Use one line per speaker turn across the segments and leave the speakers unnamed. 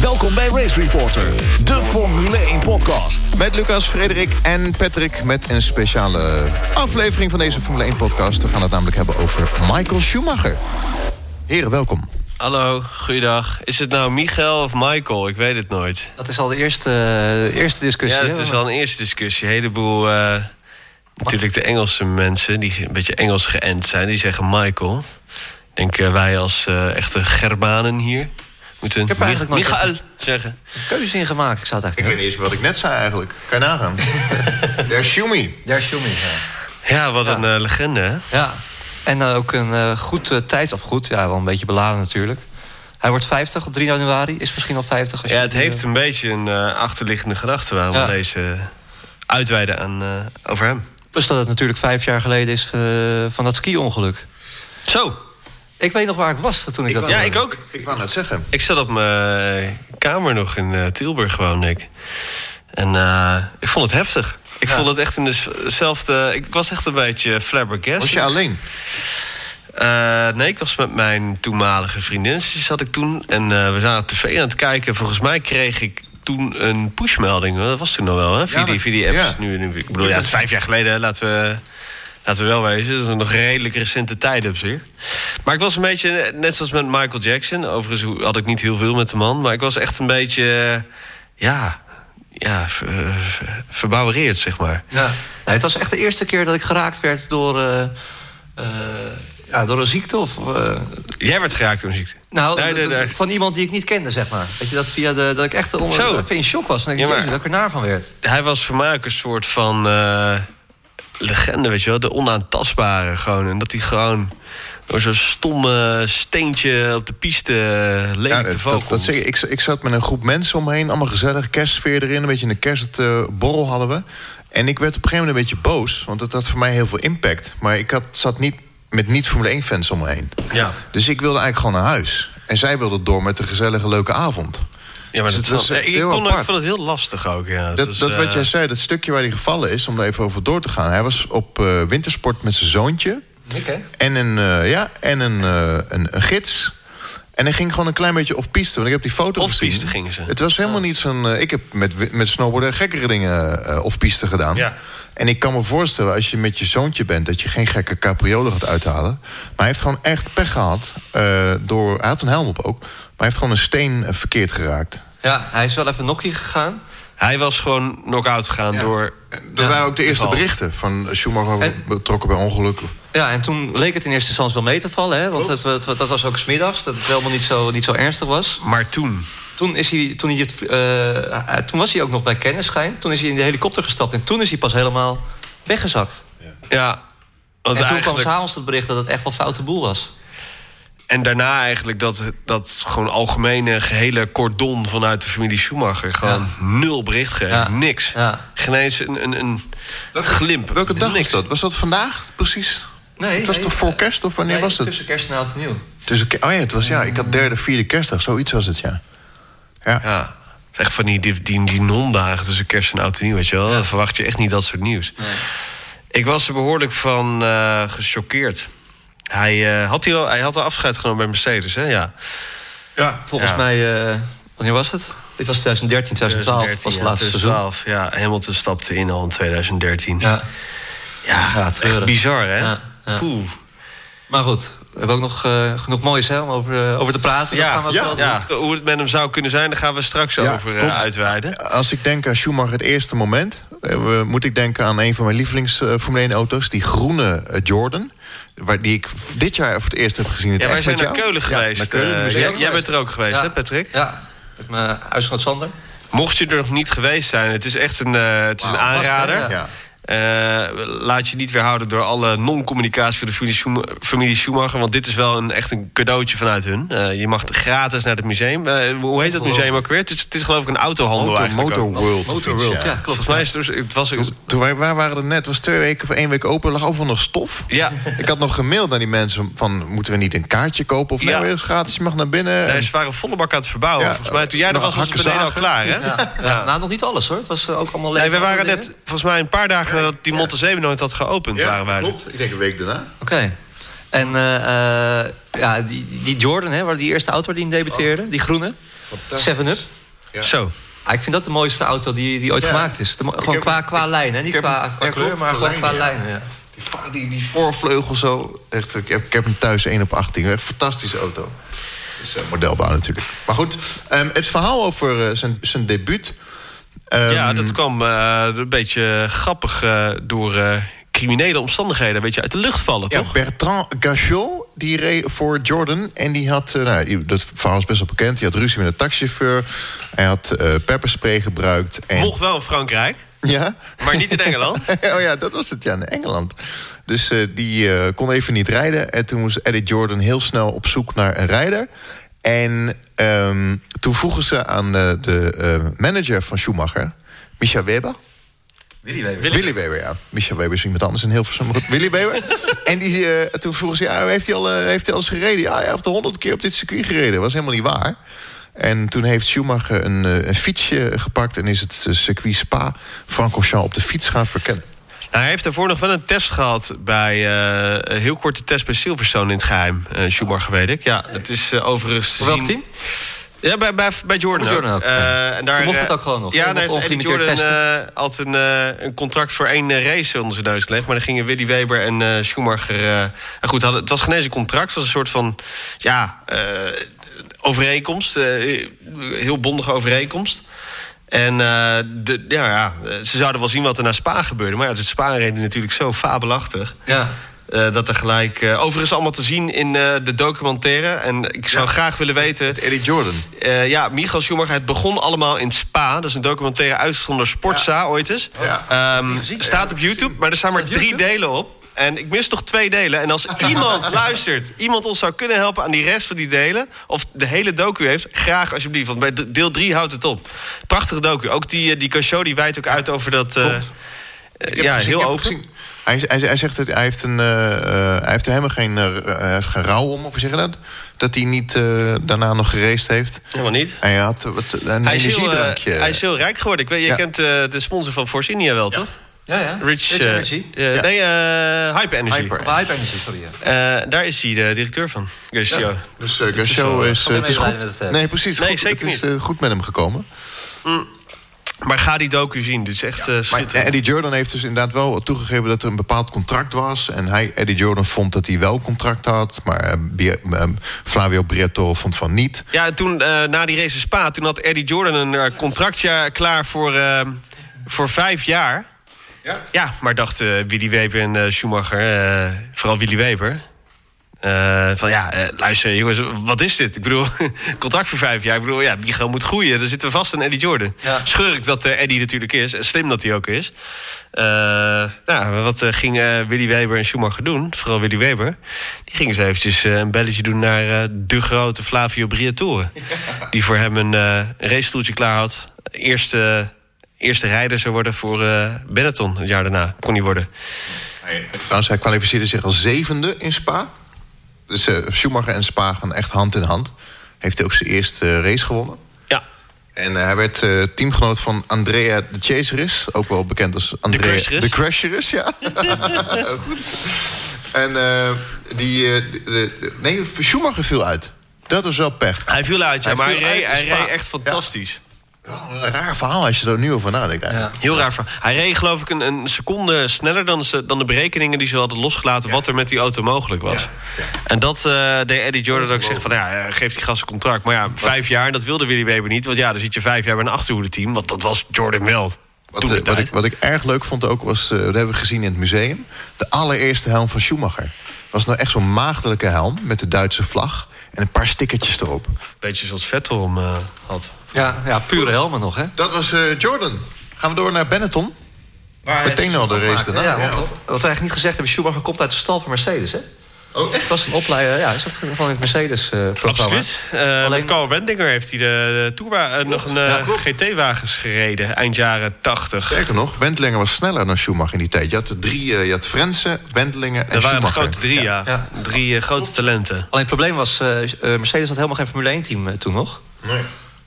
Welkom bij Race Reporter, de Formule 1 podcast.
Met Lucas, Frederik en Patrick met een speciale aflevering van deze Formule 1 podcast. We gaan het namelijk hebben over Michael Schumacher. Heren, welkom.
Hallo, goeiedag. Is het nou Michael of Michael? Ik weet het nooit.
Dat is al de eerste, de eerste discussie.
Ja, dat
hè?
is al een eerste discussie. Een heleboel, eh, natuurlijk de Engelse mensen die een beetje Engels geënt zijn, die zeggen Michael. Ik denk eh, wij als eh, echte Germanen hier moeten
heb er eigenlijk nooit
Michael zeggen.
keuze in gemaakt. Ik zou het
Ik
eigenlijk
weet niet eens wat ik net zei eigenlijk. Kan je nagaan. Der Schumi.
Daar is mee.
Ja, wat een eh, legende, hè?
Ja. En eh, ook een eh, goed eh, tijd, of goed, ja, wel een beetje beladen natuurlijk. Hij wordt 50 op 3 januari, is misschien al 50. Als
Ja,
je-
het heeft een beetje een eh, achterliggende gedachte waarom
Ja.
we deze uitweiden aan, eh, over hem.
Plus dat het natuurlijk vijf jaar geleden is eh, van dat ski-ongeluk.
Zo,
Ik weet nog waar ik was toen ik, dat...
ja, ik ook.
Ik wou net zeggen.
Ik zat op mijn eh, kamer nog in eh, Tilburg gewoon, ik. En eh, ik vond het heftig. Ik vond het echt in dezelfde... Ik was echt een beetje flabbergast.
Was je alleen?
Eh, nee, ik was met mijn toenmalige vriendin. Ze zat ik toen. En eh, we zaten tv aan het kijken. Volgens mij kreeg ik toen een pushmelding. Dat was toen nog wel, hè? Via,
Ja,
die,
maar-
via die apps.
ja.
Nu, nu- ik bedoel, ja, het is vijf jaar geleden. hè. Laten we, laten we wel wezen. Dat is nog redelijk recente tijd op zich. Maar ik was een beetje, eh, net zoals met Michael Jackson. Overigens hoe- had ik niet heel veel met de man. Maar ik was echt een beetje, eh, ja... Ja, ver- ver- verbouwereerd, zeg maar.
Ja. Nee, het was echt de eerste keer dat ik geraakt werd door, eh, eh, ja, door een ziekte of... eh,
Jij werd geraakt door een ziekte.
Nou,
Nee,
d-
nee,
d-
nee.
van iemand die ik niet kende, zeg maar. Weet je, dat, via de, dat ik echt onder,
Zo.
even in shock was. En ik
Ja, maar-
dacht dat ik er naar van werd.
hij was voor mij ook een soort van eh, legende, weet je wel. De onaantastbare gewoon. En dat hij gewoon door zo'n stomme steentje op de piste eh, lelijk te val
dat,
komt.
dat zeg ik. ik. Ik zat met een groep mensen omheen. Allemaal gezellig. Kerstsfeer erin. Een beetje een kerstborrel hadden we. En ik werd op een gegeven moment een beetje boos. Want dat had voor mij heel veel impact. Maar ik had, zat niet met niet-Formule 1-fans om me heen.
Ja.
Dus ik wilde eigenlijk gewoon naar huis. En zij wilde door met een gezellige, leuke avond.
ja, maar
Dus
dat,
het was
snap-
echt
ik,
heel
kon, ik
apart.
vond het heel lastig ook, ja.
Dat,
Dus,
dat
eh,
wat jij zei, dat stukje waar hij gevallen is, om daar even over door te gaan. Hij was op eh, wintersport met zijn zoontje
Ik, hè?
en, een, eh, ja, en een, eh, een, een gids. En hij ging gewoon een klein beetje off-piste. Want ik heb die foto gezien.
Off-piste gingen ze. Oh.
Het was helemaal niet zo'n... eh, ik heb met, wi- met snowboarden gekkere dingen eh off-piste gedaan.
Ja.
En ik kan me voorstellen, als je met je zoontje bent... dat je geen gekke capriolen gaat uithalen. Maar hij heeft gewoon echt pech gehad. eh, door, hij had een helm op ook. Maar hij heeft gewoon een steen eh, verkeerd geraakt.
Ja, hij is wel even nokkie gegaan.
Hij was gewoon knock-out gegaan
Ja.
door...
Er waren ook de eerste
val.
berichten van Schumacher
En-
betrokken bij ongelukken.
Ja, en toen leek het in eerste instantie wel mee te vallen. Hè? Want het, het- het- dat was ook smiddags, dat het helemaal niet zo, niet zo ernstig was.
Maar toen,
Toen, is hij, toen, hij het, eh, eh, toen was hij ook nog bij kennisschijn. Toen is hij in de helikopter gestapt en toen is hij pas helemaal weggezakt.
ja...
En
Want
toen kwam
eigenlijk-
s'avonds het bericht dat het echt wel foute boel was.
En daarna eigenlijk dat, dat gewoon algemene gehele cordon vanuit de familie Schumacher. Gewoon nul bericht geven.
Ja.
Niks.
Ja.
Geen eens een, een, een glimp.
Welke dag
niks.
was dat? Was dat vandaag precies?
Nee,
het was
nee, eh,
toch voor kerst of wanneer
Nee,
was het?
Tussen kerst en oud en nieuw.
Tussen, ke- oh ja, het was ja. Ik had derde, vierde kerstdag. Zoiets was het, ja. Ja.
Ja. Het is Echt van die, die, die, die non-dagen tussen kerst en oud en nieuw, weet je wel. Dan verwacht je echt niet dat soort nieuws. Ik was er behoorlijk van eh gechoqueerd. Hij, eh, had hij, al, hij had al afscheid genomen bij Mercedes, hè? Ja.
ja.
Volgens
Ja.
mij, eh, wanneer was het? Dit was 2013, 2012 was het laatste seizoen.
2012, ja. Hamilton stapte in al in 2013.
Ja.
Ja,
Ja,
echt
treurig.
bizar, hè?
Ja, ja.
Poeh.
Maar goed, we hebben ook nog eh, genoeg moois hè, om over, eh, over te praten. Dat gaan we ook
ja,
wel doen.
Ja, hoe het met hem zou kunnen zijn, daar gaan we straks
Ja,
over eh,
klopt.
uitweiden.
Als ik denk aan Schumacher het eerste moment... eh, we- moet ik denken aan een van mijn lievelings eh, Formule 1 auto's. Die groene eh, Jordan. Waar, die ik v- dit jaar voor het eerst heb gezien. in het
Ja, wij
echt
zijn
met
naar
jou.
Keulen
Ja,
geweest.
naar Keulen.
eh,
Dus
jij-
ja,
ook
jij
geweest.
bent er ook geweest,
Ja.
hè, Patrick?
Ja, met mijn huisgenoot Sander.
Mocht je er nog niet geweest zijn, het is echt een, eh, het is een
Wauw,
aanrader.
must, hè?
ja.
Eh, laat je niet weerhouden door alle non-communicatie van de familie, Schuma- familie Schumacher. Want dit is wel een, echt een cadeautje vanuit hun. Eh, je mag gratis naar het museum. Eh, hoe heet dat museum ook weer? Het is, het is geloof ik een autohandel
Motor,
eigenlijk.
Motor
ook.
World. of
Motor
iets,
World, ja.
Volgens mij is het, het was...
Toen wij, wij waren er net, was twee weken of één week open, lag overal nog stof.
Ja.
Ik had nog gemaild aan die mensen van, moeten we niet een kaartje kopen? Of
Ja.
nee, is gratis, je mag naar binnen.
Nee, ze waren volle bak aan het verbouwen.
Ja,
Volgens mij toen jij er
nou,
was, was het
hakken
beneden al klaar, hè?
Ja. Nou, nog niet alles hoor. Het was eh, ook allemaal leuk.
Nee, we waren net, volgens mij een paar dagen nadat die Monte Zevenhoorn had geopend, waren wij er.
Ik denk een week daarna.
Oké. En eh, eh, ja, die, die Jordan, hè, waar die eerste auto die in debuteerde, die groene.
Fantastisch.
7-up.
Ja.
Zo.
Ah, ik vind dat de mooiste auto die, die ooit
Ja.
gemaakt is. De mo- gewoon
heb-
qua, qua lijn, hè? niet
ik heb
qua,
hem-
qua
ja,
kleur,
klopt,
maar
qua
gewoon qua
lijn, ja.
lijnen. Ja.
Die, va- die, die voorvleugel zo. Echt, ik, heb, ik heb hem thuis 1 op 18. Echt een fantastische auto. Is een modelbouw natuurlijk. Maar goed, ehm, het verhaal over eh, zijn, zijn debuut. Ehm,
ja, dat kwam eh, een beetje grappig eh, door eh, criminele omstandigheden. Een beetje uit de lucht vallen,
ja,
toch?
Bertrand Gachot, die reed voor Jordan. En die had, eh, nou, die- dat verhaal is best wel bekend. Die had ruzie met een taxichauffeur. Hij had eh, pepperspray gebruikt. En,
Mocht wel in Frankrijk,
Ja?
maar niet in Engeland.
oh ja, dat was het, ja, in Engeland. Dus eh, die eh, kon even niet rijden. En toen moest Eddie Jordan heel snel op zoek naar een rijder. En ehm, toen vroegen ze aan eh, de eh, manager van Schumacher, Micha Weber.
Willy Weber.
Willy-
Willy Weber, ja. Micha Weber is iemand anders in Hilversum. maar goed, Willy Weber. en die, eh, toen vroegen ze, ja, heeft hij al, eh, heeft hij al eens gereden? Ja, hij heeft al honderd keer op dit circuit gereden. was helemaal niet waar. En toen heeft Schumacher een, eh, een fietsje gepakt... en is het eh, circuit Spa-Francorchamps op de fiets gaan verkennen.
Nou, hij heeft daarvoor nog wel een test gehad bij eh, een heel korte test bij Silverstone in het geheim. Eh Schumacher weet ik. Ja, dat is eh, overigens. te
Voor welk
zien-
team?
Ja, bij, bij, bij Jordan.
Bij Jordan ook,
Eh,
ja.
en daar,
Toen mocht
eh,
het ook gewoon nog,
Ja,
hè?
daar heeft
Want
Eddie Jordan
ongelimiteerd
eh, had een, eh, een contract voor één eh, race onder zijn neus gelegd. Maar dan gingen Willy Weber en eh, Schumacher. eh, en goed, hadden, het was geen eens een contract. Het was een soort van. Ja, eh, overeenkomst. eh, heel bondige overeenkomst. En eh, de, ja, ja, ze zouden wel zien wat er na Spa gebeurde. Maar ja, het Spa reden natuurlijk zo fabelachtig.
Ja.
eh, dat er gelijk... eh, overigens allemaal te zien in eh, de documentaire. En ik zou graag willen weten...
Eddie Jordan.
Eh, ja, Michael Schumacher, het begon allemaal in Spa. Dat is een documentaire uitgezonden door Sportza ooit eens.
Ja.
Ehm, staat op YouTube, maar er staan maar drie delen op. En ik mis nog twee delen. En als iemand luistert, iemand ons zou kunnen helpen aan die rest van die delen... of de hele docu heeft, graag alsjeblieft. Want bij de- deel drie houdt het op. Prachtige docu. Ook die, eh, die Khashoggi wijt ook uit over dat... eh, eh,
Ik heb
ja,
gezien-
heel
ik heb
open.
gezien. Hij, hij, hij zegt dat hij heeft, een, eh, eh, hij heeft er helemaal geen, eh, hij heeft geen rouw om, of hoe zeg je dat? Dat hij niet eh, daarna nog geraced heeft.
Helemaal niet.
Hij had eh, wat, een
Hij is, heel, eh,
energiedrankje.
hij is heel rijk geworden. Ik weet, jij
Ja.
kent eh, de sponsor van Force India wel, toch?
Ja, ja.
Rich, eh,
Energy.
eh,
Ja.
Nee, eh Hyper Energy.
Hyper.
Of Hype Energy, sorry. ja.
Eh, daar is hij de directeur van. Gustio.
dus eh,
is
Show
wel-
is, eh,
Alleen
het is
maar
goed.
je lijden met het, eh.
nee, precies.
Nee,
goed.
zeker
het is eh, goed met hem gekomen.
Maar ga die docu zien. Dit is echt eh,
Maar
schitterend.
Eddie Jordan heeft dus inderdaad wel toegegeven dat er een bepaald contract was. En hij, Eddie Jordan vond dat hij wel contract had. Maar eh, Bia- eh, Flavio Briatore vond van niet.
Ja, en toen eh, na die race in Spa, toen had Eddie Jordan een eh, contractje klaar voor, eh, voor vijf jaar. Ja, maar dachten Willy Weber en eh, Schumacher, eh, vooral Willy Weber. eh, van ja, eh, luister jongens, wat is dit? Ik bedoel, contract voor vijf jaar. Ik bedoel, ja, Miguel moet groeien. Daar zitten we vast aan Eddie Jordan.
Ja.
Schurk dat eh, Eddie natuurlijk is. En slim dat hij ook is. Eh, nou, wat eh, gingen Willy Weber en Schumacher doen? Vooral Willy Weber. Die gingen ze eventjes eh, een belletje doen naar eh, de grote Flavio Briatore. Die voor hem een eh, een racestoeltje klaar had. Eerste, eerste rijder zou worden voor eh, Benetton het jaar daarna. Kon hij worden.
Trouwens, hij kwalificeerde zich als zevende in Spa. Dus eh, Schumacher en Spa gaan echt hand in hand. Heeft hij ook zijn eerste eh, race gewonnen.
Ja,
En eh, hij werd eh, teamgenoot van Andrea de Chaseris. Ook wel bekend als Andrea
Crusheris.
de Crusheris, ja. Goed. En eh, die... eh, de- de- nee, Schumacher viel uit. Dat was wel pech.
hij viel uit, ja,
Hij
maar
viel
hij reed,
uit in
hij
Spa.
reed echt fantastisch.
Oh, Een raar verhaal als je er nu over nadenkt. eigenlijk.
Heel raar. verhaal. Hij reed geloof ik een, een seconde sneller dan, ze, dan de berekeningen die ze hadden losgelaten... wat er met die auto mogelijk was. En dat eh, deed Eddie Jordan ook zeggen van... ja, eh, geef die gast een contract. Maar ja, vijf jaar, dat wilde Willy Weber niet. Want ja, dan zit je vijf jaar bij een achterhoedeteam. Want dat was Jordan wel.
Wat,
toen de
eh, wat, ik,
tijd.
wat ik erg leuk vond ook was, eh, dat hebben we gezien in het museum... de allereerste helm van Schumacher. was nou echt zo'n maagdelijke helm met de Duitse vlag... en een paar stickertjes erop.
Beetje zoals Vettel hem eh, had.
Ja, ja, pure helmen nog, hè?
Dat was eh, Jordan. Gaan we door naar Benetton. Meteen al de race daarna.
Ja,
Ja,
want wat, wat we eigenlijk niet gezegd hebben, Schumacher komt uit de stal van Mercedes, hè?
Oh,
Het was een opleider, ja, is dat gewoon in het Mercedes-programma?
Absoluut. Eh
Alleen-
Met Carl Wendinger heeft hij de, de tourwa- eh, nog een
Ja, klopt.
GT-wagens gereden eind jaren 80.
Sterker nog, Wendlinger was sneller dan Schumacher in die tijd. Je had de drie, eh, je had Frensen, Wendlinger en
Dat waren de
Schumacher.
grote drie, ja.
Ja.
Drie eh, grote talenten.
Alleen het probleem was, eh, eh, Mercedes had helemaal geen Formule 1-team eh, toen nog.
Nee.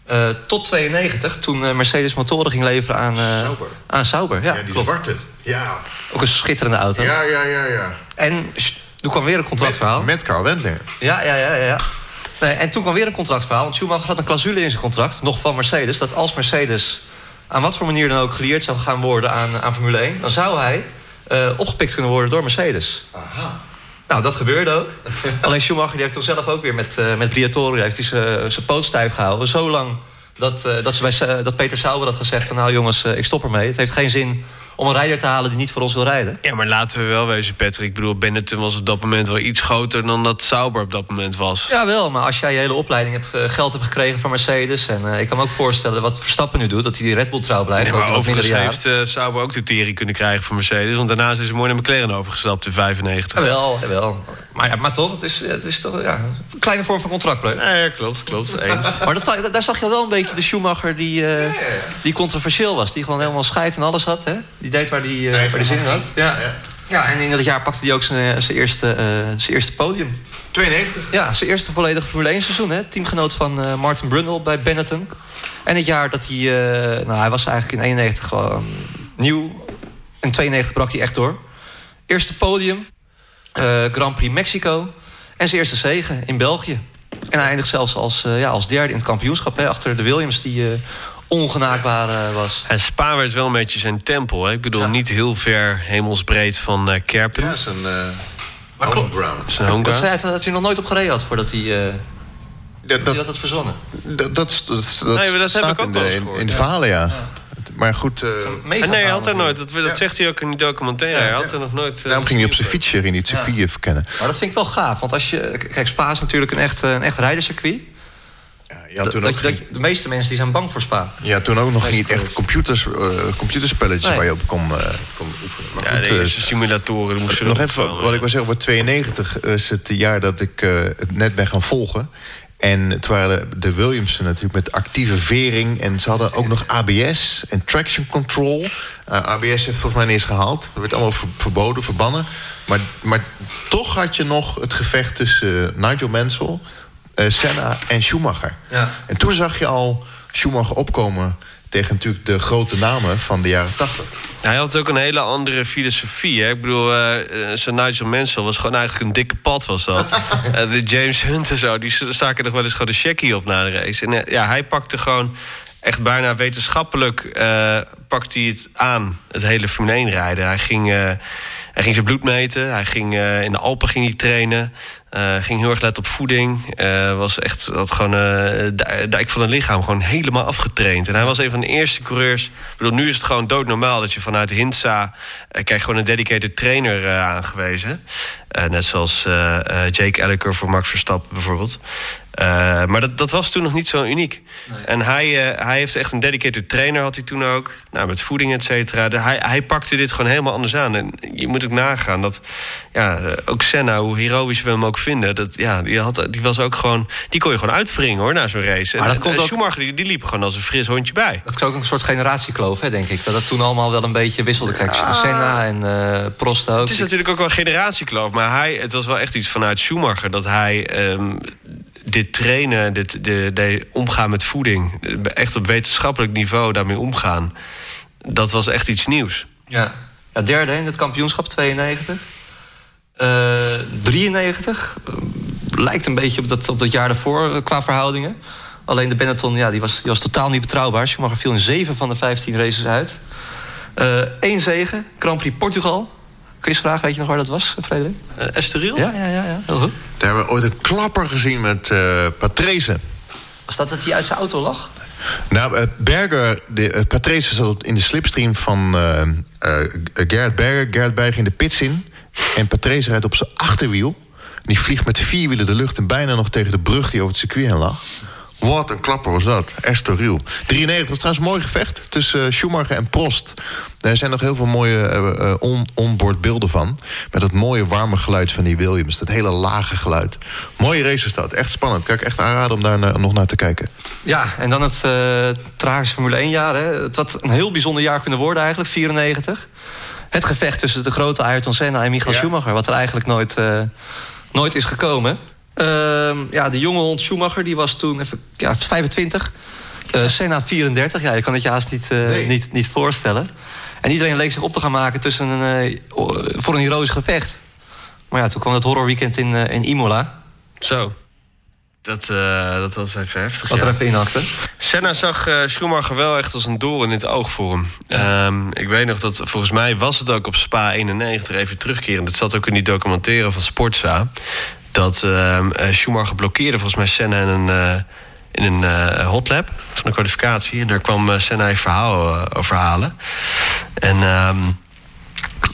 Eh, tot 92, toen eh, Mercedes motoren ging leveren aan eh,
Sauber.
Aan Sauber ja,
Ja, die
klopt.
zwarte. Ja,
Ook een schitterende auto.
ja, ja, ja. ja.
En sh- toen kwam weer een
Met,
contractverhaal.
met Carl Wendlinger.
Ja, ja, ja, ja, ja. Nee, en toen kwam weer een contractverhaal. Want Schumacher had een clausule in zijn contract, nog van Mercedes... dat als Mercedes aan wat voor manier dan ook geleerd zou gaan worden aan, aan Formule 1... dan zou hij eh, opgepikt kunnen worden door Mercedes. Nou, dat gebeurde ook. Alleen Schumacher die heeft toen zelf ook weer met, eh met Briatore... heeft hij zijn- zijn poot stijf gehouden. Zolang dat, eh, dat, ze bij, Sa- dat Peter Sauber had gezegd van... nou jongens, eh, ik stop ermee. Het heeft geen zin om een rijder te halen die niet voor ons wil rijden.
Ja, maar laten we wel wezen, Patrick. Ik bedoel, Benetton was op dat moment wel iets groter dan dat Sauber op dat moment was.
Jawel, maar als jij je hele opleiding hebt, eh, geld hebt gekregen van Mercedes... en eh, ik kan me ook voorstellen wat Verstappen nu doet... dat hij die Red Bull trouw blijft.
Nee,
ook
maar
in dat
overigens
minder jaar.
heeft eh, Sauber ook de tering kunnen krijgen voor Mercedes. Want daarna zijn ze mooi naar McLaren overgestapt in 95.
Ah,
Jawel, jawel. Maar, ja, maar toch, het is, het is toch ja, een kleine vorm van contractbreuk.
Ja, ja, klopt, klopt. Eens.
Maar dat, da- daar zag je wel een beetje de Schumacher die, eh, die controversieel was. Die gewoon helemaal scheid en alles had. Hè? Die deed waar die, eh, waar die zin in had. Ja. ja, en in dat jaar pakte hij ook zijn, eh, zijn, eerste, eh, zijn eerste podium.
92.
Ja, zijn eerste volledige Formule 1 seizoen. Hè? Teamgenoot van eh, Martin Brundle bij Benetton. En het jaar dat hij... eh, nou, hij was eigenlijk in 91 gewoon nieuw. In 92 brak hij echt door. Eerste podium. eh, Grand Prix Mexico. En zijn eerste zegen in België. En hij eindigt zelfs als, eh, ja, als derde in het kampioenschap. Hè? Achter de Williams die eh, ongenaakbaar eh, was.
En Spa werd wel een beetje zijn tempel. Hè? Ik bedoel, niet heel ver hemelsbreed van eh, Kerpen.
Ja, zijn eh
klopt.
homeground.
Zijn
Dat
homeground.
zei hij dat hij nog nooit op gereden had voordat hij, eh,
Dat,
dat hij
dat,
dat had verzonnen.
dat, dat, dat, dat
Nee, maar dat heb ik
staat
ook
in
wel
de,
eens
in,
gehoord,
in de verhalen, ja. Maar goed, eh,
Mega
Ah, nee, hij had
verhaal
er nooit. Dat, dat
Ja.
zegt hij ook in die documentaire. hij had er nog nooit... eh,
daarom ging hij op zijn fietsje in die circuit even kennen.
Maar dat vind ik wel gaaf. Want als je. k- Kijk, Spa is natuurlijk een echt, eh, een echt rijderscircuit.
Ja, je had
Dat-
toen
dat
ook
je,
geen-
dat je- de meeste mensen die zijn bang voor Spa.
Ja, toen ook nog niet echt
spelletjes.
computers, eh, computerspelletjes
Nee.
waar je op kon, eh, kon oefenen. Maar
Ja, dus
goed,
de
eh,
eerste simulatoren. die moesten
nog
erop
even
komen.
wat ik wil zeggen over 92 is het jaar dat ik eh, het net ben gaan volgen. En het waren de- de Williamsen natuurlijk met actieve vering. En ze hadden ook nog ABS en traction control. Eh, ABS heeft volgens mij niet eens gehaald. Dat werd allemaal ver- verboden, verbannen. Maar, maar toch had je nog het gevecht tussen eh, Nigel Mansell, eh, Senna en Schumacher.
Ja.
En toen zag je al Schumacher opkomen tegen natuurlijk de grote namen van de jaren 80.
Hij had ook een hele andere filosofie. Hè? Ik bedoel, eh eh, zo'n Nigel Mansell was gewoon eigenlijk een dikke pad, was dat. Eh, de James Hunt en zo, die staken nog wel eens gewoon de checkie op na de race. En eh, ja, hij pakte gewoon echt bijna wetenschappelijk eh pakte hij het aan, het hele Formule 1 rijden. Hij ging, eh, hij ging zijn bloed meten, hij ging, eh, in de Alpen ging hij trainen... eh, ging heel erg letten op voeding. eh, was echt had gewoon eh, di- dijk van het lichaam gewoon helemaal afgetraind. En hij was een van de eerste coureurs. Ik bedoel, nu is het gewoon doodnormaal dat je vanuit Hinsa eh, krijg je gewoon een dedicated trainer eh, aangewezen. Eh, net zoals eh, eh, Jake Elleker voor Max Verstappen bijvoorbeeld. Eh, maar dat, dat was toen nog niet zo uniek. En hij, eh, hij heeft echt een dedicated trainer, had hij toen ook. Nou, met voeding, et cetera. De- Hij, hij pakte dit gewoon helemaal anders aan. En je moet ook nagaan dat... Ja, eh, ook Senna, hoe heroïsch we hem ook vinden... Dat, ja, die, had, die was ook gewoon... Die kon je gewoon uitwringen, hoor, na zo'n race.
Maar dat
en,
komt
en
ook-
Schumacher, die, die liep gewoon als een fris hondje bij.
Dat is ook een soort generatiekloof, hè, denk ik. Dat dat toen allemaal wel een beetje wisselde. Kijk, Senna en eh Prost ook.
Het is natuurlijk ook wel een generatiekloof, maar hij, het was wel echt iets vanuit Schumacher dat hij ehm, dit trainen, dit, de, de- omgaan met voeding, echt op wetenschappelijk niveau daarmee omgaan, dat was echt iets nieuws.
ja. ja, derde in het kampioenschap, 92. Eh, 93. eh, lijkt een beetje op dat, op dat jaar daarvoor eh, qua verhoudingen. Alleen de Benetton, ja, die was, die was totaal niet betrouwbaar. Schumacher viel in 7 van de 15 races uit. Eén zegen, Grand Prix Portugal. Quizvraag, weet je nog waar dat was, Frederik? Oh,
Eh, Estoril?
Ja, ja, ja, ja. Heel goed.
Daar hebben we ooit een klapper gezien met eh Patrese.
Was dat dat hij uit zijn auto lag?
Nou, eh, Berger, de, eh, Patrese zat in de slipstream van eh eh, Gerrit Berger. Gerrit Berger in de pits in. En Patrese rijdt op zijn achterwiel. En die vliegt met vier wielen de lucht en bijna nog tegen de brug die over het circuit heen lag. Wat een klapper was dat. Estoril. 93 was trouwens een mooi gevecht tussen eh, Schumacher en Prost. Daar zijn nog heel veel mooie eh, eh, on onboard beelden van. Met dat mooie warme geluid van die Williams. Dat hele lage geluid. Mooie race is dat. Echt spannend. Kan ik echt aanraden om daar na- nog naar te kijken.
Ja, en dan het eh tragische Formule 1 jaar. Hè. Het had een heel bijzonder jaar kunnen worden eigenlijk, 94. Het gevecht tussen de grote Ayrton Senna en Michael Schumacher... wat er eigenlijk nooit, eh, nooit is gekomen. Ehm, ja, de jonge hond Schumacher, die was toen even, ja, 25. Eh, Senna 34, ja, je kan het je haast niet, eh, niet, niet voorstellen. En iedereen leek zich op te gaan maken tussen een, eh, o- voor een heroïsch gevecht. Maar ja, toen kwam dat horrorweekend in, eh, in Imola...
Zo. Dat, eh, dat was even heftig.
Wat
ja.
er even inhakte.
Senna zag eh, Schumacher wel echt als een doorn in het oog voor hem. Ehm, ik weet nog dat, volgens mij was het ook op Spa 91, even terugkeren. Dat zat ook in die documentaire van Sportza. Dat ehm, eh, Schumacher blokkeerde volgens mij Senna in een, eh, in een eh, hotlap van de kwalificatie. En daar kwam eh, Senna een verhaal eh, over halen. En... ehm,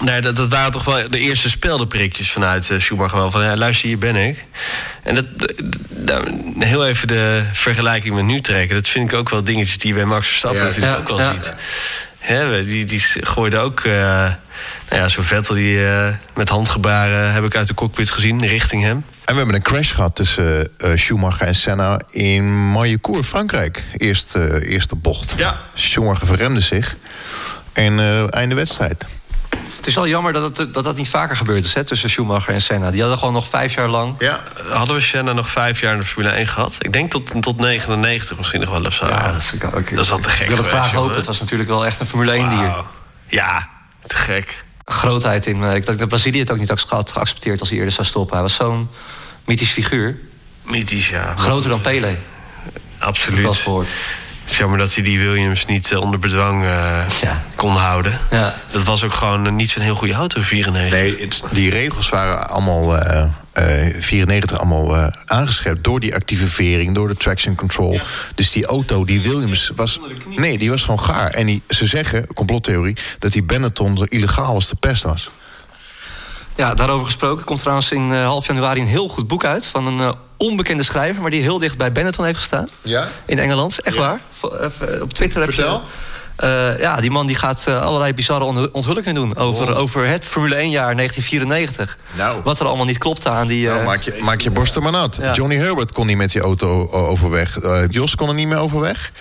Nee, dat, dat waren toch wel de eerste speldenprikjes vanuit eh, Schumacher. Wel van, ja, luister, hier ben ik. En dat, d- d- nou, heel even de vergelijking met nu trekken. Dat vind ik ook wel dingetjes die je bij Max Verstappen
Ja.
natuurlijk
Ja,
ook wel
ja.
ziet. Hè, we- die, die s- gooide ook... eh, nou ja, zo'n Vettel die eh, met handgebaren heb ik uit de cockpit gezien, richting hem.
En we hebben een crash gehad tussen eh, Schumacher en Senna in Maillecourt, Frankrijk. Eerste, eerste bocht.
Ja.
Schumacher verremde zich. En eh, einde wedstrijd.
Het is wel jammer dat het, eh, dat, dat niet vaker gebeurd is hè, tussen Schumacher en Senna. Die hadden gewoon nog vijf jaar lang.
Ja.
Hadden we Senna nog vijf jaar in de Formule 1 gehad? Ik denk tot, tot 99 misschien nog wel of zo.
ik,
Dat is wel te gek
Ik wil het
geweest,
graag hopen.
jongen.
Het was natuurlijk wel echt een Formule 1-dier.
Wauw. Ja, te gek.
Grootheid in. eh, Ik dacht dat Brazilië het ook niet had geaccepteerd als hij eerder zou stoppen. Hij was zo'n mythisch figuur.
Mythisch, ja.
Groter dan Pele. heb ik wel eens
Absoluut.
gehoord.
Het is jammer dat hij die Williams niet eh, onder bedwang eh,
Ja.
kon houden.
Ja.
Dat was ook gewoon eh, niet zo'n heel goede auto, 94.
Nee, het- die regels waren allemaal eh, eh, 94 allemaal eh, aangescherpt door die actieve vering, door de traction control. Dus die auto, die Williams was, nee, die was gewoon gaar. En die, ze zeggen, complottheorie, dat die Benetton zo illegaal als de pest was.
Ja, daarover gesproken komt trouwens in eh, half januari een heel goed boek uit... van een eh, onbekende schrijver, maar die heel dicht bij Benetton heeft gestaan.
Ja?
In Engeland, echt waar. Vo- eh, op Twitter heb
Vertel.
je... Eh, ja, die man die gaat eh, allerlei bizarre onthul- onthullingen doen... over, over het Formule 1-jaar 1994.
Oh. Nou.
Wat er allemaal niet klopte aan die... eh,
Nou, maak, je, maak je borsten maar nat.
Ja.
Johnny Herbert kon niet met die auto o- overweg. Eh, Jos kon er niet meer overweg.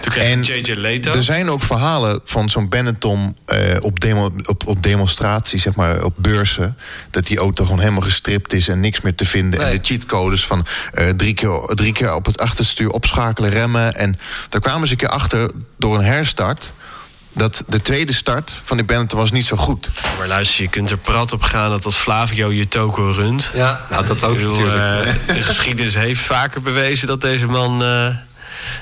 Toen kreeg je JJ Leto.
dus-
Er zijn ook verhalen van zo'n Benetton eh, op, demo, op, op demonstraties, zeg maar, op beurzen. Dat die auto gewoon helemaal gestript is en niks meer te vinden. En
Nee.
de cheatcodes van eh, drie, keer, drie keer op het achterstuur opschakelen, remmen. En daar kwamen ze een keer achter door een herstart. Dat de tweede start van die Benetton was niet zo goed.
Maar luister, je kunt er prat op gaan dat als Flavio je toko runt...
Ja, nou, dat ook
Ik bedoel,
natuurlijk.
eh, de geschiedenis heeft vaker bewezen dat deze man... eh,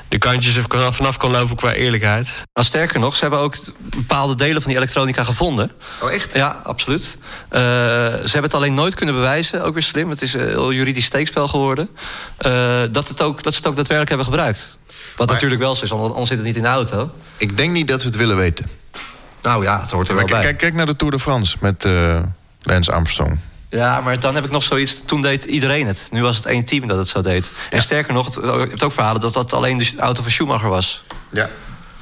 de kantjes er kan- vanaf kan lopen qua eerlijkheid.
Nou, sterker nog, ze hebben ook t- bepaalde delen van die elektronica gevonden.
Oh, echt?
Ja, absoluut. Eh, ze hebben het alleen nooit kunnen bewijzen, ook weer slim. Het is een heel juridisch steekspel geworden. Eh, dat, het ook, dat ze het ook daadwerkelijk hebben gebruikt. Wat natuurlijk wel zo is, want anders zit het niet in de auto.
Ik denk niet dat we het willen weten.
Nou ja, het hoort er wel
Maar
bij.
kijk, kijk, kijk naar de Tour de France met eh Lance Armstrong.
Ja, maar dan heb ik nog zoiets. Toen deed iedereen het. Nu was het één team dat het zo deed. En sterker nog, het- je hebt ook verhalen dat dat alleen de auto van Schumacher was.
Ja,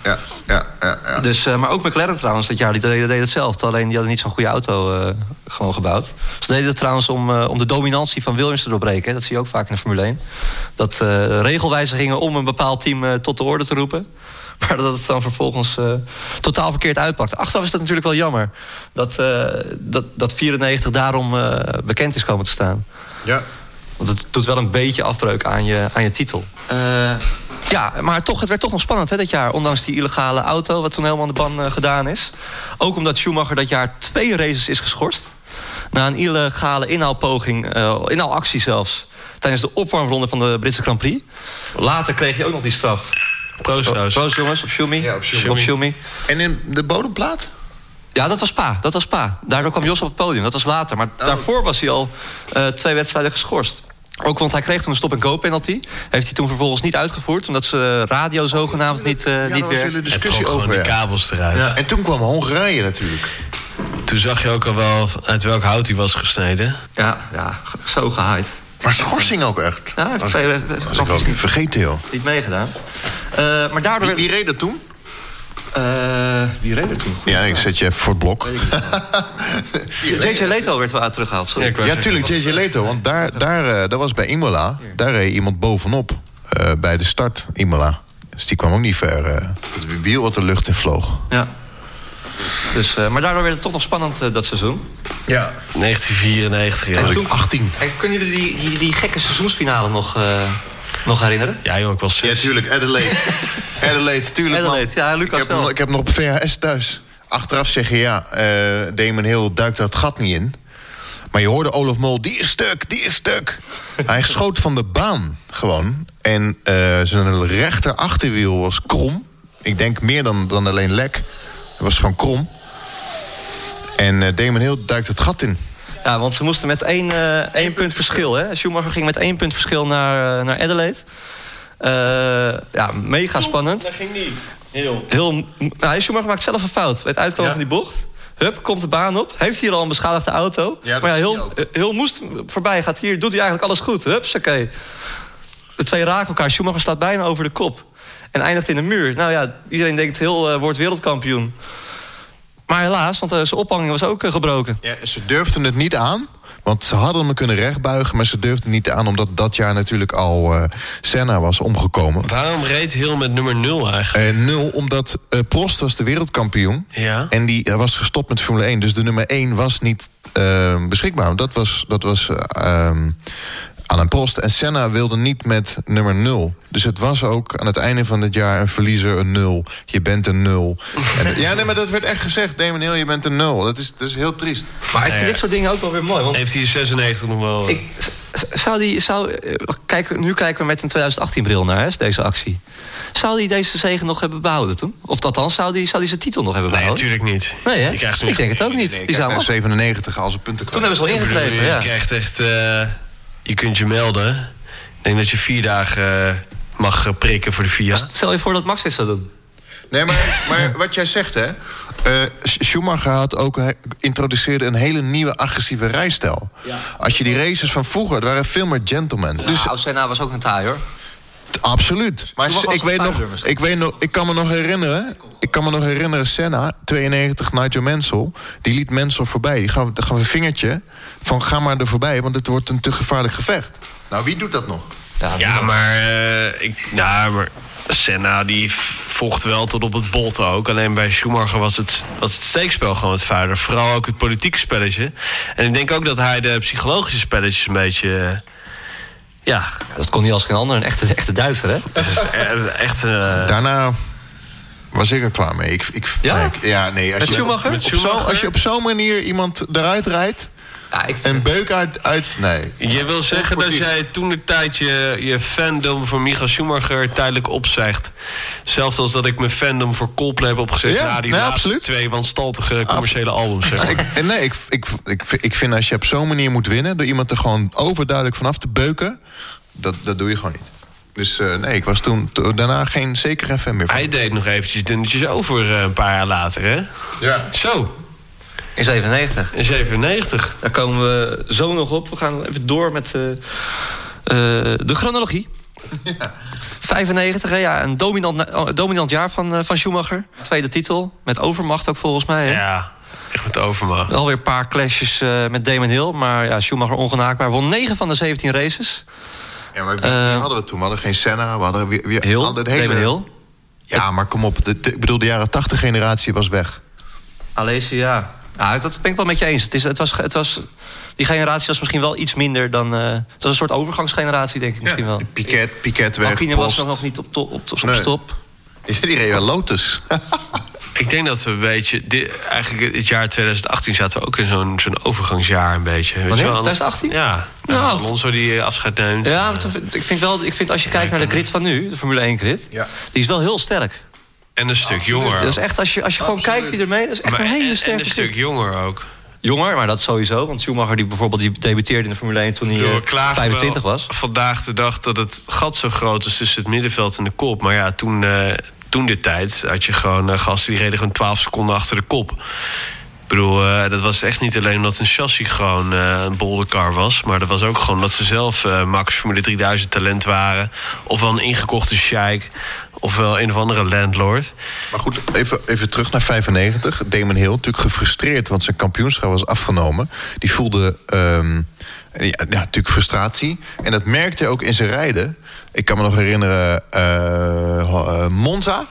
ja, ja, ja.
Dus, eh, maar ook McLaren trouwens, dat jaar, die deden, deden hetzelfde. Alleen die hadden niet zo'n goede auto eh, gewoon gebouwd. Ze deden het trouwens om, eh, om de dominantie van Williams te doorbreken. hè. Dat zie je ook vaak in de Formule 1. Dat eh, regelwijzigingen om een bepaald team eh, tot de orde te roepen. Maar dat het dan vervolgens eh, totaal verkeerd uitpakt. Achteraf is dat natuurlijk wel jammer. Dat, eh, dat, dat 94 daarom eh, bekend is komen te staan.
ja.
Want het doet wel een beetje afbreuk aan je, aan je titel. Eh, ja, maar toch, het werd toch nog spannend hè, dat jaar. Ondanks die illegale auto, wat toen helemaal aan de ban eh, gedaan is. Ook omdat Schumacher dat jaar twee races is geschorst. Na een illegale inhaalpoging, eh, inhaalactie zelfs. Tijdens de opwarmronde van de Britse Grand Prix. Later kreeg je ook nog die straf.
Proost trouwens.
Proost jongens, op Schumi.
Ja, op Schumi.
Schumi.
En in de bodemplaat?
Ja, dat was Pa. Dat was Pa. Daardoor kwam Jos op het podium. Dat was later. Maar
Oh.
daarvoor was hij al eh, twee wedstrijden geschorst. Ook want hij kreeg toen een stop-and-go penalty. Heeft hij toen vervolgens niet uitgevoerd. Omdat ze radio zogenaamd niet, eh,
Ja,
niet
daar was
weer...
hele
Het trok
discussie
gewoon
over.
de
ja.
kabels eruit.
Ja. En toen kwam Hongarije natuurlijk.
Toen zag je ook al wel uit welk hout hij was gesneden.
Ja, ja, zo gehaaid.
Maar schorsing ook echt.
Ja, hij heeft
Was-
twee wedstrijden
was ik ook niet vergeten, joh.
niet meegedaan. Eh, maar daardoor...
Wie,
werd-
wie reed dat toen?
eh, wie reed er toen? Goed.
Ja, ik zet je even voor het blok.
JJ Leto werd wel uit teruggehaald. Sorry.
Ja, ik wou
Ja,
zeggen.
tuurlijk, JJ Leto. Want daar, daar, eh, dat was bij Imola. Daar reed iemand bovenop eh, bij de start Imola. Dus die kwam ook niet ver. eh, het wiel wat de lucht in vloog.
Ja. Dus, eh, maar daardoor werd het toch nog spannend eh, dat seizoen.
Ja.
1994, ja.
En
toen-
toen 18.
En kunnen jullie die, die, die gekke seizoensfinale nog, eh, nog herinneren?
Ja, joh, ik was zes.
Ja, tuurlijk, Adelaide. Adelaide, tuurlijk. man.
Adelaide, ja, Lucas
ik heb,
wel.
nog- ik heb nog op VHS thuis. Achteraf zeg je ja, eh Damon Hill duikt dat gat niet in. Maar je hoorde Olaf Mol, die is stuk, die is stuk. Hij schoot van de baan gewoon. En eh, zijn rechter achterwiel was krom. Ik denk meer dan, dan alleen lek. Het was gewoon krom. En eh Damon Hill duikt het gat in.
Ja, want ze moesten met één, eh, één punt verschil. Hè? Schumacher ging met één punt verschil naar, eh, naar Adelaide. Eh, ja, mega spannend.
Dat ging niet. Heel.
Heel, m- nou, Schumacher maakt zelf een fout bij het uitkomen
Ja.
van die bocht. Hup, komt de baan op. Heeft hier al een beschadigde auto.
Ja, dat
maar ja,
zie je
heel,
ook.
eh, heel moest voorbij gaat hier. Doet hij eigenlijk alles goed. Hups, oké. De twee raken elkaar. Schumacher staat bijna over de kop. En eindigt in de muur. Nou ja, iedereen denkt heel eh, wordt wereldkampioen. Maar helaas, want eh, zijn ophanging was ook eh, gebroken.
Ja, ze durfden het niet aan. Want ze hadden hem kunnen rechtbuigen, maar ze durfden niet aan... omdat dat jaar natuurlijk al eh, Senna was omgekomen.
Waarom reed Hill met nummer 0 eigenlijk?
Eh, nul, omdat eh, Prost was de wereldkampioen.
Ja.
En die eh, was gestopt met Formule 1. Dus de nummer 1 was niet eh, beschikbaar. Want Dat was, dat was eh, ehm, Alain Prost. En Senna wilde niet met nummer 0. Dus het was ook aan het einde van het jaar een verliezer, een 0. Je bent een 0. en, ja, nee, maar dat werd echt gezegd. Nee, meneer, je bent een 0. Dat is, dat is heel triest.
Maar ik vind dit soort dingen ook wel weer mooi. Want
Heeft hij 96 nog wel?
ik, z- zou die, zou, eh, kijk, nu kijken we met een 2018-bril naar hè, deze actie. Zou die deze zegen nog hebben behouden toen? Of althans, zou die, zou die zijn titel nog hebben
nee,
behouden?
natuurlijk niet.
Oh? Nee, hè?
Je krijgt hem
ik
echt-
denk het ook niet.
Ik
die zou
heb
hem af-
97 als een punten
Toen
kwijt.
hebben ze al
Ik bedoel,
ingeschreven,
je
ja.
krijgt echt... eh, je kunt je melden. Ik denk dat je vier dagen eh, mag eh, prikken voor de VIA.
Stel je voor dat Max dit zou doen.
Nee, maar, maar wat jij zegt, hè. eh, Sch- Schumacher had ook, hij introduceerde een hele nieuwe agressieve rijstijl. Als je die races van vroeger, het waren veel meer gentlemen. Dus
Dus Senna was ook een taai, hoor.
t- absoluut. Maar
Schumacher was
ik weet,
een
nog,
vuiler misschien.
ik weet nog, ik kan me nog herinneren, ik kan me nog herinneren, Senna, 92, Nigel Mansell, die liet Mansell voorbij. Die gaf, die gaf een vingertje van ga maar er voorbij, want het wordt een te gevaarlijk gevecht. Nou, wie doet dat nog?
Ja,
Ja, maar, eh, ik, nou, maar Senna die vocht wel tot op het bot ook. Alleen bij Schumacher was het, was het steekspel gewoon wat vuiler. Vooral ook het politieke spelletje. En ik denk ook dat hij de psychologische spelletjes een beetje... eh, ja,
Dat kon niet als geen ander. Een echte, echte Duitser, hè?
dat is e- echt... eh,
Daarna was ik er klaar mee. Ik, ik,
Ja?
nee, ik- ja, nee. Als
Met
je,
Schumacher?
Op,
Met
zo-
Schumacher?
als je op zo'n manier iemand eruit rijdt
Ja, ik
en beuk uit... uit nee.
je wil zeggen dat jij toen de tijd je, je fandom voor Michael Schumacher tijdelijk opzegt. Zelfs als dat ik mijn fandom voor Coldplay heb opgezet.
Ja,
na die
nee,
laatste
absoluut.
twee wanstaltige commerciële albums. Zeg maar.
Ik, en nee, ik, ik, ik, ik vind als je op zo'n manier moet winnen... door iemand er gewoon overduidelijk vanaf te beuken... dat, dat doe je gewoon niet. Dus eh, nee, ik was toen to- daarna geen zeker geen fan meer. van.
Hij deed nog eventjes dingetjes over eh, een paar jaar later, hè?
Ja.
Zo,
in 97.
in 97.
Daar komen we zo nog op. We gaan even door met eh, eh, de chronologie. 95, hè, ja, een dominant, na- oh, dominant jaar van, eh, van Schumacher. Tweede titel, met overmacht ook volgens mij. Hè?
Ja, echt met overmacht.
Alweer een paar clashes eh, met Damon Hill. Maar ja, Schumacher ongenaakbaar. Won 9 van de 17 races.
Ja, maar wie, wie
Eh,
hadden we toen? We hadden geen Senna, we hadden... weer weer-
Hill,
hadden het
Damon Hill.
Ja, maar kom op. de- de- ik bedoel, de jaren 80 generatie was weg.
Alesi, ja. Nou, dat ben ik wel met je eens. Het is, het was, het was, die generatie was misschien wel iets minder dan... eh, het was een soort overgangsgeneratie, denk ik misschien wel.
Piquet, Piquet weg,
Marquine was
Post.
nog niet op, top, op, op
Nee.
stop.
Die reed wel Lotus.
Ik denk dat we een beetje... di- eigenlijk het jaar 2018 zaten we ook in zo'n zo'n overgangsjaar een beetje. Weet
Wanneer?
je wel?
2018?
Ja.
Nou.
Nou, Alonso die eh, afscheid neemt.
Ja, maar toch- ik vind, wel, ik vind als je kijkt naar de grid van nu, de Formule 1 grid...
Ja.
die is wel heel sterk.
En een stuk jonger.
Dat is echt, als je, als je gewoon kijkt wie er mee... dat is echt
Maar-
een
en-
hele
en
sterke
een
grid.
stuk jonger ook.
jonger, maar dat sowieso. Want Schumacher die bijvoorbeeld die debuteerde in de Formule 1 toen hij
Door
eh, 25 was.
Vandaag de dag dat het gat zo groot is tussen het middenveld en de kop. Maar ja, toen, eh, toen de tijd had je gewoon eh, gasten die reden gewoon 12 seconden achter de kop. Ik bedoel, eh, dat was echt niet alleen omdat een chassis gewoon eh, een bolderkar was. Maar dat was ook gewoon dat ze zelf eh, Max Formule 3000 talent waren. Ofwel een ingekochte sheik. Ofwel een of andere landlord.
Maar goed, even, even terug naar 95. Damon Hill, natuurlijk gefrustreerd, want zijn kampioenschap was afgenomen. Die voelde ehm, ja, ja, natuurlijk frustratie. En dat merkte hij ook in zijn rijden. Ik kan me nog herinneren, eh, ho- eh, Monza.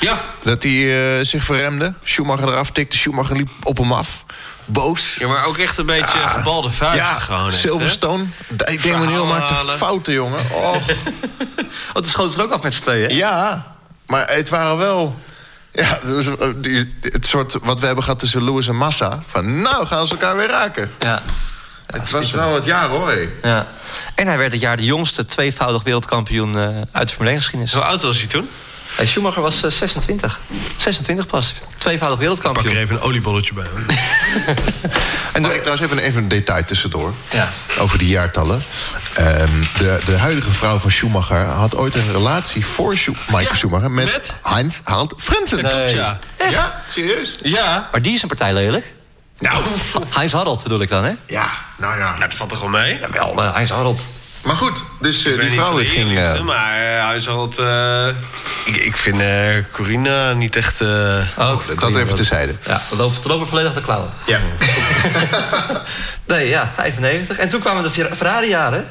Ja.
Dat hij eh, zich verremde. Schumacher eraf tikte. Schumacher liep op hem af. Boos.
Ja, maar ook echt een beetje
Ah.
gebalde vuist gewoon. echt, hè?
Silverstone. Ik denk dat heel maakte
Verhalen.
fouten, jongen. Och.
Oh, toen schoten ze er ook af met z'n tweeën. hè?
Ja, maar het waren wel... Ja, dus, het, was, eh, die- het soort wat we hebben gehad tussen Lewis en Massa. Van nou gaan ze elkaar weer raken.
Ja.
het
het
was
is er-
wel het jaar hoor. hé.
Ja. En hij werd het jaar de jongste tweevoudig wereldkampioen eh, uit de Formule 1 geschiedenis.
Zo oud was hij toen?
Hey, Schumacher was eh, 26. 26 pas. Tweevoudig
Pak er
wereldkampioen.
even een oliebolletje bij. hoor.
Nou,
En dan ik trouwens even, even een detail tussendoor.
Oh. Ja.
Over die jaartallen. Ehm, de, de huidige vrouw van Schumacher had ooit een relatie voor Schu- Michael Schumacher met,
met?
Heinz Harald Frentzen.
Nee. Ja.
Ja, serieus?
Ja.
Maar die is een partij lelijk.
Nou,
Heinz Harald bedoel ik dan, hè?
ja, nou ja.
Dat valt toch wel mee? Ik
Wel, maar Heinz Harald.
Maar goed, dus eh,
weet
die
niet
vrouw
van de
ging...
eerliefde,
eh,
maar eh, hij is altijd... eh, ik, ik vind eh Corina niet echt... eh,
Oh,
dat even terzijde.
Ja, we lopen, we lopen volledig de klauwen.
ja.
Nee, ja, 95. En toen kwamen de Fer- Ferrari-jaren.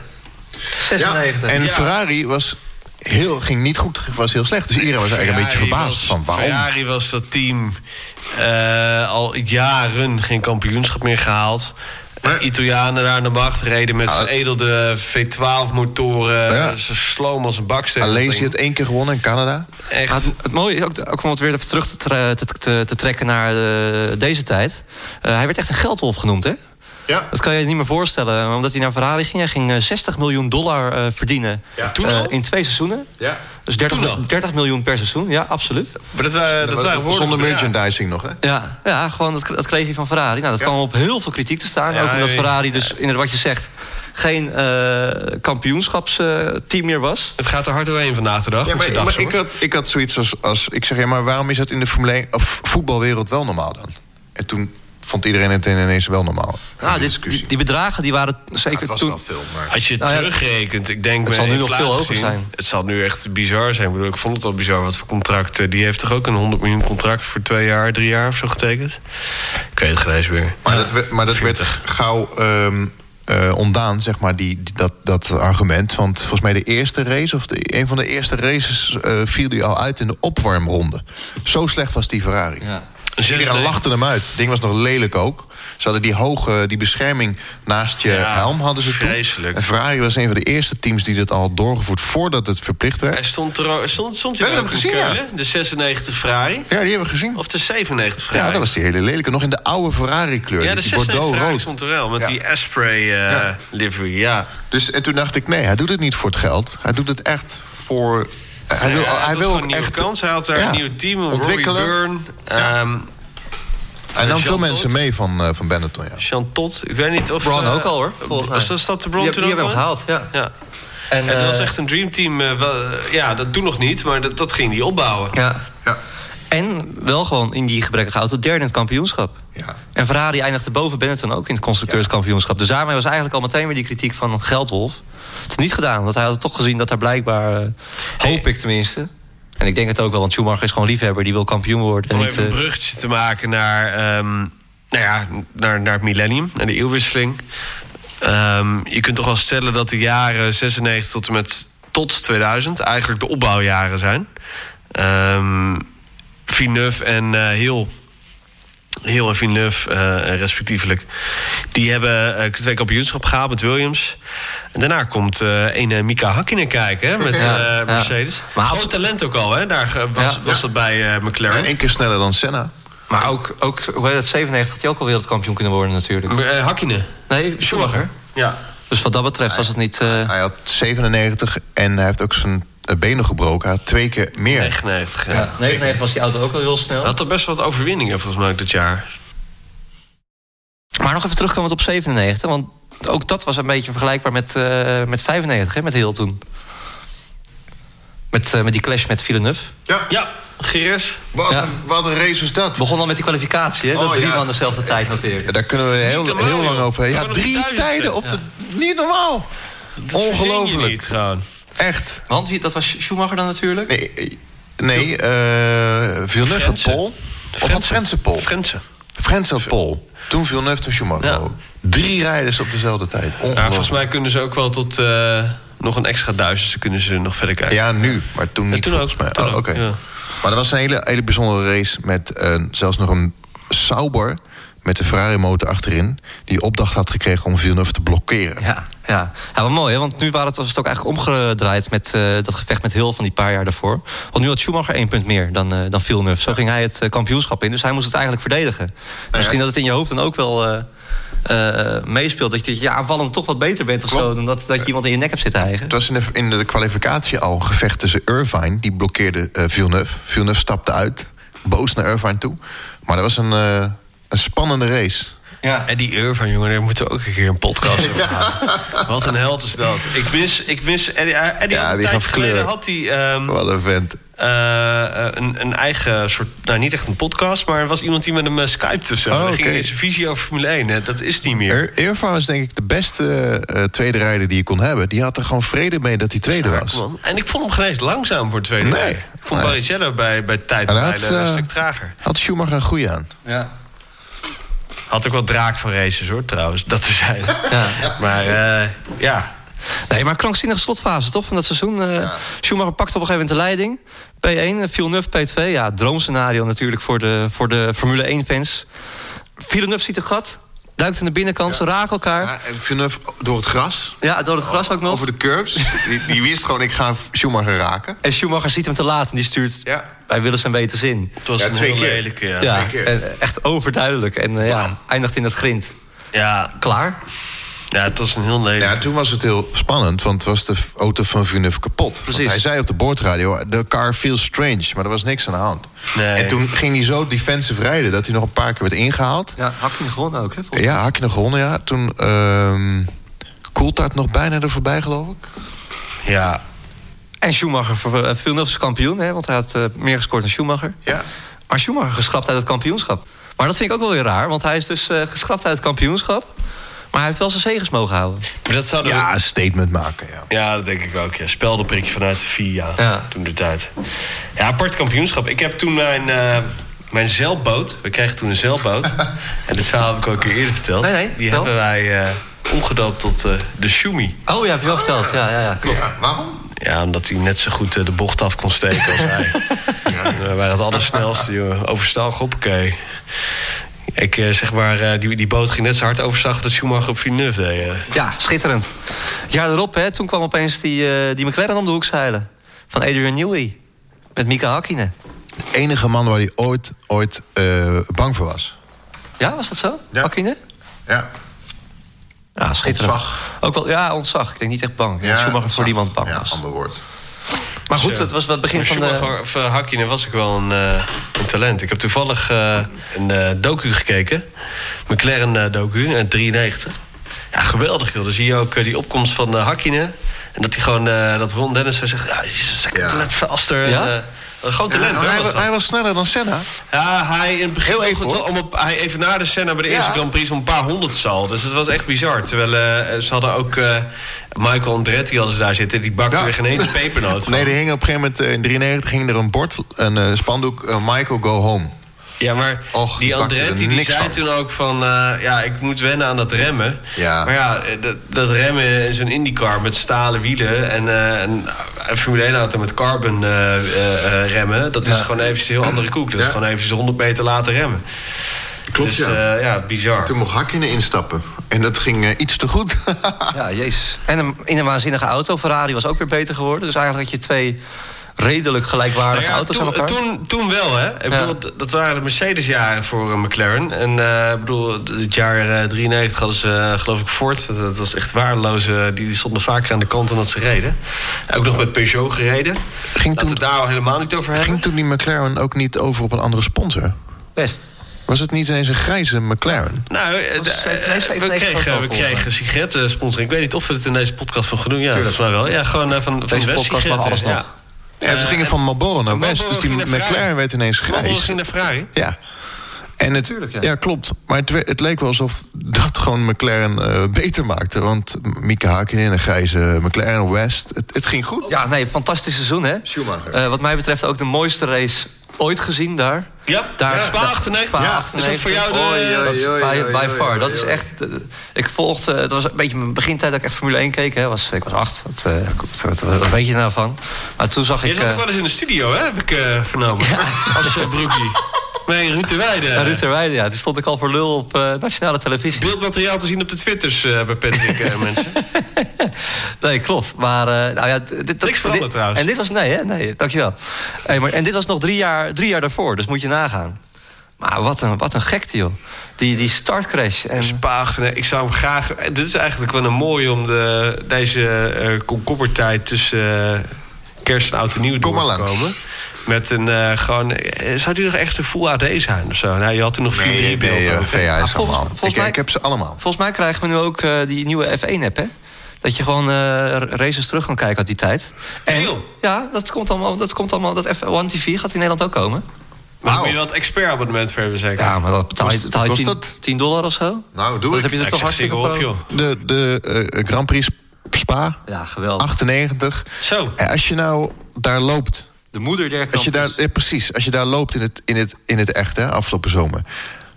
Ja,
96.
en
Ja.
Ferrari was heel, ging niet goed, was heel slecht. Dus iedereen was eigenlijk een beetje
Ferrari
verbaasd
was-
van waarom.
Ferrari was dat team eh, al jaren geen kampioenschap meer gehaald. Eh,
Maar- Ah.
Italianen daar aan de macht reden met veredelde V12-motoren.
Ja.
Ze sloom als een baksteen.
Alleen ze het één keer gewonnen in Canada.
Echt.
Maar het, het mooie is ook, ook om het weer even terug te, tra- te, te, te trekken naar eh, deze tijd. Eh, hij werd echt een geldwolf genoemd, hè?
Ja.
Dat kan je je niet meer voorstellen. Omdat hij naar Ferrari ging, hij ging eh, 60 miljoen dollar eh, verdienen.
Ja.
Toen
eh,
al?
in twee seizoenen.
Ja.
Dus 30,
Toen al?
30 miljoen per seizoen, ja, absoluut.
Maar dat waren, dat waren woorden
Zonder
voor de jaren.
merchandising nog, hè?
Ja, ja gewoon dat, dat kreeg hij van Ferrari. Nou, dat
Ja.
kwam op heel veel kritiek te staan.
Ja,
ook omdat
ja,
Ferrari dus, inderdaad wat je zegt, geen eh kampioenschapsteam eh, meer was.
Het gaat er hard doorheen vandaag de dag.
Ja,
met
maar,
je dag,
maar
zo.
ik, eh, had, ik had zoiets als, als... Ik zeg, ja, maar waarom is dat in de Formule 1 of voetbalwereld wel normaal dan? En toen vond iedereen het ineens wel normaal.
Nou, dit,
discussie.
die, die bedragen die waren
Ja,
zeker
het was
toen...
wel veel, maar...
Als je het
Nou ja,
terugrekent, ik denk
het zal
met
nu nog veel
inflatie
hoger
gezien,
zijn.
Het zal nu echt bizar zijn. Ik, bedoel, ik vond het al bizar wat voor contract. eh, Die heeft toch ook een 100 miljoen contract voor twee jaar, drie jaar of zo getekend? Ik weet het grijs weer.
Maar dat, werd- maar dat werd
40.
gauw ehm, eh, ontdaan, zeg maar, die, die- dat, dat argument. Want volgens mij de eerste race, of de, een van de eerste races... eh, viel die al uit in de opwarmronde. Zo slecht was die Ferrari.
Ja.
Dus iedereen lachte hem uit. Het ding was nog lelijk ook. Ze hadden die hoge, die bescherming naast je
Ja,
helm hadden ze toen.
vreselijk.
En Ferrari was een van de eerste teams die dat al had doorgevoerd voordat het verplicht werd.
Hij stond er ook- stond, stond
We
hij
hebben
ook
hem
in
gezien, ja.
Keulen, De 96 Ferrari.
Ja, die hebben we gezien.
Of de 97 Ferrari.
Ja, dat was die hele lelijke. Nog in de oude Ferrari kleur.
Ja, de
die
96
bordeaux
Ferrari
rood.
stond er wel. Met
Ja.
die Asprey eh, livery, ja.
Dus en toen dacht ik, nee, hij doet het niet voor het geld. Hij doet het echt voor. Hij wil,
Ja,
hij
had
wil
gewoon
ook
nieuwe
echt
kans. Hij had daar
Ja.
een nieuw team. Robbie
Ontwikkelen.
Byrne. ehm,
Hij nam veel
Jean
mensen
Todt.
mee van, eh, van Benetton. Ja.
Jean Todt. Ik weet niet of...
Braun
eh,
ook al, hoor, volgens mij.
Was dat- dat de Bron
Die-
toen
die
ook
hebben we
al?
gehaald, ja.
En,
eh,
dat was echt een dreamteam. eh, wel, eh, ja, dat toen nog niet, maar dat, dat ging hij opbouwen.
Ja.
Ja.
En wel gewoon in die gebrekkige auto derde in het kampioenschap.
Ja.
En Ferrari eindigde boven Benetton ook in het constructeurskampioenschap. Dus daarmee was eigenlijk al meteen weer die kritiek van Geldwolf. Het is niet gedaan, want hij had toch gezien dat daar blijkbaar... eh, hoop ik tenminste. En ik denk het ook wel, want Schumacher is gewoon liefhebber. Die wil kampioen worden. En
Om
niet,
even een
eh,
bruggetje te maken naar, ehm, nou ja, naar, naar het millennium, naar de eeuwwisseling. Ehm, je kunt toch wel stellen dat de jaren 96 tot en met tot 2000 eigenlijk de opbouwjaren zijn. Ehm Villeneuve en eh Hill Heel en Villeneuve, eh, respectievelijk. Die hebben eh, twee kampioenschap gehaald met Williams. En daarna komt eh een eh, Mika Hakkinen kijken hè, met
Ja,
eh,
ja.
Mercedes.
Maar
Groot talent ook al, hè? Daar eh, was,
Ja.
was dat bij eh, McLaren.
En één keer sneller dan Senna.
Maar ook, ook hoe heet dat, 97 had hij ook al wereldkampioen kunnen worden natuurlijk.
Eh, Hakkinen.
Nee, Schumacher.
Ja.
Dus wat dat betreft was het niet... eh,
Hij had 97 en hij heeft ook zijn eh, benen gebroken. Hij had twee keer meer.
99. Ja.
ja, 99 was die auto ook al heel snel.
Hij had er best wat overwinningen volgens mij ook dit jaar.
Maar nog even terugkomend op 97, want ook dat was een beetje vergelijkbaar met, eh, met 95, hè, met heel toen. Met, eh, met die clash met Villeneuve.
Ja,
Ja, Gires.
Wat,
Ja.
Een, wat een race was dat.
Begon al met die kwalificatie, hè, dat
Oh,
drie
ja.
man dezelfde tijd noteerde.
Ja, daar kunnen we heel,
normaal,
heel lang
joh.
over. Ja,
Gewoon op die
drie
duizendste.
tijden op de... Niet normaal.
Dat verzin je
Ongelooflijk.
niet gewoon.
Echt.
Want wie, dat was Schumacher dan natuurlijk.
Nee, eh, nee eh Villeneuve had
Frensen.
Pol. Of had Frensen Pol?
Frensen.
Frensen had Pol. Toen Villeneuve, toen Schumacher.
Ja.
Drie rijders op dezelfde tijd.
Ja, volgens
Ongelooflijk.
mij kunnen ze ook wel tot eh, nog een extra duizend. Ze kunnen ze nog verder kijken.
Ja, nu, maar toen
Ja,
niet
toen
volgens
ook,
mij.
toen
Oh,
ook,
oké.
ja.
Maar dat was een hele, hele bijzondere race met eh, zelfs nog een Sauber... met de Ferrari-motor achterin... die opdracht had gekregen om Villeneuve te blokkeren.
Ja, ja. ja wat mooi, hè? want nu waren het, was het ook eigenlijk omgedraaid met eh, dat gevecht met Hill van die paar jaar daarvoor. Want nu had Schumacher één punt meer dan, eh dan Villeneuve. Zo ging hij het eh, kampioenschap in, dus hij moest het eigenlijk verdedigen. Misschien dat het in je hoofd dan ook wel eh, eh, meespeelt. Dat je, dat je aanvallend toch wat beter bent of zo. Dan dat, dat je iemand in je nek hebt zitten hijgen.
Het was in de, in de kwalificatie al een gevecht tussen Irvine. Die blokkeerde eh, Villeneuve. Villeneuve stapte uit. Boos naar Irvine toe. Maar dat was een, eh, een spannende race.
Ja.
En die Irvine, jongen, daar moeten we ook een keer een podcast over gaan. Wat een held is dat. Ik mis, ik mis Eddie. eh, Eddie
Ja,
had een
die
tijdje
gaf
geleden
kleur. Oh.
had die, ehm,
Wat een vent.
eh, eh, een, een eigen soort... Nou, niet echt een podcast, maar er was iemand die met hem eh, skypte of zo.
Oh,
Dan ging
oké.
hij zijn visie over Formule 1. hè. Dat is niet meer.
Ir- Irvine was denk ik de beste eh, tweede rijder die je kon hebben. Die had er gewoon vrede mee dat hij tweede
Zaak,
was.
man. Ah, En ik vond hem geen eens langzaam voor het tweede
Nee.
jaar. Ik vond
Nee.
Barrichello bij, bij tijd
En hij had,
rijden een
eh,
stuk trager.
Had Schumacher een goede aan.
Ja.
Had ook wel draak van races hoor, trouwens. Dat te zijn. Maar eh, ja,
Nee, maar krankzinnige slotfase toch van dat seizoen. Eh, Schumacher pakt op een gegeven moment de leiding. P1, Villeneuve P2. Ja, droomscenario natuurlijk voor de, voor de Formule 1-fans. Villeneuve ziet een gat, duikt aan de binnenkant, ze raken elkaar.
Ja, en Villeneuve door het gras.
Ja, door het gras ook nog.
Over de curbs. Die, die wist gewoon, ik ga Schumacher raken.
En Schumacher ziet hem te laat en die stuurt...
Ja.
Wij willen zijn beter zin.
het was
Ja,
een
twee
heel
keer.
lelijke. Ja. Ja.
Ja,
zeker.
en eh, echt overduidelijk. En eh, ja,
Bam.
eindigt in dat grind.
Ja,
Klaar?
het was een heel lelijke.
Ja, toen was het heel spannend, want was de auto van Villeneuve kapot. Want
Precies.
hij zei op de boordradio, de car feels strange, maar er was niks aan de hand.
Nee.
En toen ging hij zo defensive rijden dat hij nog een paar keer werd ingehaald.
Ja, Hakkinen gewonnen ook, hè? volgens
Ja, had je nog gewonnen, ja. Toen ehm Coulthard nog bijna er voorbij, geloof ik.
Ja.
En Schumacher, voor- eh, Villeneuve is kampioen, hè, want hij had eh, meer gescoord dan Schumacher.
Ja.
Maar Schumacher geschrapt uit het kampioenschap. Maar dat vind ik ook wel weer raar, want hij is dus eh, geschrapt uit het kampioenschap. Maar hij heeft wel zijn zegens mogen houden.
Maar dat zouden we-
Ja, een statement maken, ja.
Ja, dat denk ik ook. Ja. Speldenprikje vanuit de FIA
Ja.
toen de tijd. Ja, apart kampioenschap. Ik heb toen mijn, eh, mijn zeilboot. We kregen toen een zeilboot. en dit verhaal heb ik ook een keer eerder verteld.
Nee, nee,
Die
vertel.
hebben wij eh, omgedoopt tot eh, de Shumi.
Oh ja, heb je wel verteld. Ja, ja, ja. Klopt.
waarom?
Ja, omdat hij net zo goed eh, de bocht af kon steken als hij. We waren het allersnelste, jongen. Overstag, hoppakee. Ik eh, zeg maar, eh, die, die boot ging net zo hard overstag... dat Schumacher op Villeneuve deed. eh.
Ja, schitterend. Het jaar erop, hè, toen kwam opeens die, eh, die McLaren om de hoek zeilen. Van Adrian Newey. Met Mika Hakkinen.
De enige man waar hij ooit, ooit eh, bang voor was.
Ja, was dat zo?
Ja.
Hakkinen?
Ja.
Ja, schitterend.
Ontzag.
Ook wel, ja, ontzag. Ik denk niet echt bang. Ja, Schumacher voor iemand bang
Ja,
was.
ander woord.
Maar goed, dat was wel het begin
Maar
van de...
Schumacher of eh, Hakkinen was ik wel een, eh, een talent. Ik heb toevallig eh, een eh, docu gekeken. McLaren eh, docu uit 93. Ja, geweldig joh. Dan zie je ook eh, die opkomst van eh, Hakkinen. En dat hij gewoon, eh, dat Ron Dennis zo zegt... Ja, hij is een second
Ja.
talent faster.
Ja?
En, eh, een groot talent hoor,
hij,
was
was,
dat.
hij was sneller dan Senna.
Ja, hij in het begin
Heel even,
nog het-
hoor.
om op, hij even na de Senna bij de eerste
Ja.
Grand Prix om een paar honderd zal. Dus het was echt bizar. Terwijl eh, ze hadden ook eh, Michael Andretti hadden ze daar zitten. Die bakte
Ja.
weer geen ene pepernoot. van.
Nee, er hing op een gegeven moment eh, in 93 hing er een bord, een eh, spandoek, eh, Michael go home.
Ja, maar
Och,
die
die bakte er
Andretti die
niks
zei
van.
toen ook van... eh, ja, ik moet wennen aan dat remmen.
Ja.
Maar ja, eh, dat, dat remmen in zo'n IndyCar met stalen wielen... en eh, een, een Formule 1 auto met carbon eh, eh, eh, remmen... dat is gewoon eventjes een heel andere koek. Dat is
Ja.
gewoon eventjes 100 meter laten remmen.
Klopt,
dus,
ja.
eh, ja, bizar.
Toen mocht Hakkinen instappen. En dat ging eh, iets te goed.
Ja, jezus. En een- in een waanzinnige auto. Ferrari was ook weer beter geworden. Dus eigenlijk had je twee redelijk gelijkwaardige
Nou ja,
auto's aan
toen,
elkaar.
toen, toen wel, hè? Ik
Ja.
bedoel, d- dat waren de Mercedes-jaren voor eh, McLaren. En eh, ik bedoel, d- het jaar eh, 93 hadden ze, eh, geloof ik, Ford. Dat, dat was echt waardeloos. eh, die, die stonden vaker aan de kant dan dat ze reden. Ook nog met Peugeot gereden.
Ging
Laten we
toen-
het daar al helemaal niet over hebben.
ging toen die McLaren ook niet over op een andere sponsor?
Best.
Was het niet ineens een grijze McLaren?
Nou, eh,
was
d-
zeven-
eh,
nee, zeven
we
negen was het
kregen,
al
we
volgens mij.
kregen sigarettensponsoring. Ik weet niet of we het in deze podcast van genoeg. Ja,
Tuurlijk.
volgens mij wel. Ja, gewoon eh, van, van
Deze
West
podcast mag
sigaretten.
alles nog.
Ja.
Ja, ze gingen van Marlboro naar
Eh, Marlboro
West. Dus die
ging naar Ferrari.
McLaren werd ineens
Marlboro
grijs.
ging naar Ferrari.
Ja. En het,
Tuurlijk, ja.
ja. klopt. Maar het, we- het leek wel alsof dat gewoon McLaren eh, beter maakte. Want Mika Hakkinen en een grijze McLaren West. Het, het ging goed.
Ja, nee, fantastisch seizoen, hè?
Schumacher.
Eh, wat mij betreft ook de mooiste race ooit gezien daar.
Ja, ja. Spa 98.
Spa
Ja.
98.
Is dat voor jou de- Oei, oei,
Dat is
oei,
by,
oei,
by
oei,
far.
oei,
dat is
oei.
echt... eh, ik volgde... Het was een beetje mijn begintijd dat ik echt Formule 1 keek. Hè. Was, ik was acht. Wat, eh, wat, wat, wat weet je nou van? Maar toen zag
Je
ik...
zat ook
eh,
wel eens in de studio, hè? Heb ik eh, vernomen. Als eh, broekie. Nee, Ruud de Weijden.
naar Ruud Terwijde, ja. Toen stond ik al voor lul op eh, nationale televisie.
Beeldmateriaal te zien op de twitters eh, bij Patrick, eh, mensen.
Nee, klopt. Maar, eh, nou ja, dit, dit-
Niks veranderd
dit-
trouwens.
En dit was, nee, hè? nee, dankjewel. Hey, maar, en dit was nog drie jaar, drie jaar daarvoor, dus moet je nagaan. Maar wat een, wat een gekte, joh. Die, die startcrash. En...
Spa achteren. Ik zou hem graag. eh, Dit is eigenlijk wel een mooie om de, deze eh komkommertijd tussen eh, kerst en oud en
Kom
nieuw door
maar
te
langs.
komen. Met een eh, gewoon. eh, Zou die nog echt een full AD zijn of zo? Nou, je had er nog 4-3 beeld
eh,
over.
VA
Ah,
is
volgens-
allemaal.
volgens
ik,
mij-
ik heb ze allemaal.
Volgens mij krijgen we nu ook eh, die nieuwe F1-app, hè? Dat je gewoon eh, races terug kan kijken uit die tijd. En,
joh.
ja, dat komt allemaal. Dat, komt allemaal, dat F1 TV gaat in Nederland ook komen.
Maar
Wauw.
moet je dat expertabonnement voor hebben, zeker?
Ja, maar dat betaal je,
Kost-
betaal je
kost
10,
dat?
10 dollar of zo.
Nou, doe ik.
dat heb je er
ik
toch
zeg
hartstikke
zeker
voor
op, joh.
De,
over.
de eh, Grand Prix Spa,
Ja, geweldig.
98.
Zo.
En als je nou daar loopt...
De moeder der
Als je daar,
kampioens.
eh, precies, als je daar loopt in het, in het, in het echt, hè, afgelopen zomer...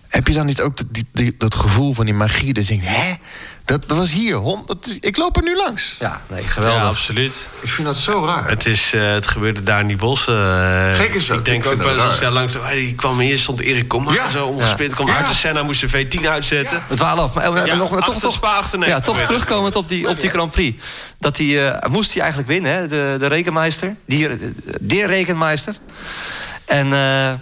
heb je dan niet ook dat- die, die- dat gevoel van die magie? Dat je denkt, hè, dat, dat was hier. hond- dat- ik loop er nu langs.
Ja, nee,
Ja,
geweldig.
absoluut.
Ik vind dat zo raar.
Het, is, eh, het gebeurde daar in die bossen. eh,
Gek is dat.
Ik denk
Ik vind
ook wel eens
dat
als
raar.
daar langs... ah, Die kwam hier, stond Erik Komma
Ja.
zo omgespit. Kwam
Ja.
uit de Senna, moest de V10 uitzetten.
We dwalen af. Maar, eh,
Ja,
nog, maar toch,
achter
toch,
Spa, achter Nederland.
ja, toch terugkomend op die, op die Grand Prix. Dat die, eh, moest hij eigenlijk winnen, hè? De, de rekenmeester. Die, eh, de rekenmeester. En eh,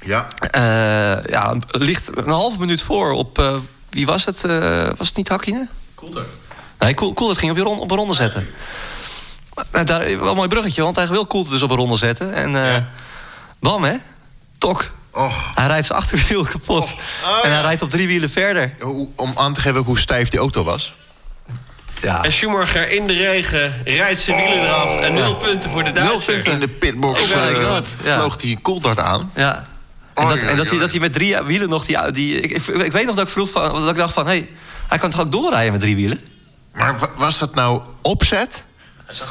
Ja.
eh, ja, ligt een halve minuut voor op... eh, wie was het? Eh, was het niet Hakkinen? Nee, Koel, Koel dat ging op, je ron, op een ronde zetten. Maar, nou, daar, wel een mooi bruggetje, want hij wil Koel dus op een ronde zetten. En eh, bam, hè? Tok.
Och.
Hij rijdt zijn achterwiel kapot. en hij rijdt op drie wielen verder.
Hoe- Om aan te geven hoe stijf die auto was.
Ja.
En Schumacher in de regen rijdt zijn wielen eraf. En nul punten voor de Duitser.
In de pitbox
Oh my
eh,
God, ja.
vloog die een koeldart aan.
ja. En,
Oei,
dat, en dat,
oei,
hij,
oei.
dat hij met drie wielen nog die... die ik, ik, ik weet nog dat ik vroeg van, dat ik dacht van... hey, hij kan toch ook doorrijden met drie wielen?
Maar wa- was dat nou opzet?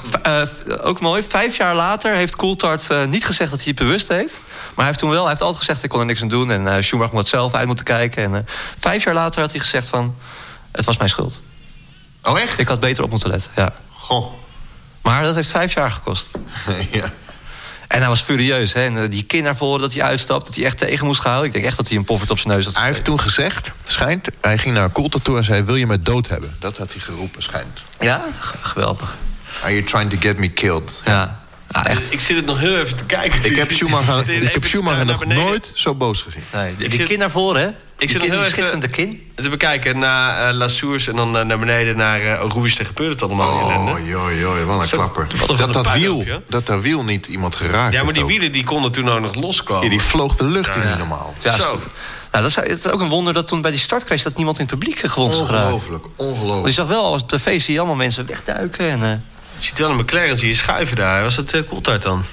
V- eh, v- ook mooi, vijf jaar later heeft Coulthard eh, niet gezegd dat hij het bewust heeft. Maar hij heeft toen wel, hij heeft altijd gezegd... ik kon er niks aan doen en eh, Schumacher moet het zelf uit moeten kijken. En eh, vijf jaar later had hij gezegd van... het was mijn schuld.
Oh, echt?
Ik had beter op moeten letten, ja.
Goh.
Maar dat heeft vijf jaar gekost.
ja.
En hij was furieus, hè. En eh, die kin naar voren dat hij uitstapt, dat hij echt tegen moest gehouden. Ik denk echt dat hij een poffert op zijn neus had
Hij heeft toen gezegd, schijnt, hij ging naar Coulter toe en zei... wil je me dood hebben? Dat had hij geroepen, schijnt.
Ja, g- geweldig.
Are you trying to get me killed?
Ja, ja echt.
Ik zit het nog heel even te kijken.
Ik heb Schumacher,
Even
ik heb
naar
Schumacher nog
beneden.
nooit zo boos gezien.
Nee, die,
Ik
die
zit-
kin naar voren, hè?
Ik
Die
zit nog
kin,
heel
die
even
schitterende kin.
te bekijken naar eh, La Source en dan eh, naar beneden naar eh Roest. En gebeurt het allemaal in ellende.
Oh, joh, joh, wat een
Zo,
klapper.
wat een- wat een
Dat dat, wiel,
puinhoopje.
dat dat wiel niet iemand geraakt
Ja, maar
heeft
die
ook.
wielen die konden toen ook nog loskomen.
Ja, die vloog de lucht in, niet normaal.
Ja,
Zo.
zo. Nou, dat is, het is ook een wonder dat toen bij die startcrash... dat niemand in het publiek gewond is geraakt. Want je
ongelooflijk.
zag wel, als op tv zie je allemaal mensen wegduiken. En, eh,
Je ziet wel een McLaren zie je schuiven daar. Was het uh, Coulthard dan?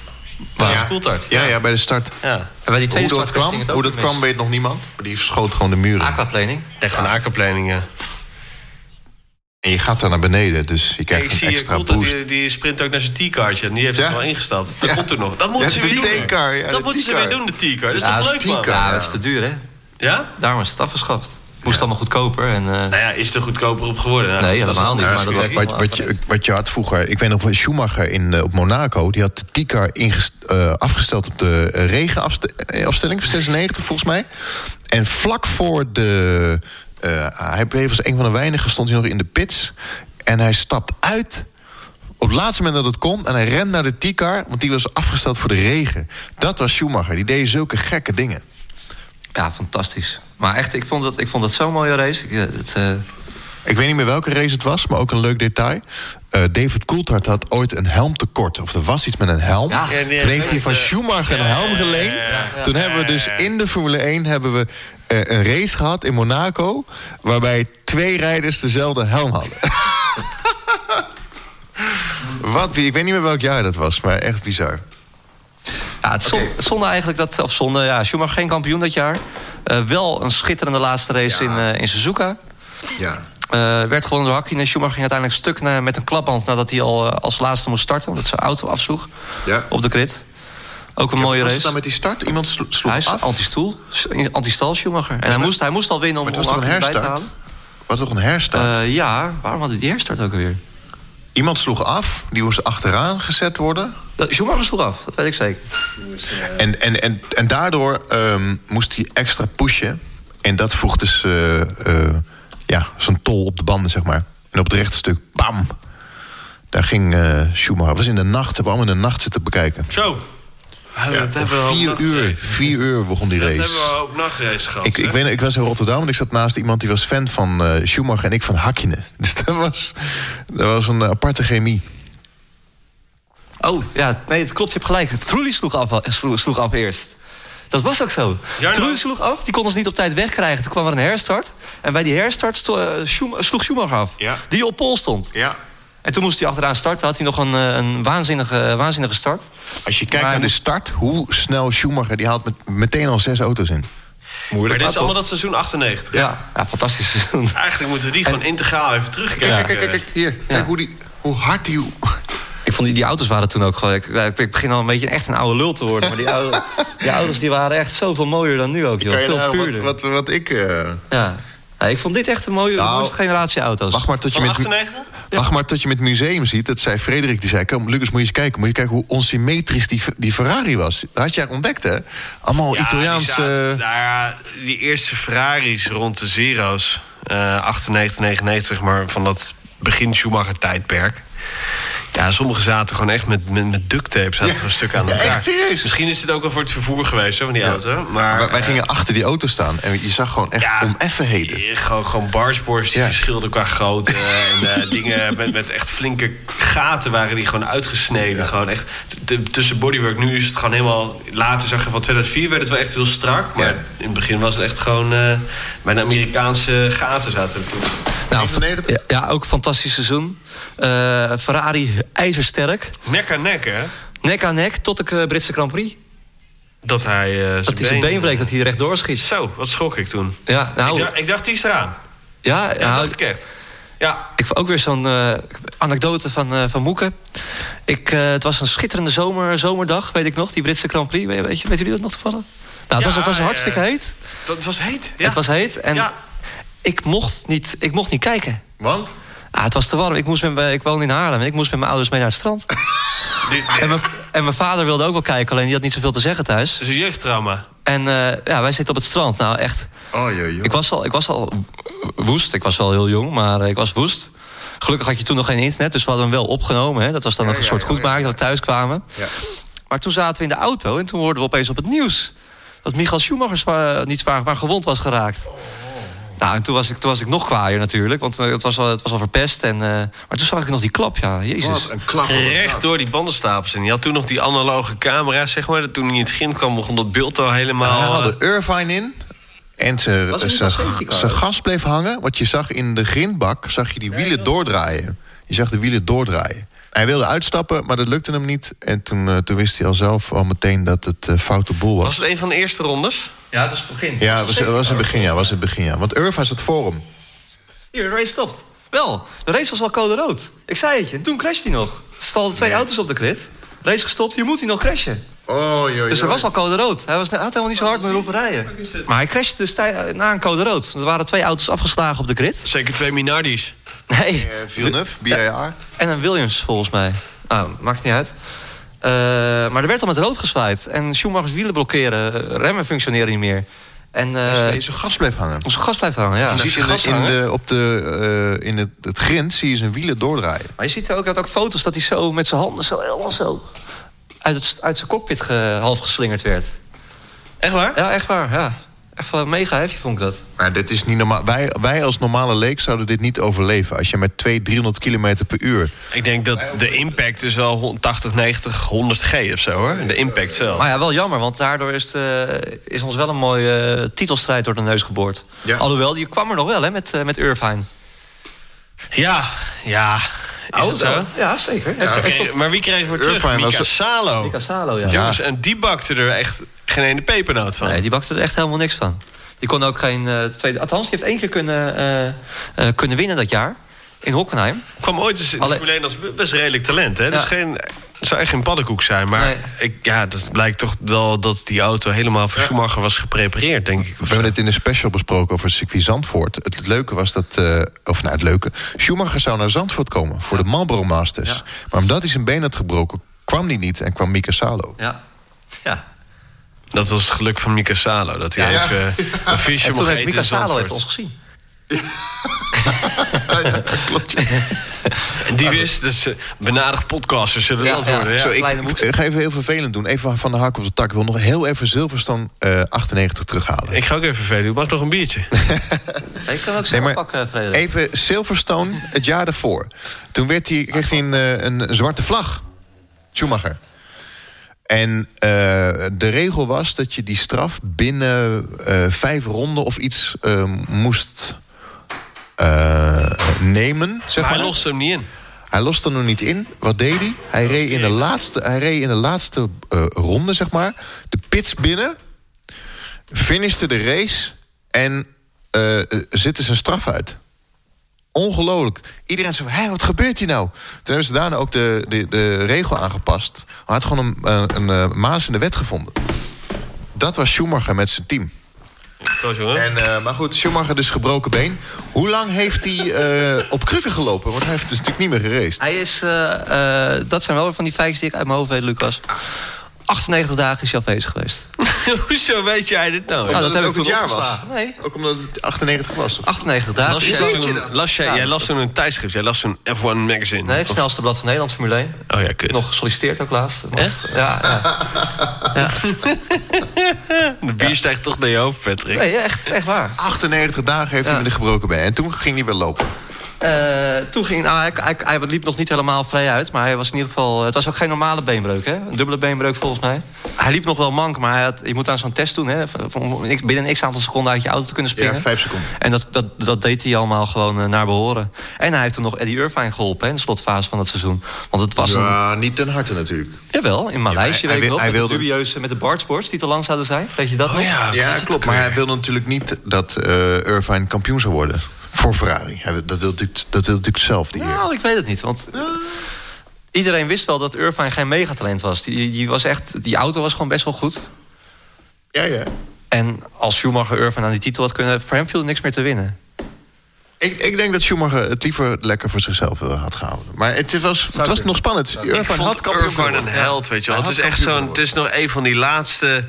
Waar?
Was het Coulthard?
Ja, ja, bij de start.
Ja.
en bij die
Hoe
tweede
dat
startcrash
kwam,
ging het
hoe
ook
dat
niet
kwam
mis.
weet nog niemand. Maar die schoot gewoon de muren.
Ah,
in.
Aquaplaning.
Echt een akerplanningen.
En je gaat daar naar beneden, dus je
Ik
krijgt
zie
een
eh,
extra
Coulthard,
boost.
die, die sprint ook naar zijn T-kaartje. En die heeft
Ja.
er wel ingestapt. Dat
Ja.
komt er nog. Dat
Ja,
moeten ze
de
weer doen.
T-car, ja,
dat
de
moeten ze
T-car.
weer doen, de T-car. Dat is
Ja,
toch
dat
leuk,
is
man?
T-car.
Ja, dat is te duur, hè?
Ja?
Daarom is het afgeschaft. Moest allemaal goedkoper. En, eh,
Nou ja, is het er goedkoper op geworden? Nou,
Nee,
goed, dat is
helemaal
een
niet, maar dat
discussie.
was-
Wat, wat, je, wat je had vroeger, ik weet nog wel, Schumacher in, eh, op Monaco... die had de Tikar ingest- eh, afgesteld op de eh, regenafstelling van 96 volgens mij. En vlak voor de... eh, hij was een van de weinigen, stond hij nog in de pits. En hij stapt uit op het laatste moment dat het kon... en hij rent naar de Tikar, want die was afgesteld voor de regen. Dat was Schumacher, die deed zulke gekke dingen.
ja, fantastisch. Maar echt, ik vond dat, ik vond dat zo'n mooie race. Ik, eh, het, eh,
Ik weet niet meer welke race het was, maar ook een leuk detail. Eh, David Coulthard had ooit een helmtekort. Of er was iets met een helm.
Ja.
Ja, die
Toen
heeft
heeft hij van
eh,
Schumacher een helm geleend. Toen hebben we dus in de Formule 1 hebben we, eh, een race gehad in Monaco... waarbij twee rijders dezelfde helm hadden. Wat, wie- ik weet niet meer welk jaar dat was, maar echt bizar.
Ja, het zon, zonde eigenlijk dat, of zonde, ja, Schumacher geen kampioen dat jaar. Eh, wel een schitterende laatste race in, eh, in Suzuka.
Ja.
Eh, werd gewonnen door Hakkinen. Schumacher ging uiteindelijk stuk na- met een klapband nadat hij al eh, als laatste moest starten. Omdat zijn auto afsloeg
Ja.
op de grid. Ook een mooie
Was het
race.
dan met die start? Iemand slo- sloeg
Hij is
af?
anti-stoel, anti-stal Schumacher. En hij moest, hij moest al winnen om,
Maar
om
het was toch een
Hakkinen bij te
herstart?
halen.
Was toch een herstart?
Eh, ja, waarom had hij die herstart ook alweer?
Iemand sloeg af, die moest achteraan gezet worden.
Dat- Schumacher sloeg af, dat weet ik zeker.
En, en, en, en daardoor ehm, moest hij extra pushen. En dat vroeg dus eh, eh, ja, zo'n tol op de banden, zeg maar. En op het rechte stuk, bam! Daar ging eh Schumacher. Het was in de nacht, hebben we allemaal in de nacht zitten bekijken.
Zo. Ah, dat
Om
hebben we al
vier
nachtrace.
uur, vier uur begon die
Dat
race.
hebben we ook nachtrace gehad.
Ik, ik,
hè?
weet, nog, ik was in Rotterdam en ik zat naast iemand die was fan van eh, Schumacher en ik van Hakkinen. Dus dat was, dat was een aparte chemie.
Oh, ja, nee, het klopt, je hebt gelijk. Trulli sloeg af, eh, sloeg, sloeg af eerst. Dat was ook zo.
Jarno?
Trulli sloeg af, die kon ons niet op tijd wegkrijgen. Toen kwam er een herstart. En bij die herstart sto- eh, Schum- sloeg Schumacher af.
Ja.
Die op pol stond.
Ja.
En toen moest hij achteraan starten. Had hij nog een, eh, een waanzinnige, waanzinnige start.
Als je kijkt
Maar-
naar de start, hoe snel Schumacher... die haalt met, meteen al zes auto's in.
Maar dit
maar
is
toch?
allemaal dat seizoen 98.
Ja, ja fantastisch seizoen.
Eigenlijk moeten we die gewoon integraal even terugkijken.
Kijk, kijk, kijk, kijk, hier. Kijk hoe, die, hoe hard die...
Ik vond die, die auto's waren toen ook gewoon... Ik, ik- ik begin al een beetje echt een oude lul te worden. Maar die, oude, die auto's die waren echt zoveel mooier dan nu ook, joh.
Kan je
Veel
nou wat,
puurder.
wat, wat ik... eh,
Ja. Ja, ik vond dit echt een mooie
Nou,
mooiste generatie auto's.
Wacht maar tot je
Van
met
98?
Wacht maar tot je met museum ziet. Dat zei Frederik, die zei: Kom, Lucas, moet je eens kijken. Moet je kijken hoe onsymmetrisch die, die Ferrari was. Dat had jij ontdekt, hè? Allemaal
Ja,
Italiaans.
Die, zaten-
eh,
nou ja, die eerste Ferraris rond de Zero's. eh 98, 99, zeg maar van dat begin Schumacher-tijdperk. Ja, sommigen zaten gewoon echt met, met, met duct tape. Zaten
Ja.
gewoon stukken aan
Ja,
elkaar.
echt serieus.
Misschien is het ook wel voor het vervoer geweest hoor, van die auto. Maar,
wij, wij
eh,
gingen achter die auto staan en je zag gewoon echt
ja,
oneffenheden.
eh, Gewoon, gewoon barsboards die
Ja.
verschilden qua grootte. en eh, dingen met, met echt flinke gaten waren die gewoon uitgesneden. Gewoon echt t- t- tussen bodywork. Nu is het gewoon helemaal... Later zag je van 2004 werd het wel echt heel strak. Maar
Ja.
in het begin was het echt gewoon... eh bij de Amerikaanse gaten zaten er toen.
Nou,
91?
ja, ja, ook fantastisch seizoen. Eh, Ferrari ijzersterk.
Nek aan nek, hè?
Nek aan nek tot de eh, Britse Grand Prix.
Dat hij eh,
Dat hij zijn been breekt, dat hij er rechtdoor schiet.
Zo, wat schrok ik toen.
Ja, nou,
Ik
ja,
dacht, ik dacht, die is eraan. Ja,
nou,
dat dacht ik echt. Ja,
Ik vond ook weer zo'n eh, anekdote van, eh van Moeken. Ik, eh, het was een schitterende zomer, zomerdag, weet ik nog, die Britse Grand Prix. Weet, weet, je- weten jullie dat nog toevallig? Nou, het, was,
Ja,
het was hartstikke
eh,
heet.
dat was heet. Ja.
Het was heet. En
Ja.
ik, mocht niet, ik mocht niet kijken.
Want?
Ah, het was te warm. Ik, moest met, mijn- ik woon in Haarlem en ik moest met mijn ouders mee naar het strand.
Die-
En mijn, en mijn vader wilde ook wel kijken, alleen die had niet zoveel te zeggen thuis.
dat is een jeugdtrauma.
En eh, ja, wij zitten op het strand. Nou, echt.
Oh joh, joh.
Ik was, al, ik was al woest. Ik was wel heel jong, maar eh, ik was woest. Gelukkig had je toen nog geen internet, dus we hadden hem wel opgenomen. Hè. Dat was dan een
ja,
soort
ja,
goedmaak dat we thuis kwamen.
Ja.
Maar toen zaten we in de auto en toen hoorden we opeens op het nieuws... dat Michael Schumacher zwaar- niet zwaar, maar gewond was geraakt. Nou, en toen was, ik, toen was ik nog kwaaier natuurlijk, want eh, het was al, het was al verpest. En, eh, maar toen zag ik nog die klap, ja, jezus.
Wat een klap.
Recht door die bandenstapels. En die had toen nog die analoge camera, zeg maar. Dat Toen hij in het gym kwam, begon dat beeld al
Hij
Oh,
helemaal... eh,
eh.
haalde Irvine in. En ze-
Was er niet
ze-
een safety car?
zijn gas bleef hangen. Wat je zag in de grindbak, zag je die wielen doordraaien. Je zag de wielen doordraaien. Hij wilde uitstappen, maar dat lukte hem niet. En toen, eh, toen wist hij al zelf al meteen dat het eh, foute boel was.
Was het een van de eerste rondes?
Ja, het was het begin.
Ja, was, was in het begin, ja, was in het begin, ja. Want Irva zat voor hem.
Hier, de race stopt. Wel, de race was wel code rood. Ik zei het je. En toen crashte hij nog. Er stalden twee auto's op de grid. Race gestopt, hier moet hij nog crashen.
Oh, joh,
Dus er was al code rood. Hij was, hij had helemaal niet zo hard meer hoeven rijden. Maar hij crashte dus tij- na een code rood. Er waren twee auto's afgeslagen op de grid.
Zeker twee Minardi's.
Nee.
Eh, Villeneuve, BIR.
En een Williams volgens mij. Nou, maakt niet uit. Eh, maar er werd al met rood gezwaaid. En Schumacher's wielen blokkeren. eh, Remmen functioneren niet meer. En eh
Deze gas bleef hangen.
onze gas blijft hangen, ja.
Je ziet in de,
gas
in
hangen.
de, op de, eh, in het, het grind zie je zijn wielen doordraaien.
Maar je ziet er ook, hij had ook foto's dat hij zo met zijn handen zo helemaal zo uit, het, uit zijn cockpit ge- half geslingerd werd.
Echt waar?
Ja, echt waar, ja. Echt wel een mega hefje vond ik dat.
Maar dit is niet normaal. Wij, wij als normale leek zouden dit niet overleven. Als je met 200, 300 kilometer per uur...
Ik denk dat de impact is wel 180, 90, 100 G of zo, hoor. De impact zelf.
Maar ja, wel jammer, want daardoor is, het, eh, is ons wel een mooie eh, titelstrijd door de neus geboord.
Ja.
Alhoewel, die kwam er nog wel, hè, met, eh, met Irvine.
Ja, ja. Is het zo?
Oh, Ja, zeker. Echt,
Oké,
echt op
maar wie kregen we terug?
Irvine was-
Mika Salo.
Mika Salo, ja.
Ja.
Jongens, en die bakte er echt geen ene pepernoot van.
Nee, die bakte er echt helemaal niks van. Die kon ook geen eh, tweede... Althans, die heeft één keer kunnen, eh, eh, kunnen winnen dat jaar. In Hockenheim.
kwam ooit eens in de
Alle-
Formule 1 als be- best redelijk talent. Hè? Dat is
Ja.
geen, het zou echt geen paddenkoek zijn. Maar
Nee.
ik, ja, dat blijkt toch wel dat die auto helemaal voor Schumacher was geprepareerd, denk ik.
We hebben het in de special besproken over het circuit Zandvoort. Het leuke was dat, eh, of nou het leuke... Schumacher zou naar Zandvoort komen voor de Marlboro Masters.
Ja.
Maar omdat hij zijn been had gebroken, kwam hij niet en kwam Mika Salo.
Ja. Ja.
Dat was het geluk van Mika Salo. Dat hij
Ja.
even eh, een visje
En toen
mocht
heeft
eten
Mika
in
Salo
Zandvoort.
heeft ons gezien.
Hij ja, klopt.
En die wist, dus eh, benadigd podcasters zullen
Ja,
dat
ja.
worden. Ja.
Zo, ik,
kleine
ik
moest.
ga even heel vervelend doen. Even van de hak op de tak. Ik wil nog heel even Silverstone eh, 98 terughalen.
Ik ga ook even vervelen. U mag nog een biertje.
Ik kan ook eh,
Nee,
zelf
maar
pakken, Frederik.
even Silverstone het jaar daarvoor. Toen werd hij, kreeg hij
Ah,
een, eh, een zwarte vlag. Schumacher. En eh, de regel was dat je die straf binnen eh, vijf ronden of iets eh, moest eh, nemen. Zeg
Maar
maar.
hij lost hem niet in.
Hij loste er nog niet in. Wat deed hij? Hij reed in de laatste, hij reed in de laatste eh, ronde, zeg maar. De pits binnen. Finishte de race. En eh eh, zette zijn straf uit. Ongelooflijk. Iedereen zei, hé, wat gebeurt hier nou? Toen hebben ze daarna ook de, de, de regel aangepast. Hij had gewoon een, een, een eh, maas in de wet gevonden. Dat was Schumacher met zijn team.
Zo, jongen.
En, eh, maar goed, Schumacher dus gebroken been. Hoe lang heeft hij eh, op krukken gelopen? Want hij heeft dus natuurlijk niet meer gereest.
Hij is, eh, eh, dat zijn wel weer van die feitjes die ik uit mijn hoofd weet, Lucas. 98 dagen is hij afwezig geweest.
Hoezo weet jij dit nou?
dat
Omdat het
heb ik
ook het
toen
jaar was.
opgeslagen. Nee. Ah,
Ook omdat het 98 was.
98 dagen.
Las
is
jij,
hij-
toen, las jij, jij las toen een tijdschrift. Jij las toen F1 Magazine.
Nee, het
Of-
snelste blad van Nederland, Formule 1.
Oh ja, kut.
Nog gesolliciteerd ook laatst. Maar-
Echt?
Ja, ja.
De bier stijgt toch naar je hoofd, Patrick.
Nee, echt, echt waar.
98 dagen heeft hij
Ja.
met een gebroken been. En toen ging hij weer lopen.
Eh, toen ging, nou, hij, hij, hij liep nog niet helemaal vrij uit, maar hij was in ieder geval. eh, Het was ook geen normale beenbreuk, hè? Een dubbele beenbreuk volgens mij. Hij liep nog wel mank, maar hij had, je moet aan zo'n test doen, hè? van- van- om x- binnen een x aantal seconden uit je auto te kunnen springen.
Ja, vijf seconden.
En dat, dat, dat deed hij allemaal gewoon eh, naar behoren. En hij heeft toen nog Eddie Irvine geholpen, hè? In de slotfase van dat seizoen. Want het was een.
Ja, niet ten harte natuurlijk.
Jawel, in Maleisië,
hij-
weet
hij
ik
wil-
nog.
hij
met de
wilde-
dubieuze met de bartsports die te lang zouden zijn. Weet je dat
Oh
nog?
ja, wat is
Ja,
dit
klopt.
ook
Maar
weer?
hij wil natuurlijk niet dat eh Irvine kampioen zou worden. Voor Ferrari. Hij wil- dat, wil natuurlijk, dat wil natuurlijk zelf, die heer.
Nou, ik weet het niet, want... Iedereen wist wel dat Irvine geen megatalent was. Die, die, was echt, die auto was gewoon best wel goed.
Ja, ja.
En als Schumacher Irvine aan die titel had kunnen... voor hem viel er niks meer te winnen.
Ik, ik denk dat Schumacher het liever lekker voor zichzelf eh, had gehouden. Maar het was, het was nog spannend.
Ik
Irvine had
vond
kampioen
Irvine een
geworden.
held, weet je wel.
Hij
Het
had
is echt
kampioen
zo'n... Het is nog een van die laatste
James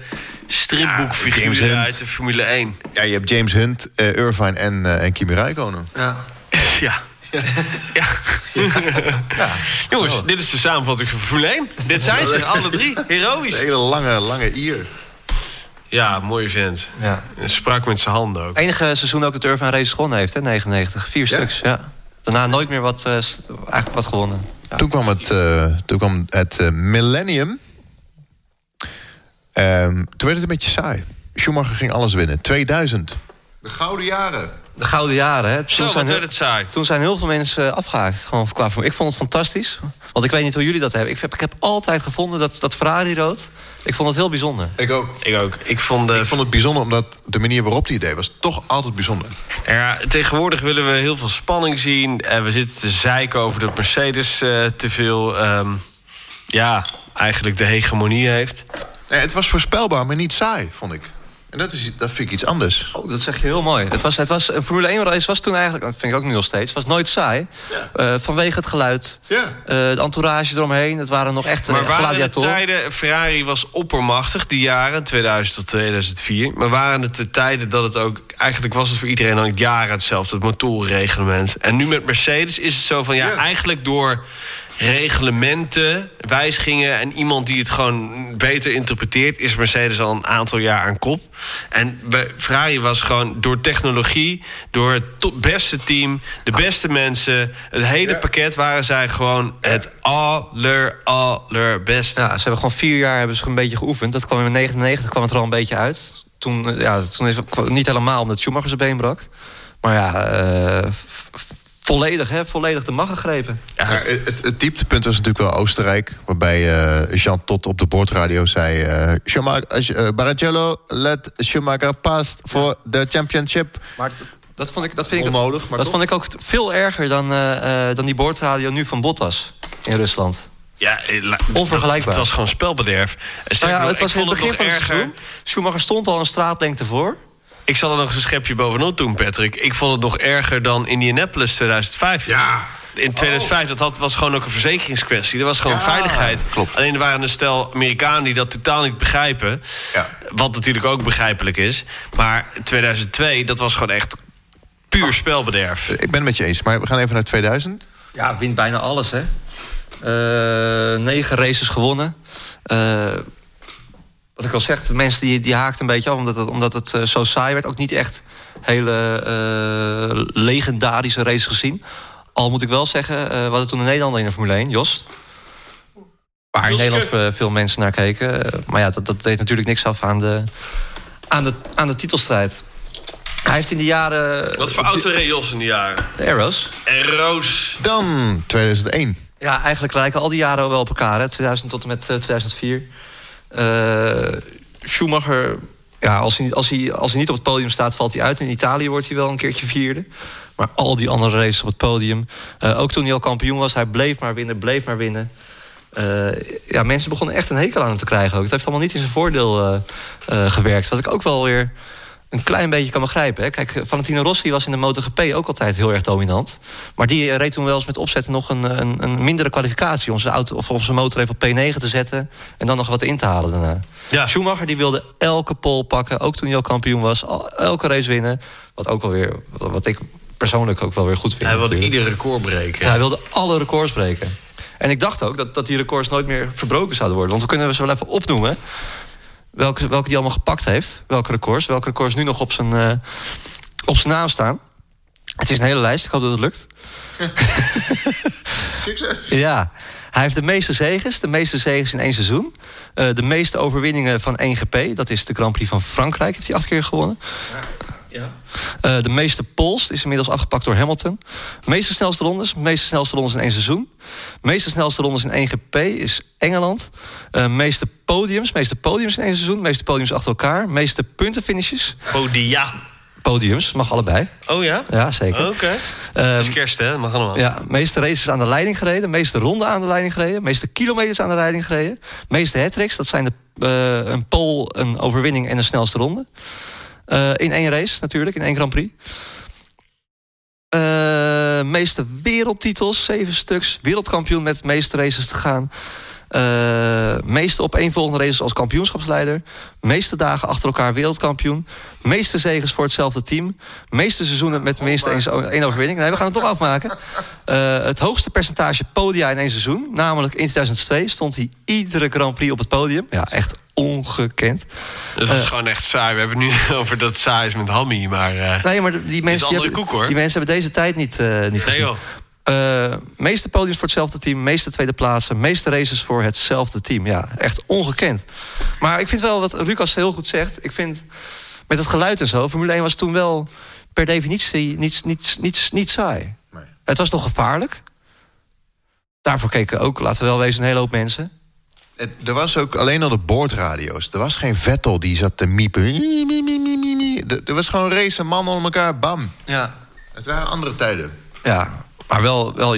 stripboekfiguren
Hunt.
uit de Formule 1.
Ja, je hebt James Hunt, eh, Irvine en, eh, en Kimi Räikkönen.
Ja.
Ja. Ja. Jongens, dit is de samenvatting van Formule 1. Dit zijn ze, alle drie.
Een
Heroïs.
hele lange, lange ier.
Ja, mooie vent.
Ja.
En sprak met zijn handen ook.
Enige seizoen ook dat Irvine race gewonnen heeft, hè? 99. Vier stuks, ja. Daarna nooit meer wat, eh, s- eigenlijk wat gewonnen. Ja.
Toen kwam het, eh, toen kwam het eh, millennium. Ehm, toen werd het een beetje saai. Schumacher ging alles winnen. 2000. De gouden jaren.
De gouden jaren, hè? Toen
Zo, wat
zijn heel-
werd het saai.
Toen zijn heel veel mensen eh, afgehaakt. Gewoon qua voor- Ik vond het fantastisch. Want ik weet niet hoe jullie dat hebben. Ik heb, ik heb altijd gevonden dat, dat Ferrari rood. Ik vond het heel bijzonder.
Ik ook.
Ik ook. Ik vond... eh,
Ik vond het bijzonder omdat de manier waarop hij het deed was toch altijd bijzonder.
Ja, tegenwoordig willen we heel veel spanning zien. En we zitten te zeiken over dat Mercedes eh, te veel... ehm, ja, eigenlijk de hegemonie heeft.
Nee, het was voorspelbaar, maar niet saai, vond ik. En dat, is, dat vind ik iets anders.
Oh, dat zeg je heel mooi. Het was, het was, een Formule 1 race was toen eigenlijk, dat vind ik ook nu nog steeds, was nooit saai. Eh, vanwege het geluid,
Ja.
Eh, de entourage eromheen. Het waren nog echt eh,
Maar waren de
gladiatoren.
tijden... Ferrari was oppermachtig die jaren, 2000 tot 2004. Maar waren het de tijden dat het ook... Eigenlijk was het voor iedereen al jaren hetzelfde, het motorenreglement. En nu met Mercedes is het zo van... Ja,
Ja.
eigenlijk door reglementen, wijzigingen... en iemand die het gewoon beter interpreteert... is Mercedes al een aantal jaar aan kop. En bij Ferrari was gewoon door technologie... door het to- beste team, de beste mensen... het hele
Ja.
pakket waren zij gewoon het aller, allerbeste.
Ja, ze hebben gewoon vier jaar hebben ze een beetje geoefend. Dat kwam in 99 kwam het er al een beetje uit. Toen, eh, ja, toen is het niet helemaal omdat Schumacher zijn been brak. Maar ja, eh, v- v- volledig, hè, volledig de macht gegrepen.
Maar het, het dieptepunt was natuurlijk wel Oostenrijk. Waarbij eh, Jean Tot op de boordradio zei... eh Schumacher, eh, eh, Barrichello, let Schumacher past voor de championship.
Maar d- dat vond ik, dat vind ik,
Onnodig, maar
dat
toch?
vond ik ook t- veel erger dan, eh, eh, dan die boordradio nu van Bottas in Rusland.
Ja, eh, la-
Onvergelijkbaar.
Het was gewoon spelbederf. En sterker
Nou ja,
nog,
het was
ik
in
vond
het begin
het
van
nog
het
erger.
seizoen. Schumacher stond al een straatlengte voor.
Ik zal er nog eens een schepje bovenop doen, Patrick. Ik vond het nog erger dan Indianapolis 2005.
Ja.
In 2005, dat had, was gewoon ook een verzekeringskwestie. Er was gewoon veiligheid.
Klopt.
Alleen er waren een stel Amerikanen die dat totaal niet begrijpen.
Ja.
Wat natuurlijk ook begrijpelijk is. Maar 2002, dat was gewoon echt Puur spelbederf.
Ik ben het met je eens, maar we gaan even naar 2000.
Ja, wint bijna alles, hè. Eh, negen races gewonnen. Eh, wat ik al zeg, de mensen die, die haakten een beetje af... omdat het, omdat het eh, zo saai werd. Ook niet echt hele eh, legendarische races gezien. Al moet ik wel zeggen, eh, we hadden toen een Nederlander in de Formule 1, Jos. Waar in
Jos
Nederland eh, veel mensen naar keken. Eh, maar ja, dat, dat deed natuurlijk niks af aan de, aan de, aan de titelstrijd. Hij heeft in de jaren...
Wat
eh,
voor auto reed Jos in die jaren?
De Arrows.
En Roos.
Dan 2001.
Ja, eigenlijk lijken al die jaren wel op elkaar. Hè? 2000 tot en met eh, 2004. Eh, Schumacher, ja, als, hij, niet- als, hij, als hij niet op het podium staat, valt hij uit. In Italië wordt hij wel een keertje vierde. Maar al die andere races op het podium. eh, ook toen hij al kampioen was, hij bleef maar winnen, bleef maar winnen. Eh, ja, mensen begonnen echt een hekel aan hem te krijgen ook. Het heeft allemaal niet in zijn voordeel eh, eh, gewerkt. Wat ik ook wel weer een klein beetje kan begrijpen. Hè. Kijk, eh, Valentino Rossi was in de MotoGP ook altijd heel erg dominant. Maar die eh, reed toen wel eens met opzet nog een, eh, een, een mindere kwalificatie... om zijn, auto, of om zijn motor even op P9 te zetten en dan nog wat in te halen daarna.
Ja.
Schumacher die wilde elke pole pakken, ook toen hij al kampioen was. al- elke race winnen, wat, ook wel weer, wat, wat ik persoonlijk ook wel weer goed vind.
Hij wilde
natuurlijk.
ieder record breken.
Ja, hij wilde alle records breken. En ik dacht ook dat, dat die records nooit meer verbroken zouden worden. Want we kunnen ze wel even opnoemen. Welke, welke die allemaal gepakt heeft. Welke records. Welke records nu nog op zijn, eh, op zijn naam staan. Het is een hele lijst. Ik hoop dat het lukt.
Succes.
Ja. Hij heeft de meeste zegens, de meeste zegens in één seizoen. Eh, de meeste overwinningen van 1 GP, dat is de Grand Prix van Frankrijk, heeft hij acht keer gewonnen. Eh, de meeste poles is inmiddels afgepakt door Hamilton. meeste snelste rondes, meeste snelste rondes in één seizoen. meeste snelste rondes in 1 GP is Engeland. Eh, meeste podiums, meeste podiums in één seizoen, meeste podiums achter elkaar. meeste puntenfinishes,
Podia.
podiums, mag allebei.
Oh ja?
Ja, zeker.
Oké.
Ehm,
Het is kerst, hè? Dat mag allemaal.
ja, meeste races aan de leiding gereden, meeste ronden aan de leiding gereden, meeste kilometers aan de leiding gereden, meeste hat dat zijn de, eh, een pole, een overwinning en de snelste ronde. Eh, in één race natuurlijk, in één Grand Prix. Eh, meeste wereldtitels, zeven stuks, wereldkampioen met de meeste races te gaan. Eh, meeste opeenvolgende races als kampioenschapsleider. Meeste dagen achter elkaar wereldkampioen. Meeste zegens voor hetzelfde team. Meeste seizoenen met minstens één zo- één overwinning. Nee, we gaan het toch afmaken. Eh, het hoogste percentage podia in één seizoen. Namelijk in 2002 stond hij iedere Grand Prix op het podium. Ja, echt ongekend.
Dat
Eh.
was Dus gewoon echt saai. We hebben het nu over dat saais met Hammy, maar... eh,
Nee, maar die mensen, die
andere
hebben,
koek, hoor.
die mensen hebben deze tijd niet, eh niet gezien.
joh.
Eh, meeste podiums voor hetzelfde team, meeste tweede plaatsen, meeste races voor hetzelfde team. Ja, echt ongekend. Maar ik vind wel wat Lucas heel goed zegt. Ik vind met het geluid en zo, Formule 1 was toen wel per definitie niet, niet, niet, niet saai.
Nee.
Het was nog gevaarlijk. Daarvoor keken ook, laten we wel wezen, een hele hoop mensen.
Het- er was ook alleen al de boordradio's. Er was geen Vettel die zat te miepen. Mie, mie, mie, mie, mie, mie. Er- Er was gewoon racen, mannen om elkaar, bam.
Ja,
Het waren andere tijden.
Ja, maar wel, wel.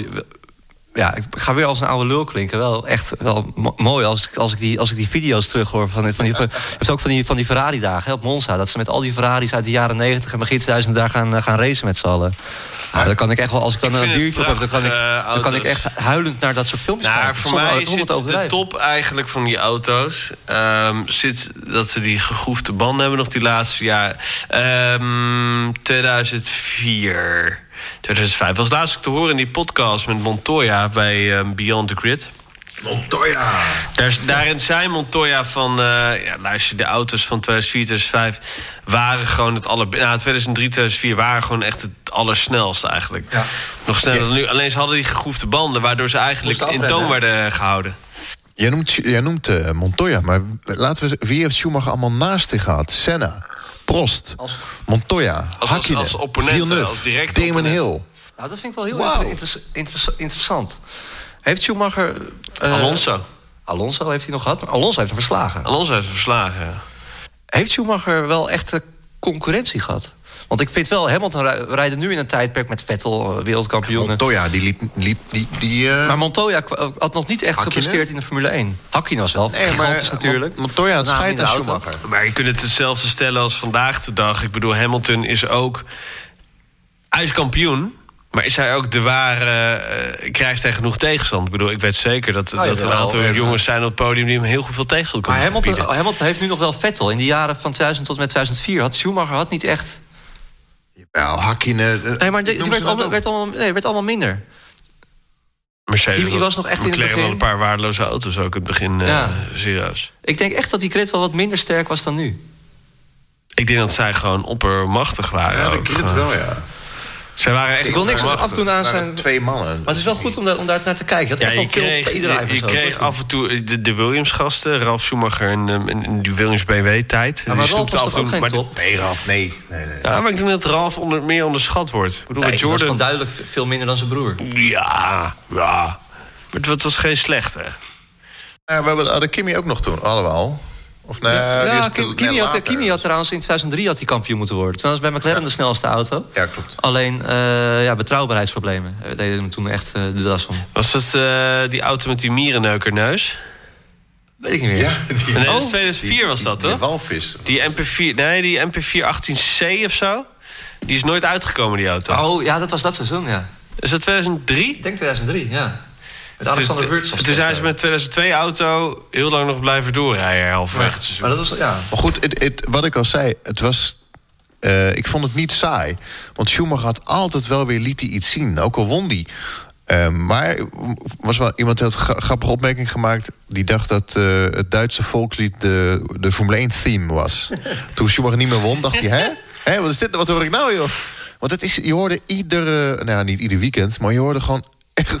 Ja, ik ga weer als een oude lul klinken. Wel echt wel mo- mooi als, ik- als, ik, die, als ik die video's terughoor. Van, van die, van, je hebt ook van die, van die Ferrari-dagen hè, op Monza. Dat ze met al die Ferraris uit de jaren 90 en begin 2000 daar gaan, eh, gaan racen met z'n allen. Ja, dan kan ik echt wel, als ik dan
Ik
een
vind het
biertje op heb, dan kan, ik,
prachtige, eh,
dan kan ik
auto's.
echt huilend naar dat soort filmpjes
Nou,
kijken,
voor
zonder-
mij
zonder
zit de
te overdrijven.
top eigenlijk van die auto's... ehm, zit dat ze die gegroefde banden hebben nog die laatste jaar. Ehm, 2004, 2005. was laatst ook te horen in die podcast met Montoya bij ehm, Beyond the Grid.
Montoya.
Daar, is- daarin zei Montoya van... eh, ja, luister, de auto's van 2004, 2005 waren gewoon het aller... Nou, 2003, 2004 waren gewoon echt het allersnelste eigenlijk.
Ja.
Nog sneller dan nu. Alleen ze hadden die gegroefde banden... waardoor ze eigenlijk
Moesten
in toon
afremmen,
werden gehouden.
Jij noemt, jij noemt eh, Montoya, maar laten we, eens- wie heeft Schumacher allemaal naast zich gehad? Senna, Prost, Montoya,
als-
Hakkinen,
als opponent, hè,
eh,
Villeneuve,
als directe
Damon
opponent.
Hill.
Nou, dat vind ik wel heel
Wauw.
interes- interes- interessant. Heeft Schumacher... eh,
Alonso.
Alonso heeft hij nog gehad. maar Alonso heeft hem verslagen.
Alonso heeft hem verslagen, ja.
Heeft Schumacher wel echt eh, concurrentie gehad? Want ik vind wel, Hamilton rij- we rijden nu in een tijdperk met Vettel, eh, wereldkampioenen.
Montoya, die liep... liep die, die, eh,
Maar Montoya kwa- had nog niet echt
Hakkinen?
gepresteerd in de Formule 1. Hakkinen was wel gigantisch
eh,
natuurlijk.
Mon- Montoya had
Naam
scheid
in de
aan
auto.
Schumacher.
Maar je kunt het hetzelfde stellen als vandaag de dag. Ik bedoel, Hamilton is ook... Hij is kampioen, maar is hij ook de ware... eh, krijgt hij genoeg tegenstand? Ik bedoel, ik weet zeker dat,
Ah,
dat er een
jawel,
aantal
ja, maar-
jongens zijn op het podium... die hem heel veel tegenstand
Maar
kunnen
Hamilton,
bieden.
Hamilton heeft nu nog wel Vettel. In de jaren van 2000 tot en met 2004 had Schumacher had niet echt
Ja, Hakkinen. eh,
Nee, maar die- die
noem ze
werd,
dat
allemaal,
ook.
werd, allemaal, nee, werd allemaal minder.
Mercedes.
Kimi was nog echt in het
McLaren had
begin.
een paar waardeloze auto's ook in het begin. eh,
Ja.
Serieus.
Ik denk echt dat die crit wel wat minder sterk was dan nu.
Ik denk dat zij gewoon oppermachtig waren.
Ja,
ook.
ik vind het wel, ja.
Zij waren echt
Ik wil niks af en
oppermachtig.
toe aan
Maar
zijn. Maar
twee mannen.
het is wel goed om daar, om daar naar te kijken. Dat
Ja,
echt wel
je
veel
kreeg, je,
iedereen
je kreeg af en toe eh, de, de Williams-gasten, Ralf Schumacher en, ehm, en, en die Williams-BMW-tijd.
maar Ralf was toch ook geen
maar,
top?
Nee, Raf, nee. nee, nee.
ja, maar ik denk dat Ralf onder, meer onderschat wordt. Ik bedoel,
Nee,
met
Dat was
Jordan...
gewoon duidelijk ve- veel minder dan zijn broer.
Ja, ja. Maar het was geen slechte.
Ja, we hebben hadden Kimmy ook nog toen, allemaal. Of nee, Eh, die is
ja,
het
Kim-
net
Kimi, had,
later.
Kimi had trouwens in 2003 had hij kampioen moeten worden. Toen was bij McLaren de snelste auto.
Ja, klopt.
Alleen eh, ja, betrouwbaarheidsproblemen eh, deden hem toen echt eh, de das om.
Was dat eh, die auto met die mierenneukerneus?
Weet ik niet meer.
Ja, die,
Nee, dat is
Oh.
2004 was dat,
Die- die
toch?
walvis.
Die MP4, nee, die MP418C of zo. Die is nooit uitgekomen, die auto.
Oh ja, dat was dat seizoen, ja.
Is dat 2003?
Ik denk 2003, ja. Met Alexander Wurts.
Toen zijn
eh.
ze met 2002 auto heel lang nog blijven doorrijden, halverwege het seizoen.
Maar dat was, ja.
Maar goed, het, het- wat ik al zei, het was... eh, ik vond het niet saai. Want Schumacher had altijd wel weer liet hij iets zien. Ook al won die. Eh, maar was wel iemand die had een gra- grappige opmerking gemaakt. Die dacht dat eh, het Duitse volkslied de, de Formule 1 theme was. Toen Schumacher niet meer won, dacht hij, hè? Hé, wat is dit? nou? Wat hoor ik nou, joh? Want het is, je hoorde iedere, nou ja, niet ieder weekend, maar je hoorde gewoon echt.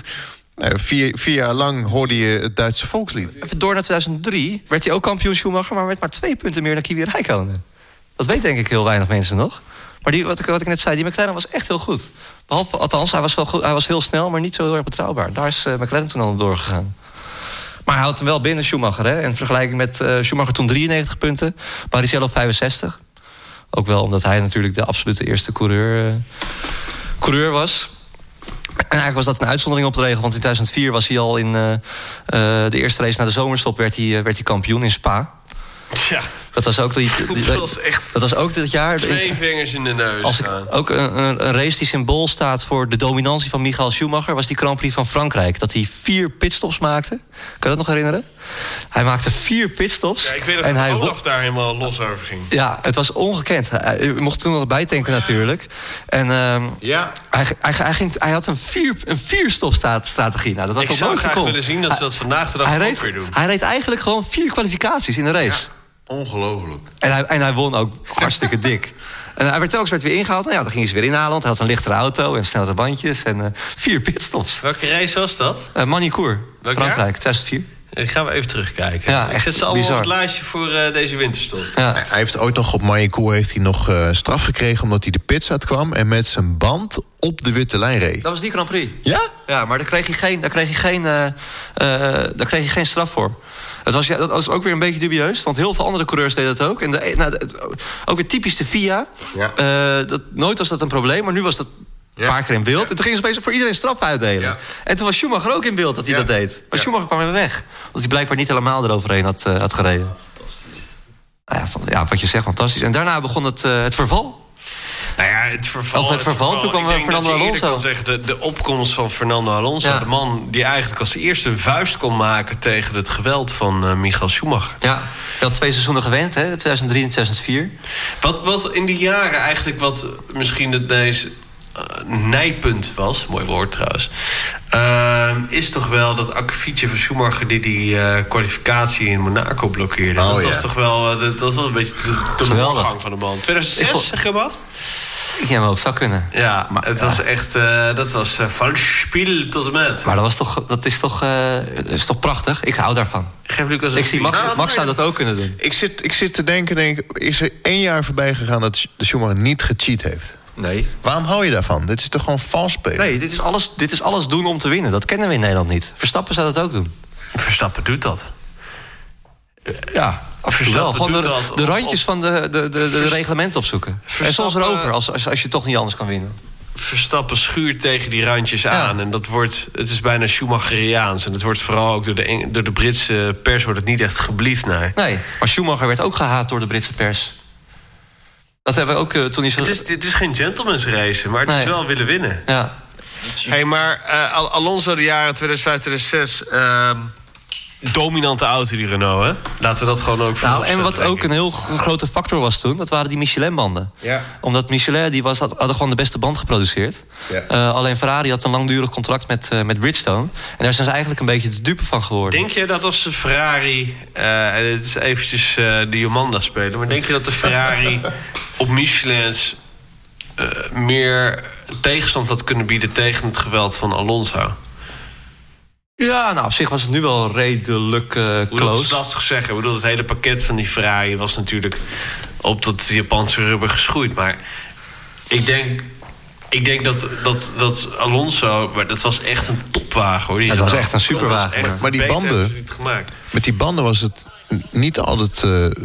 nou, vier, vier jaar lang hoorde je het Duitse volkslied.
Even door naar 2003 werd hij ook kampioen Schumacher... maar werd maar twee punten meer dan Kimi Räikkönen. Dat weet denk ik heel weinig mensen nog. Maar die, wat, ik, wat ik net zei, die McLaren was echt heel goed. Behalve, althans, hij was, wel goed, hij was heel snel, maar niet zo heel erg betrouwbaar. Daar is eh, McLaren toen al doorgegaan. Maar hij houdt hem wel binnen, Schumacher. Hè? In vergelijking met eh, Schumacher toen 93 punten, Barrichello 65. Ook wel omdat hij natuurlijk de absolute eerste coureur, eh, coureur was. En eigenlijk was dat een uitzondering op de regel. Want in 2004 was hij al in eh, eh, de eerste race na de zomerstop... werd hij, eh, werd hij kampioen in Spa.
Tja,
Dat was ook, die, die-
dat was echt
dat was ook dit jaar...
twee vingers in de neus.
Als ik, Oh.
gaan.
ook een, een, een race die symbool staat voor de dominantie van Michael Schumacher... was die Grand Prix van Frankrijk. Dat hij vier pitstops maakte. Kan je dat nog herinneren? Hij maakte vier pitstops.
Ja, ik weet nog
en hij
dat
won-
Olaf daar helemaal los over ging.
ja, het was ongekend. Hij- Je mocht toen nog bijtanken natuurlijk. En ehm,
Ja.
hij, hij, hij, ging, hij had een, vier, een vierstopstrategie. Nou, dat was
Ik
nog
zou
nooit
graag
gekomen.
willen zien dat ze dat vandaag de dag
hij
ook
reed,
weer doen.
Hij reed eigenlijk gewoon vier kwalificaties in de race.
Ongelooflijk.
En, hij, en hij won ook hartstikke dik. En hij werd telkens werd weer ingehaald. Nou ja, dan gingen ze weer inhalen. Want hij had een lichtere auto en snellere bandjes. En eh, vier pitstops.
Welke race was dat?
Eh Manicourt,
Welk
Frankrijk, 2004.
Ik gaan we even terugkijken.
Ja,
ik
echt
zet ze allemaal
bizar.
op het lijstje voor eh, deze winterstop.
Ja.
Hij heeft ooit nog op Mayakoe heeft hij nog eh, straf gekregen omdat hij de pits uitkwam en met zijn band op de witte lijn reed.
Dat was die Grand Prix.
Ja?
Ja, maar daar kreeg hij geen, daar kreeg hij geen, eh, eh, daar kreeg hij geen straf voor. Dat was, ja, dat was ook weer een beetje dubieus, want heel veel andere coureurs deden dat ook. En de, nou, het- ook weer typisch de FIA.
Ja.
Eh, dat, nooit was dat een probleem, maar nu was dat een
Ja.
paar keer in beeld. En toen gingen ze opeens voor iedereen straf uitdelen.
Ja.
En toen was Schumacher ook in beeld dat hij
Ja.
dat deed. Maar
Ja.
Schumacher kwam weer weg, omdat hij blijkbaar niet helemaal eroverheen had, eh, had gereden. Nou ja, van, ja, wat je zegt, fantastisch. En daarna begon het, eh, het verval.
Nou ja, het verval.
Of het verval, toen kwam,
Ik denk
eh, Fernando
dat je eerder
Alonso.
Kan zeggen, de, de opkomst van Fernando Alonso.
Ja.
De man die eigenlijk als eerste een vuist kon maken tegen het geweld van eh, Michael Schumacher.
Ja, hij had twee seizoenen gewend, hè, 2003 en 2004.
Wat, wat in die jaren eigenlijk wat misschien het deze nijpunt was, mooi woord trouwens, ehm, is toch wel dat akkefietje van Schumacher die die eh, kwalificatie in Monaco blokkeerde.
Oh,
dat was
ja.
toch wel, eh, dat, dat was een beetje de teleurgang van de man.
Ik
2006
vond-
zeg je wat?
Ik denk wel, het zou kunnen.
Ja, maar het
ja.
was echt, eh, dat was eh, vals spiel tot en met.
Maar dat, was toch, dat is, toch, eh, dat is toch prachtig? Ik hou daarvan.
Geef Lucas een
Ik zie
vier.
Max,
Ah,
Max zou
nee.
dat ook kunnen doen.
Ik zit, ik zit te denken, denk, ik, is er één jaar voorbij gegaan dat Sch- de Schumacher niet gecheat heeft?
Nee.
Waarom hou je daarvan? Dit is toch gewoon vals spelen?
Nee, dit is, alles, dit is alles doen om te winnen. Dat kennen we in Nederland niet. Verstappen zou dat ook doen.
Verstappen doet dat.
Ja,
Verstappen
Gewoon
doet
de,
dat.
de
Op-
randjes van de, de, de, de reglementen opzoeken. En soms
Verstappen-
erover, als, als, als je toch niet anders kan winnen.
Verstappen schuurt tegen die randjes aan. En dat wordt, het is bijna Schumacheriaans. En het wordt vooral ook door de, Eng- door de Britse pers wordt het niet echt gebliefd naar.
Nee, maar Schumacher werd ook gehaat door de Britse pers. Dat hebben we ook eh, toen hij zo...
Het is, het is geen gentleman's race, maar het is
Nee.
wel willen winnen.
Ja.
hey, maar eh, Al- Alonso de jaren 2005, 2006... ehm, dominante auto, die Renault, hè? Laten we dat gewoon ook
Nou,
voorop
en wat
zetten,
ook
denk
een
ik.
heel gro- grote factor was toen, dat waren die Michelin-banden.
Ja.
Omdat Michelin, die was, had, hadden gewoon de beste band geproduceerd.
Ja.
Eh, alleen Ferrari had een langdurig contract met, eh, met Bridgestone. En daar zijn ze eigenlijk een beetje de dupe van geworden.
Denk je dat als de Ferrari... eh, en dit is eventjes eh, de Jomanda spelen... maar denk je dat de Ferrari op Michelin's... eh, meer tegenstand had kunnen bieden tegen het geweld van Alonso?
Ja, nou, op zich was het nu wel redelijk eh,
Hoe dat is
close.
lastig zeggen. Ik bedoel, het hele pakket van die Ferrari was natuurlijk op dat Japanse rubber geschoeid. Maar ik denk, ik denk dat, dat, dat Alonso, maar dat was echt een topwagen hoor. Die
Het was
Renault.
echt een superwagen.
Dat was echt
Maar die
beter
banden-
hebben ze niet Gemaakt.
Met die banden was het niet altijd... eh,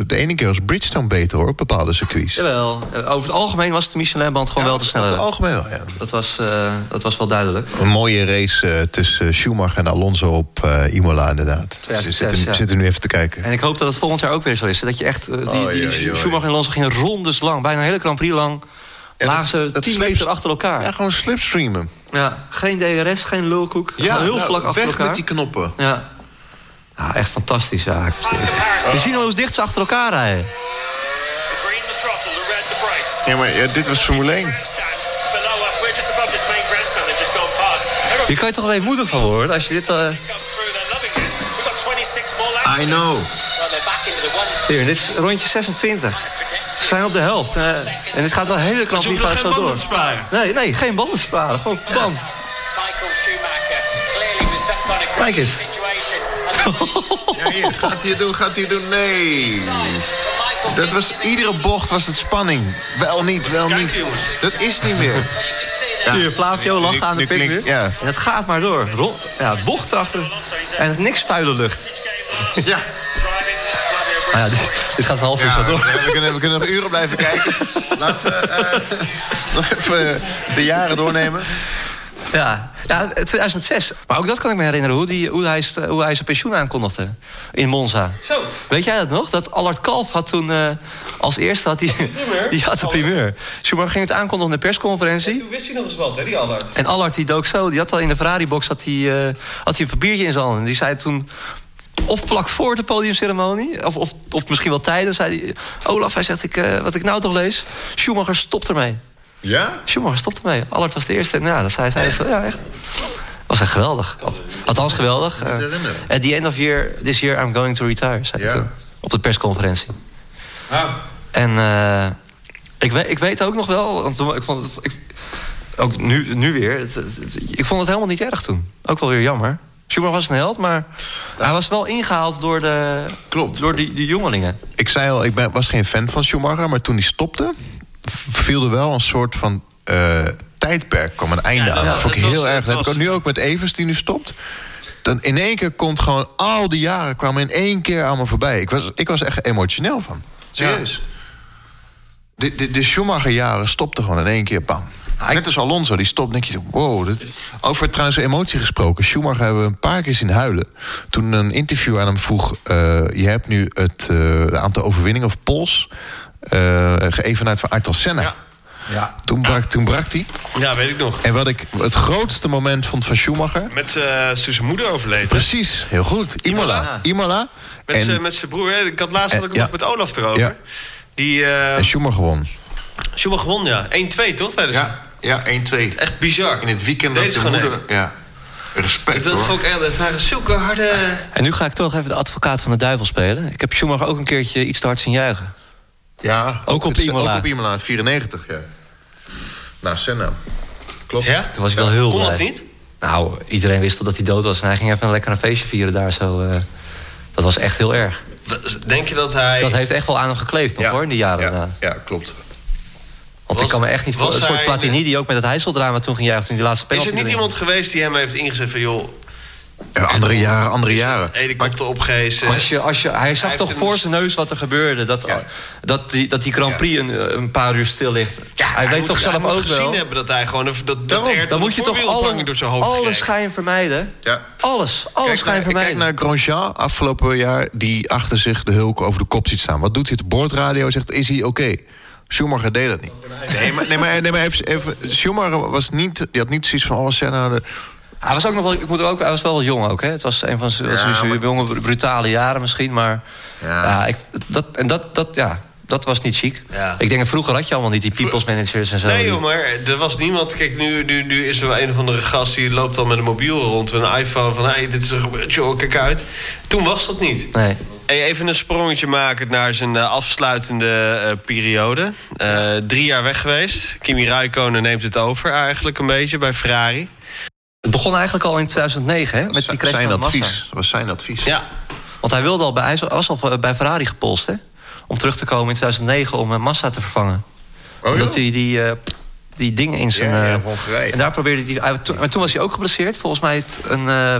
de ene keer was Bridgestone beter, hoor, op bepaalde circuits.
Jawel, eh, over het algemeen was de Michelin-band gewoon wel te
Over
sneller.
het algemeen wel, ja.
Dat was, eh, dat was wel duidelijk.
Een mooie race eh, tussen Schumacher en Alonso op eh, Imola, inderdaad. Dus we
2006,
zitten,
ja.
zitten nu even te kijken.
En ik hoop dat het volgend jaar ook weer zo is. hè, Dat je echt... eh, die, die
oei, oei.
Schumacher en Alonso gingen rondes lang. Bijna een hele Grand Prix lang. lagen ze
dat
10
slips-
meter achter elkaar.
Ja, gewoon slipstreamen.
Ja, geen DRS, geen lulkoek. Gewoon heel
nou,
vlak achter
weg
elkaar.
met die knoppen.
Ja. ja, echt fantastisch. Ja. We zien wel hoe dicht ze achter elkaar rijden.
Green the throttle, the red the brakes.
Ja, maar ja, dit was Formule 1.
Grandstand below us. We're just above this main grandstand that just gone past.
Hier
Everyone's
kan je toch alleen moeder van worden als je dit... eh,
come through. They're loving this. We've got 26 more laps. to
know.
Well, they're back into the one
Hier, dit is rondje 26. Ze zijn op de helft. eh, en dit gaat de hele
Dus
klant
je
niet
hoeft er
vaak
geen
zo
banden
door.
te sparen.
Nee, nee, geen banden sparen. Gewoon bam.
Michael Schumacher clearly was some kind of
Kijk eens.
situation. And the
Ja, hier, gaat hij het doen, gaat hij het doen. Nee.
Michael
Dat was, iedere bocht was het spanning. Wel niet, wel niet. Dat is niet meer.
Hier, Flavio lachen
nu-
aan de
nu
pik
klinkt-
nu.
ja.
En het gaat maar door. Ro- ja, bochten achter. En niks vuile lucht.
each game last.
Ja.
Driving, Flavio
Nou ja,
Briatore.
dit, dit gaat een half uur zo
Ja,
door.
we, kunnen, we kunnen nog uren blijven kijken. Laten we eh, nog even de jaren doornemen.
Ja, ja, 2006. Maar ook dat kan ik me herinneren, hoe, die, hoe, hij, st- hoe hij zijn pensioen aankondigde in Monza.
Zo.
Weet jij dat nog? Dat Allard Kalf had toen eh, als eerste had die, die had de primeur. Schumacher ging het aankondigen in de persconferentie.
Toen wist hij nog eens wat, hè, die Allard.
En Allard die dook zo, die had al in de Ferrari-box had hij, eh, had hij een papiertje in zijn hand. En die zei toen, of vlak voor de podiumceremonie, of, of, of misschien wel tijdens, zei hij... Olaf, hij zegt, ik, eh, wat ik nou toch lees, Schumacher stopt ermee.
Ja?
Schumacher stopte mee. Allard was de eerste. En ja, dat zei zij. Ja, echt. Was echt geweldig. Of, althans geweldig. Eh,
herinneren.
At the end of year, this year I'm going to retire, zei hij
Ja. Ah.
toen. Op de persconferentie. En eh, ik, weet, ik weet ook nog wel, want toen- ik vond het, ik, ook nu, nu weer, het- het- het- ik vond het helemaal niet erg toen. Ook wel weer jammer. Schumacher was een held, maar hij was wel ingehaald door de,
Klopt.
Door die, die jongelingen.
Ik zei al, ik ben, was geen fan van Schumacher, maar toen hij stopte, viel er wel een soort van eh, tijdperk, kwam een einde
Ja,
aan.
ja,
Dat vond ik
het
heel
was-
erg.
het
Dat heb ik
was-
nu ook met Evers die nu stopt. Dan in één keer komt gewoon al die jaren kwamen in één keer aan me voorbij. Ik was, ik was echt emotioneel van. Serieus. De, de, de Schumacher-jaren stopten gewoon in één keer, bam. Net als Alonso, die stopt, denk je, wow. dit- Over trouwens emotie gesproken. Schumacher hebben we een paar keer zien huilen. Toen een interview aan hem vroeg... eh, je hebt nu het eh, aantal overwinningen of pols... eh geëvenaard van Ayrton Senna.
Ja.
Toen brak toen brak hij.
Ja, weet ik nog.
En wat ik het grootste moment vond van Schumacher...
Met eh toen zijn moeder overleed. hè?
Precies, heel goed. Imola.
Imola.
Imola.
Met
En,
zijn- met zijn broer. hè. Ik had laatst
En-
had ik het nog
ja.
met Olaf erover.
Ja.
Die eh
en Schumacher won.
Schumacher won, ja. 1-2, toch? tijdens-
ja 1-2.
Echt bizar. Deed ze gewoon even.
Ja. Respect
Dat vond ik echt, dat waren zulke harde...
En nu ga ik toch even de advocaat van de duivel spelen. Ik heb Schumacher ook een keertje iets te hard zien juichen.
Ja,
Ook op
het-
Imola.
Ook op Imola, 94, ja. Na Senna. Klopt.
Ja?
Toen was ik wel heel
Kon
blij.
dat niet?
Nou, iedereen wist al dat hij dood was. En hij ging even een lekker een feestje vieren daar zo. eh. dat was echt heel erg.
W- Denk je dat hij...
Dat heeft echt wel aan hem gekleefd nog
Ja.
hoor, in de jaren
ja.
daarna.
Ja, klopt.
Want
Was-
ik kan me echt niet
was
voor... Een soort
hij-
Platini die ook met het heiseldrama toen ging juichen... toen die laatste
Is
penalty
er niet
erin-
iemand geweest die hem heeft ingezet van... joh,
Ja, andere jaren, andere
Dus, eh,
jaren.
helikopter opgehezen?
Als je, als je, hij zag
heeft
toch
een-
voor zijn neus wat er gebeurde. Dat,
Ja.
dat, die, dat die Grand Prix een, eh, een paar uur stil ligt. hij, weet
moet-
toch zelf
hij moet
ook
gezien
wel.
hebben dat hij gewoon... een- Dat, dat
Daarom,
er
Dan moet je toch alle,
door zijn hoofd
alle
kreeg.
schijn vermijden.
Ja.
Alles, alles
Kijk naar-
eh,
schijn vermijden.
Kijk naar Grosjean afgelopen jaar, die achter zich de Hulk over de kop ziet staan. Wat doet hij? De boordradio zegt, is hij oké? Schumacher deed dat niet. Nee, maar, nee, maar, nee, maar even, even- Schumacher was niet, die had niet zoiets van... oh, Senna, de-
Hij was ook nog wel, ik moet er ook, hij was wel wel jong ook, hè? Het was een van zijn was zijn jonge, br- brutale jaren misschien, maar... Ja.
Ja.
ik, dat, en dat, dat, ja, dat was niet chic.
Ja.
Ik denk, dat vroeger had je allemaal niet die people's managers en zo.
Nee
Oh, die-
joh, maar er was niemand... Kijk, nu, nu, nu is er wel een of andere gast die loopt dan met een mobiel rond... een iPhone van, hé, hey, dit is een gebeurtje, hoor, kijk uit. Toen was dat niet.
Nee.
Hey, even een sprongetje maken naar zijn eh, afsluitende eh, periode. Eh, drie jaar weg geweest. Kimi Räikkönen neemt het over eigenlijk een beetje bij Ferrari.
Het begon eigenlijk al in 2009, hè? Met die crash
zijn
van Massa.
advies. Dat was zijn advies.
Ja,
Want hij, wilde al bij, hij was al bij Ferrari gepolst, hè? Om terug te komen in 2009 om eh, Massa te vervangen.
Oh,
Omdat
joh.
hij die, eh, die dingen in zijn...
Ja, ja,
eh,
Hongarije.
En daar probeerde hij... hij toen, maar toen was hij ook geblesseerd. Volgens mij het- een eh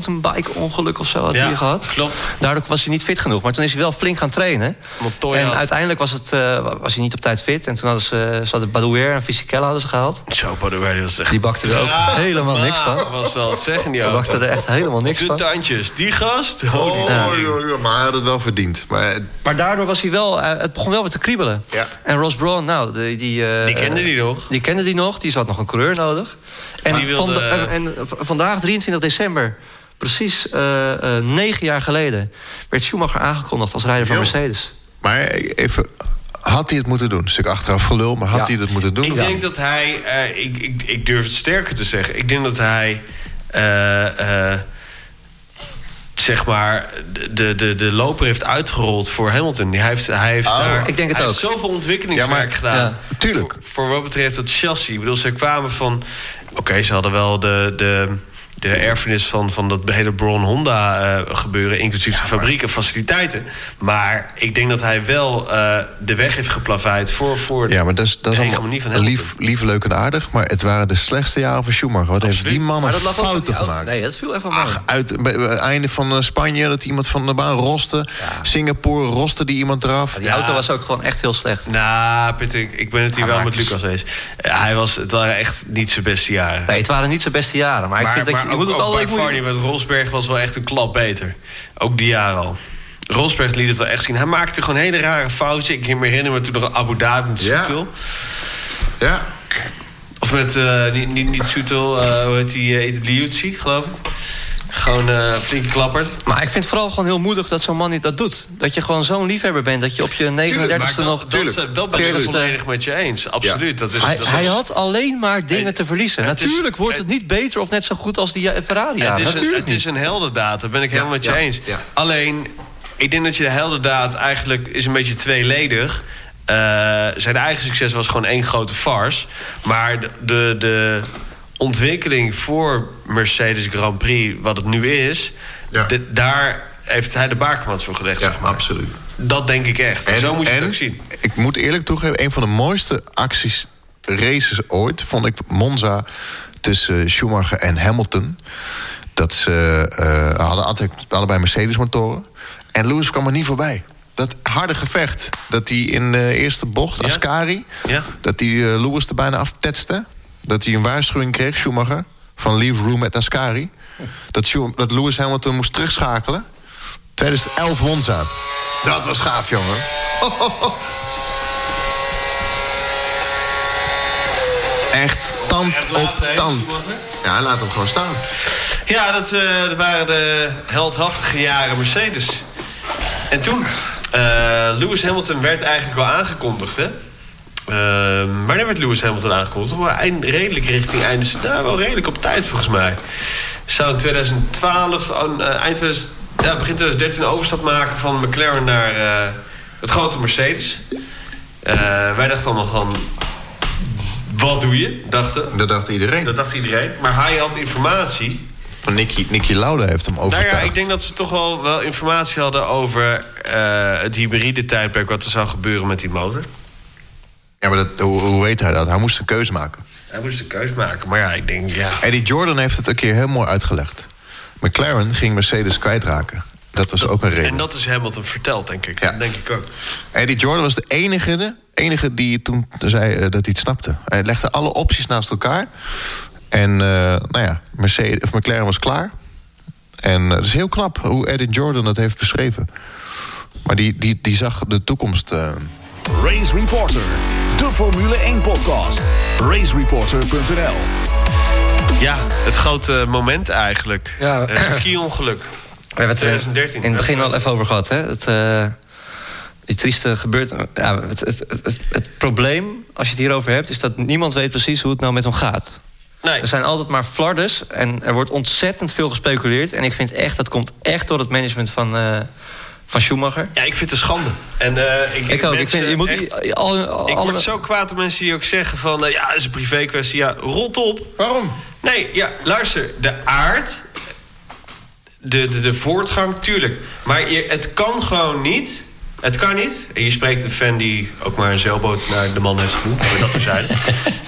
mountainbike-ongeluk of zo had
Ja,
hij gehad.
klopt.
Daardoor was hij niet fit genoeg. Maar toen is hij wel flink gaan trainen.
Montoya
en
had-
uiteindelijk was, het, eh, was hij niet op tijd fit. En toen hadden ze, ze hadden Badouer en Fisichella hadden ze gehaald.
zo Baudouin was echt...
Die bakte er ook helemaal niks van.
Ah, was dat, zeggen die
Hij
ook.
bakte er echt helemaal niks
De
van.
tandjes, die gast. Oh, die-
Oh, joh, joh, maar hij had het wel verdiend. Maar
Maar daardoor was hij wel, eh, het begon wel weer te kriebelen.
Ja.
En Ross Brawn, nou, die... Die, eh,
Die kende die nog.
Die kende die nog, die had nog een coureur nodig. En,
Die wilde-
vanda- en, en v- vandaag, 23 december, precies eh, eh, negen jaar geleden... werd Schumacher aangekondigd als rijder van
Jo.
Mercedes.
Maar even, had hij het moeten doen? Een stuk achteraf gelul, maar had
Ja.
hij dat moeten doen?
Ik denk dat hij, eh, ik, ik, ik durf het sterker te zeggen. Ik denk dat hij, eh, eh, zeg maar, de, de, de loper heeft uitgerold voor Hamilton. Hij heeft, hij heeft daar
Oh. ik denk het
hij
ook.
heeft zoveel ontwikkelingswerk
Ja, maar-
gedaan.
ja.
Tuurlijk.
Voor, voor wat betreft het chassis. Ik bedoel, ze kwamen van, oké, ze hadden wel de. de de erfenis van, van dat hele Braun Honda eh, gebeuren, inclusief de fabrieken, faciliteiten. Maar ik denk dat hij wel eh, de weg heeft geplaveid voor, voor
Ja, maar dat is, dat is
de
allemaal
hegemonie van Hamilton.
lief, lief, leuk en aardig. Maar het waren de slechtste jaren van Schumacher. Wat heeft die man een
dat lag ook aan die
fouten
auto.
gemaakt?
Nee, dat viel echt wel
Ah,
mee.
Ach, uit bij- bij het einde van eh, Spanje, dat iemand van de baan roste. Singapore roste die iemand eraf.
die auto was ook gewoon echt heel slecht.
Nou, Pieter, ik- ik ben het hier
Ah,
wel met
Marcus.
Lucas eens. Eh, Hij was, het waren echt niet zijn beste jaren.
Nee, het waren niet zijn beste jaren. Maar,
maar
ik vind
maar
dat je,
ook,
je moet het
ook
al...
bij
ik moet-
Vardy met Rosberg was wel echt een klap beter. Ook die jaren al. Rosberg liet het wel echt zien. Hij maakte gewoon hele rare fouten. Ik kan me herinner me toen nog Abu Dhabi met
Ja.
Soetel.
Ja,
Of met, eh, niet, niet, niet Soetel, eh, hoe heet die? eh, Liuzzi, geloof ik. Gewoon eh flinke klapper.
Maar ik vind het vooral gewoon heel moedig dat zo'n man niet dat doet. Dat je gewoon zo'n liefhebber bent. Dat je op je 39ste nog...
dat, dat, dat, ben ik het
40ste.
volledig met je eens. Absoluut. Dat is,
Hij,
Dus dat
hij
is-
had alleen maar dingen
Het-
te verliezen.
het is-
Natuurlijk wordt
het-
het niet beter of net zo goed als die eh, Ferrari.
Ja,
jaren.
het is, een,
Natuurlijk
het is
niet.
een heldendaad, daar ben ik helemaal met je
ja,
eens.
ja.
Alleen, ik denk dat je de heldendaad eigenlijk is een beetje tweeledig. Eh, zijn eigen succes was gewoon één grote farce. Maar de, de, de ontwikkeling voor Mercedes Grand Prix, wat het nu is...
Ja.
de- daar heeft hij de bakermat voor gelegd.
ja
zeg maar.
absoluut.
Dat denk ik echt. En, zo moet je het
en
ook zien.
Ik moet eerlijk toegeven, een van de mooiste acties races ooit vond ik Monza tussen Schumacher en Hamilton. Dat ze eh, hadden altijd, allebei Mercedes-motoren. En Lewis kwam er niet voorbij. Dat harde gevecht. Dat hij in de eerste bocht,
Ja.
Ascari.
Ja.
Dat hij eh, Lewis er bijna aftetste. Dat hij een waarschuwing kreeg, Schumacher. Van leave room at Ascari. Dat, Schum- dat Lewis Hamilton moest terugschakelen. 2011 Monza. Dat was gaaf, jongen. Echt tand
En laat,
op
hè,
tand.
Schumacher?
Ja, hij laat hem gewoon staan.
Ja, dat eh, waren de heldhaftige jaren Mercedes. En toen, eh, Lewis Hamilton werd eigenlijk wel aangekondigd, hè? Ehm, wanneer werd Lewis Hamilton aangekondigd? Wel eind, redelijk richting einde. Nou, wel redelijk op tijd volgens mij. Zou in 2012, aan- eh, eind 2000, ja, begin 2013 een overstap maken van McLaren naar eh, het grote Mercedes. Eh, wij dachten allemaal van, wat doe je? Dachten.
Dat dacht iedereen.
Dat dacht iedereen. Maar hij had informatie
Nicky, Nicky Lauda heeft hem
nou
overtuigd.
ja, ik denk dat ze toch wel, wel informatie hadden over eh, het hybride tijdperk, wat er zou gebeuren met die motor.
Ja, maar dat, hoe, hoe weet hij dat? Hij moest een keuze maken.
Hij moest een keus maken, maar ja, ik denk ja.
Eddie Jordan heeft het een keer heel mooi uitgelegd. McLaren ging Mercedes kwijtraken. Dat was ook een reden.
En dat is Hamilton verteld, denk ik.
Ja.
Dat denk ik ook.
Eddie Jordan was de enige, enige die toen zei eh, dat hij het snapte. Hij legde alle opties naast elkaar. En eh, nou ja, Mercedes, of McLaren was klaar. En eh, het is heel knap hoe Eddie Jordan dat heeft beschreven. Maar die, die, die zag de toekomst eh,
Race Reporter. De Formule 1 podcast. Racereporter.nl
Ja, het grote moment eigenlijk.
Ja.
Eh, Het ski-ongeluk.
We hebben het er
2013.
in het begin al even over gehad. Hè? Het, eh, die trieste gebeurt. Ja, het, het, het, het, het probleem, als je het hierover hebt, is dat niemand weet precies hoe het nou met hem gaat.
Nee.
Er zijn altijd maar flardes en er wordt ontzettend veel gespeculeerd. En ik vind echt, dat komt echt door het management van, eh, van Schumacher.
Ja, ik vind het een schande. En, eh, ik,
Ik ook. Ik
mensen
vind, je moet
echt-
al,
ik
alle-
word zo kwaad op mensen die ook zeggen van... eh, ja, dat is een privé kwestie. Ja, rot op.
Waarom?
Nee, ja, luister. De aard, de, de, de voortgang, tuurlijk. Maar je, het kan gewoon niet. Het kan niet. En je spreekt een fan die ook maar een zeilboot naar de man heeft genoemd. Om dat te zijn.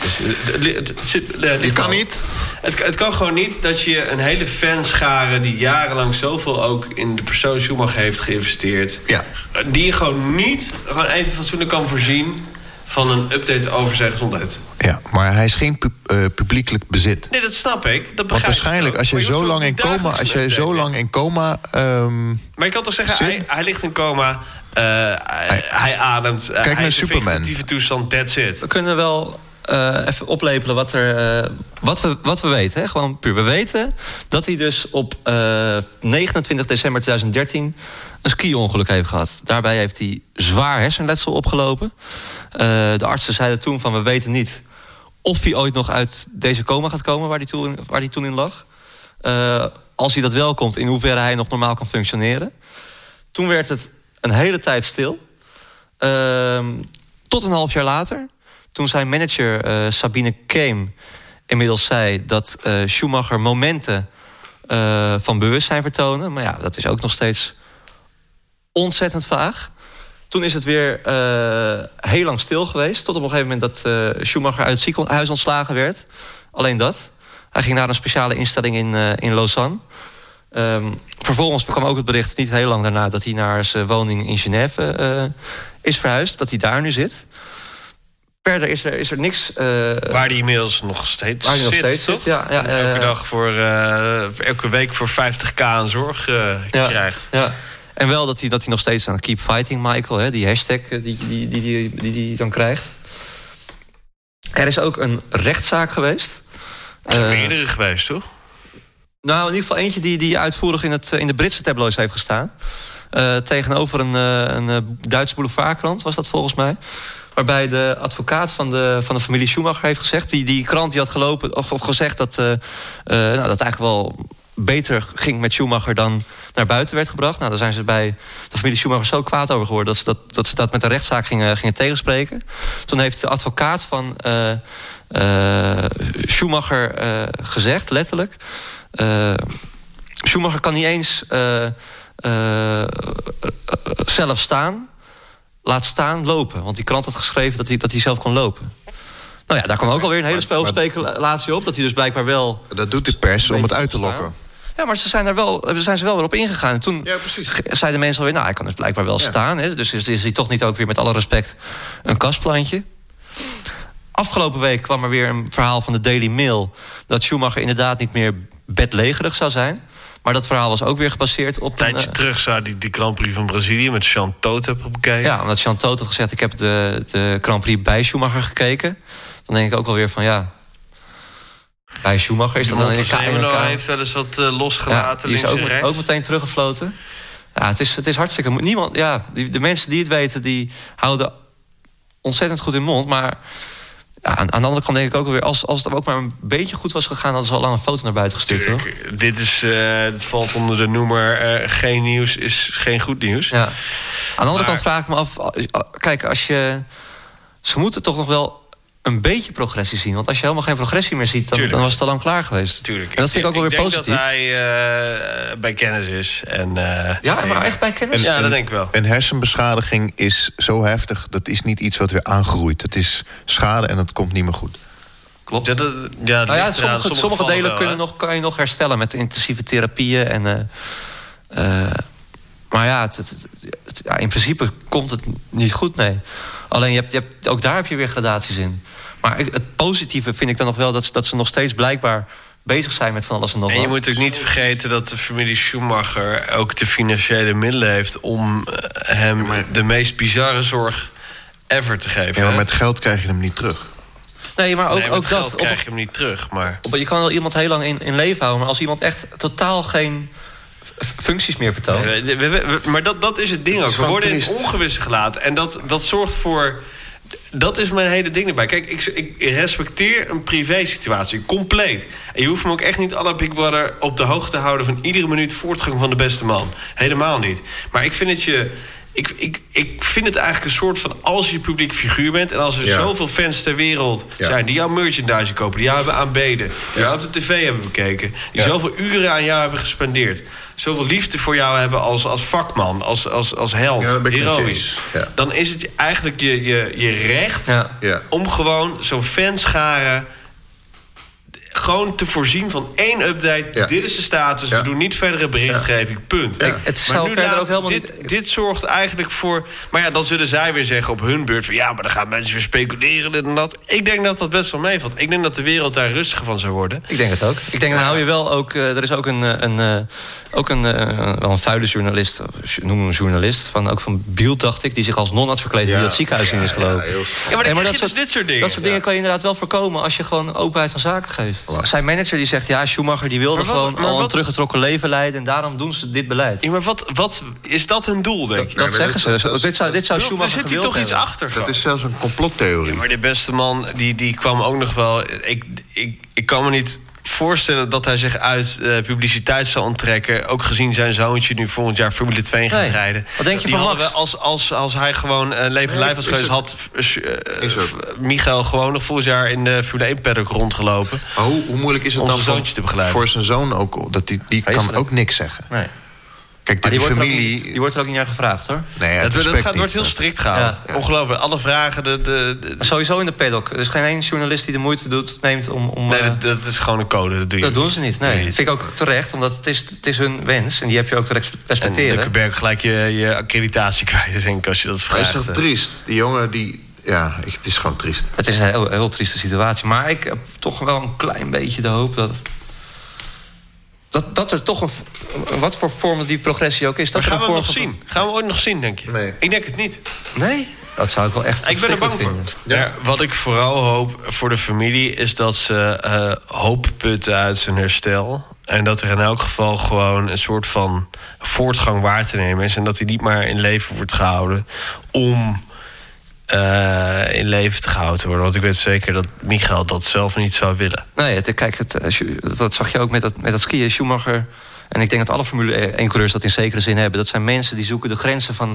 dus, eh, het- het- het zit- eh, ligt
kan
wel.
niet.
Het, het kan gewoon niet dat je een hele fanschare... die jarenlang zoveel ook in de persoon Schumacher heeft geïnvesteerd...
Ja.
die je gewoon niet gewoon even fatsoenlijk kan voorzien... van een update over zijn gezondheid.
Ja, maar hij is geen pub- eh, publiekelijk bezit.
Nee, dat snap ik. Dat begrijp
Want waarschijnlijk
ik
als je
jij
zo lang in coma, als jij zo lang in coma, ehm,
Maar je kan toch zeggen,
Zin?
hij, hij ligt in coma, eh, hij, hij ademt, eh, hij
naar
is in
Superman.
vegetatieve toestand, that's it.
We kunnen wel eh, even oplepelen wat, er, eh, wat, we, wat we weten. Hè? Gewoon puur. We weten dat hij dus op eh, 29 december 2013 een ski-ongeluk heeft gehad. Daarbij heeft hij zwaar hersenletsel opgelopen. Eh, de artsen zeiden toen van we weten niet of hij ooit nog uit deze coma gaat komen waar hij toen, waar hij toen in lag. Eh, als hij dat wel komt, in hoeverre hij nog normaal kan functioneren. Toen werd het een hele tijd stil. Ehm, tot een half jaar later, toen zijn manager eh, Sabine Keem inmiddels zei dat eh, Schumacher momenten eh, van bewustzijn vertonen. Maar ja, dat is ook nog steeds ontzettend vaag. Toen is het weer eh, heel lang stil geweest. Tot op een gegeven moment dat eh, Schumacher uit het ziekenhuis ontslagen werd. Alleen dat. Hij ging naar een speciale instelling in, eh, in Lausanne. Ehm, vervolgens kwam ook het bericht, niet heel lang daarna... dat hij naar zijn woning in Genève eh, is verhuisd. Dat hij daar nu zit. Verder is er, is er niks... eh,
Waar die inmiddels nog steeds
Waar die nog
zit,
steeds
toch?
zit, ja, ja,
En elke
eh,
dag voor, eh, elke week voor 50k aan zorg eh, krijgt.
Ja. En wel dat hij, dat hij nog steeds aan het keep fighting, Michael, hè, die hashtag eh, die die, die, die, die, die dan krijgt. Er is ook een rechtszaak geweest.
Er zijn
Eh,
meerdere geweest, toch?
nou, in ieder geval eentje die, die uitvoerig in, het, eh, in de Britse tabloids heeft gestaan. Eh, tegenover een, eh, een eh, Duitse boulevardkrant was dat volgens mij. Waarbij de advocaat van de, van de familie Schumacher heeft gezegd... die, die krant die had gelopen, of, of gezegd dat, eh, eh, nou, dat het eigenlijk wel beter ging met Schumacher... dan naar buiten werd gebracht. Nou, daar zijn ze bij de familie Schumacher zo kwaad over geworden... dat ze dat, dat, ze dat met een rechtszaak gingen, gingen tegenspreken. Toen heeft de advocaat van eh, eh, Schumacher eh, gezegd, letterlijk... eh, Schumacher kan niet eens eh, eh, zelf staan. Laat staan lopen. Want die krant had geschreven dat hij, dat hij zelf kon lopen. Nou ja, daar kwam ook alweer een hele spelspeculatie op. Dat hij dus blijkbaar wel...
dat doet de pers om het uit te lokken.
Ja, maar ze zijn, daar wel, daar zijn ze wel weer op ingegaan. En toen
Ja, precies.
ge- zeiden mensen alweer... nou, hij kan dus blijkbaar wel staan. Hè? Dus is, is hij toch niet ook weer met alle respect een kastplantje. Afgelopen week kwam er weer een verhaal van de Daily Mail... dat Schumacher inderdaad niet meer bedlegerig zou zijn. Maar dat verhaal was ook weer gebaseerd op...
Een tijdje
eh,
terug zou die, die Grand Prix van Brazilië met Jean Todt hebben bekeken.
Ja, omdat Jean Toot had gezegd... ik heb de, de Grand Prix bij Schumacher gekeken. Dan denk ik ook alweer van ja... Bij Schumacher is dat dan in
Monte
elkaar- in
Zemelo
elkaar-
heeft wel eens wat eh,
Ja,
losgelaten
die is
links en
ook,
rechts.
ook meteen teruggefloten. Ja, het is, het is hartstikke... mo- Niemand, ja, die- de mensen die het weten, die houden ontzettend goed in mond. Maar ja, aan, aan de andere kant denk ik ook alweer... als, als het ook maar een beetje goed was gegaan... hadden ze al lang een foto naar buiten gestuurd, toch?
Tuurlijk, Dit is, eh, het valt onder de noemer eh, geen nieuws is geen goed nieuws.
Ja. Aan de andere
Maar-
kant vraag ik me af... a- a- Kijk, als je... Ze moeten toch nog wel een beetje progressie zien. Want als je helemaal geen progressie meer ziet... dan,
Tuurlijk.
dan was het al lang klaar geweest.
Tuurlijk.
En dat vind ik ook wel weer
denk
positief.
dat hij eh, bij kennis is. En, eh,
Ja, maar echt bij kennis.
ja, dat denk ik wel.
Een hersenbeschadiging is zo heftig, dat is niet iets wat weer aangroeit. Het is schade en dat komt niet meer goed.
Klopt.
Ja, dat, ja, dat ligt
Nou ja,
eraan.
sommige, sommige,
vallen
delen
wel,
kunnen
hè.
nog, kan je nog herstellen met intensieve therapieën. En, eh, eh, maar ja, het, het- het- het- ja, in principe komt het niet goed, nee. Alleen je hebt, je hebt, ook daar heb je weer gradaties in. Maar ik- het positieve vind ik dan nog wel dat, ze- dat ze nog steeds blijkbaar bezig zijn met van alles en nog
En je
wat.
moet ook niet vergeten dat de familie Schumacher ook de financiële middelen heeft om eh, hem de meest bizarre zorg ever te geven.
Ja, maar
hè?
met geld krijg je hem niet terug.
Nee, maar ook,
Nee, met
ook
geld
dat. Op,
krijg je hem niet terug, maar...
op- je kan wel iemand heel lang in, in leven houden, maar als iemand echt totaal geen f- functies meer vertoont.
We- we- we- we- maar dat, dat is het ding ook. We
gewoon
worden in het
triest.
ongewisse gelaten. En dat, dat zorgt voor... Dat is mijn hele ding erbij. Kijk, ik, ik respecteer een privé-situatie. Compleet. En je hoeft me ook echt niet alle Big Brother op de hoogte te houden... van iedere minuut voortgang van de beste man. Helemaal niet. Maar ik vind het je... Ik, ik, ik vind het eigenlijk een soort van... als je publiek figuur bent... en als er
Ja.
zoveel fans ter wereld
Ja.
zijn... die jouw merchandise kopen, die jou hebben aanbeden... die jou op de tv hebben bekeken... die
Ja.
zoveel uren aan jou hebben gespendeerd... zoveel liefde voor jou hebben als, als vakman, als, als, als held,
Ja, dat ben ik met je
heroïs...
eens. Ja.
dan is het eigenlijk je, je, je recht
Ja.
Ja.
om gewoon zo'n fanscharen... gewoon te voorzien van één update,
Ja.
dit is de status...
Ja.
we doen niet verdere berichtgeving, punt.
Ja. Ik-
het zou verder ook helemaal
dit,
niet-
dit zorgt eigenlijk voor... Maar ja, dan zullen zij weer zeggen op hun beurt... van ja, maar dan gaan mensen weer speculeren, dit en dat. Ik denk dat dat best wel meevalt. Ik denk dat de wereld daar rustiger van zou worden.
Ik denk het ook. Ik denk, dan hou je wel ook... eh, er is ook een, eh, een, eh, ook een, eh, wel een vuile journalist, of jo- noem hem een journalist... Van, ook van Bielt, dacht ik, die zich als non had verkleed... en
Ja.
die dat ziekenhuis in is
Ja,
gelopen.
ja, heel stom.
Ja, maar dan
En
krijg je dus dit soort dingen.
Dat soort dingen kan je inderdaad wel voorkomen... als je gewoon openheid van zaken geeft.
Voilà.
Zijn manager die zegt, ja, Schumacher die wilde
Maar wat-
gewoon...
maar
al een
wat-
teruggetrokken leven leiden... en daarom doen ze dit beleid.
Ja, maar wat, wat is dat hun doel, denk je?
dat zeggen
dit-
ze.
dat-
dit zou, dit zou
Er
Schumacher
zit hier
gewild
toch iets
hebben.
achter.
Dat
gewoon.
is zelfs een complottheorie.
Maar de beste man, die, die kwam ook nog wel... Ik, ik, ik kan me niet voorstellen dat hij zich uit eh, publiciteit zal onttrekken. Ook gezien zijn zoontje nu volgend jaar Formule 2 gaat
Nee.
rijden.
Wat denk je
Die
van
hadden
Max?
we Als, als, als hij gewoon eh, leven lijf was
is
geweest...
ook-
had eh, eh,
is ook.
f- Michael gewoon nog volgend jaar in de Formule 1 paddock rondgelopen.
Maar hoe, hoe moeilijk is het
Onze
dan voor-
zoontje te begeleiden.
voor zijn zoon ook? Dat die, die kan
er-
ook niks zeggen.
Nee.
Kijk, de
Maar die, wordt er ook
familie...
niet- die wordt er ook niet naar gevraagd, hoor.
nee, ja,
dat dat
respect
gaat,
niet.
wordt heel strikt gehouden.
Ja.
Ongelooflijk. Alle vragen... De, de, de-
Sowieso in de paddock. Er is geen één journalist die de moeite doet, neemt om... om
nee,
eh,
dat, dat is gewoon een code. Dat doe je
Dat doen ze niet, nee.
Nee.
Dat vind ik ook terecht, omdat het is, het is hun wens. En die heb je ook te res-
En
respecteren.
Zuckerberg gelijk je, je accreditatie kwijt, denk ik, als je dat
Maar is
vraagt.
dat triest? Die jongen die... Ja, ik- het is gewoon triest.
Het is een heel, heel trieste situatie. Maar ik heb toch wel een klein beetje de hoop dat... Dat, dat er toch een... v- Wat voor vorm die progressie ook is. Dat
Maar gaan
er
we
een
hem nog
vorm
zien? Gaan we ooit nog zien, denk je?
Nee.
Ik denk het niet.
van- Nee? Dat zou ik wel echt
Ik ben er bang voor.
verschrikkelijk vinden.
Ja, wat ik vooral hoop voor de familie is dat ze eh, hoop putten uit zijn herstel. En dat er in elk geval gewoon een soort van voortgang waar te nemen is. En dat hij niet maar in leven wordt gehouden om eh, in leven te gehouden te worden. Want ik weet zeker dat Michael dat zelf niet zou willen.
Nee, het, kijk, het, eh, Schu- dat- dat zag je ook met dat, met dat skiën. Schumacher... En ik denk dat alle Formule 1-coureurs dat in zekere zin hebben. Dat zijn mensen die zoeken de grenzen van,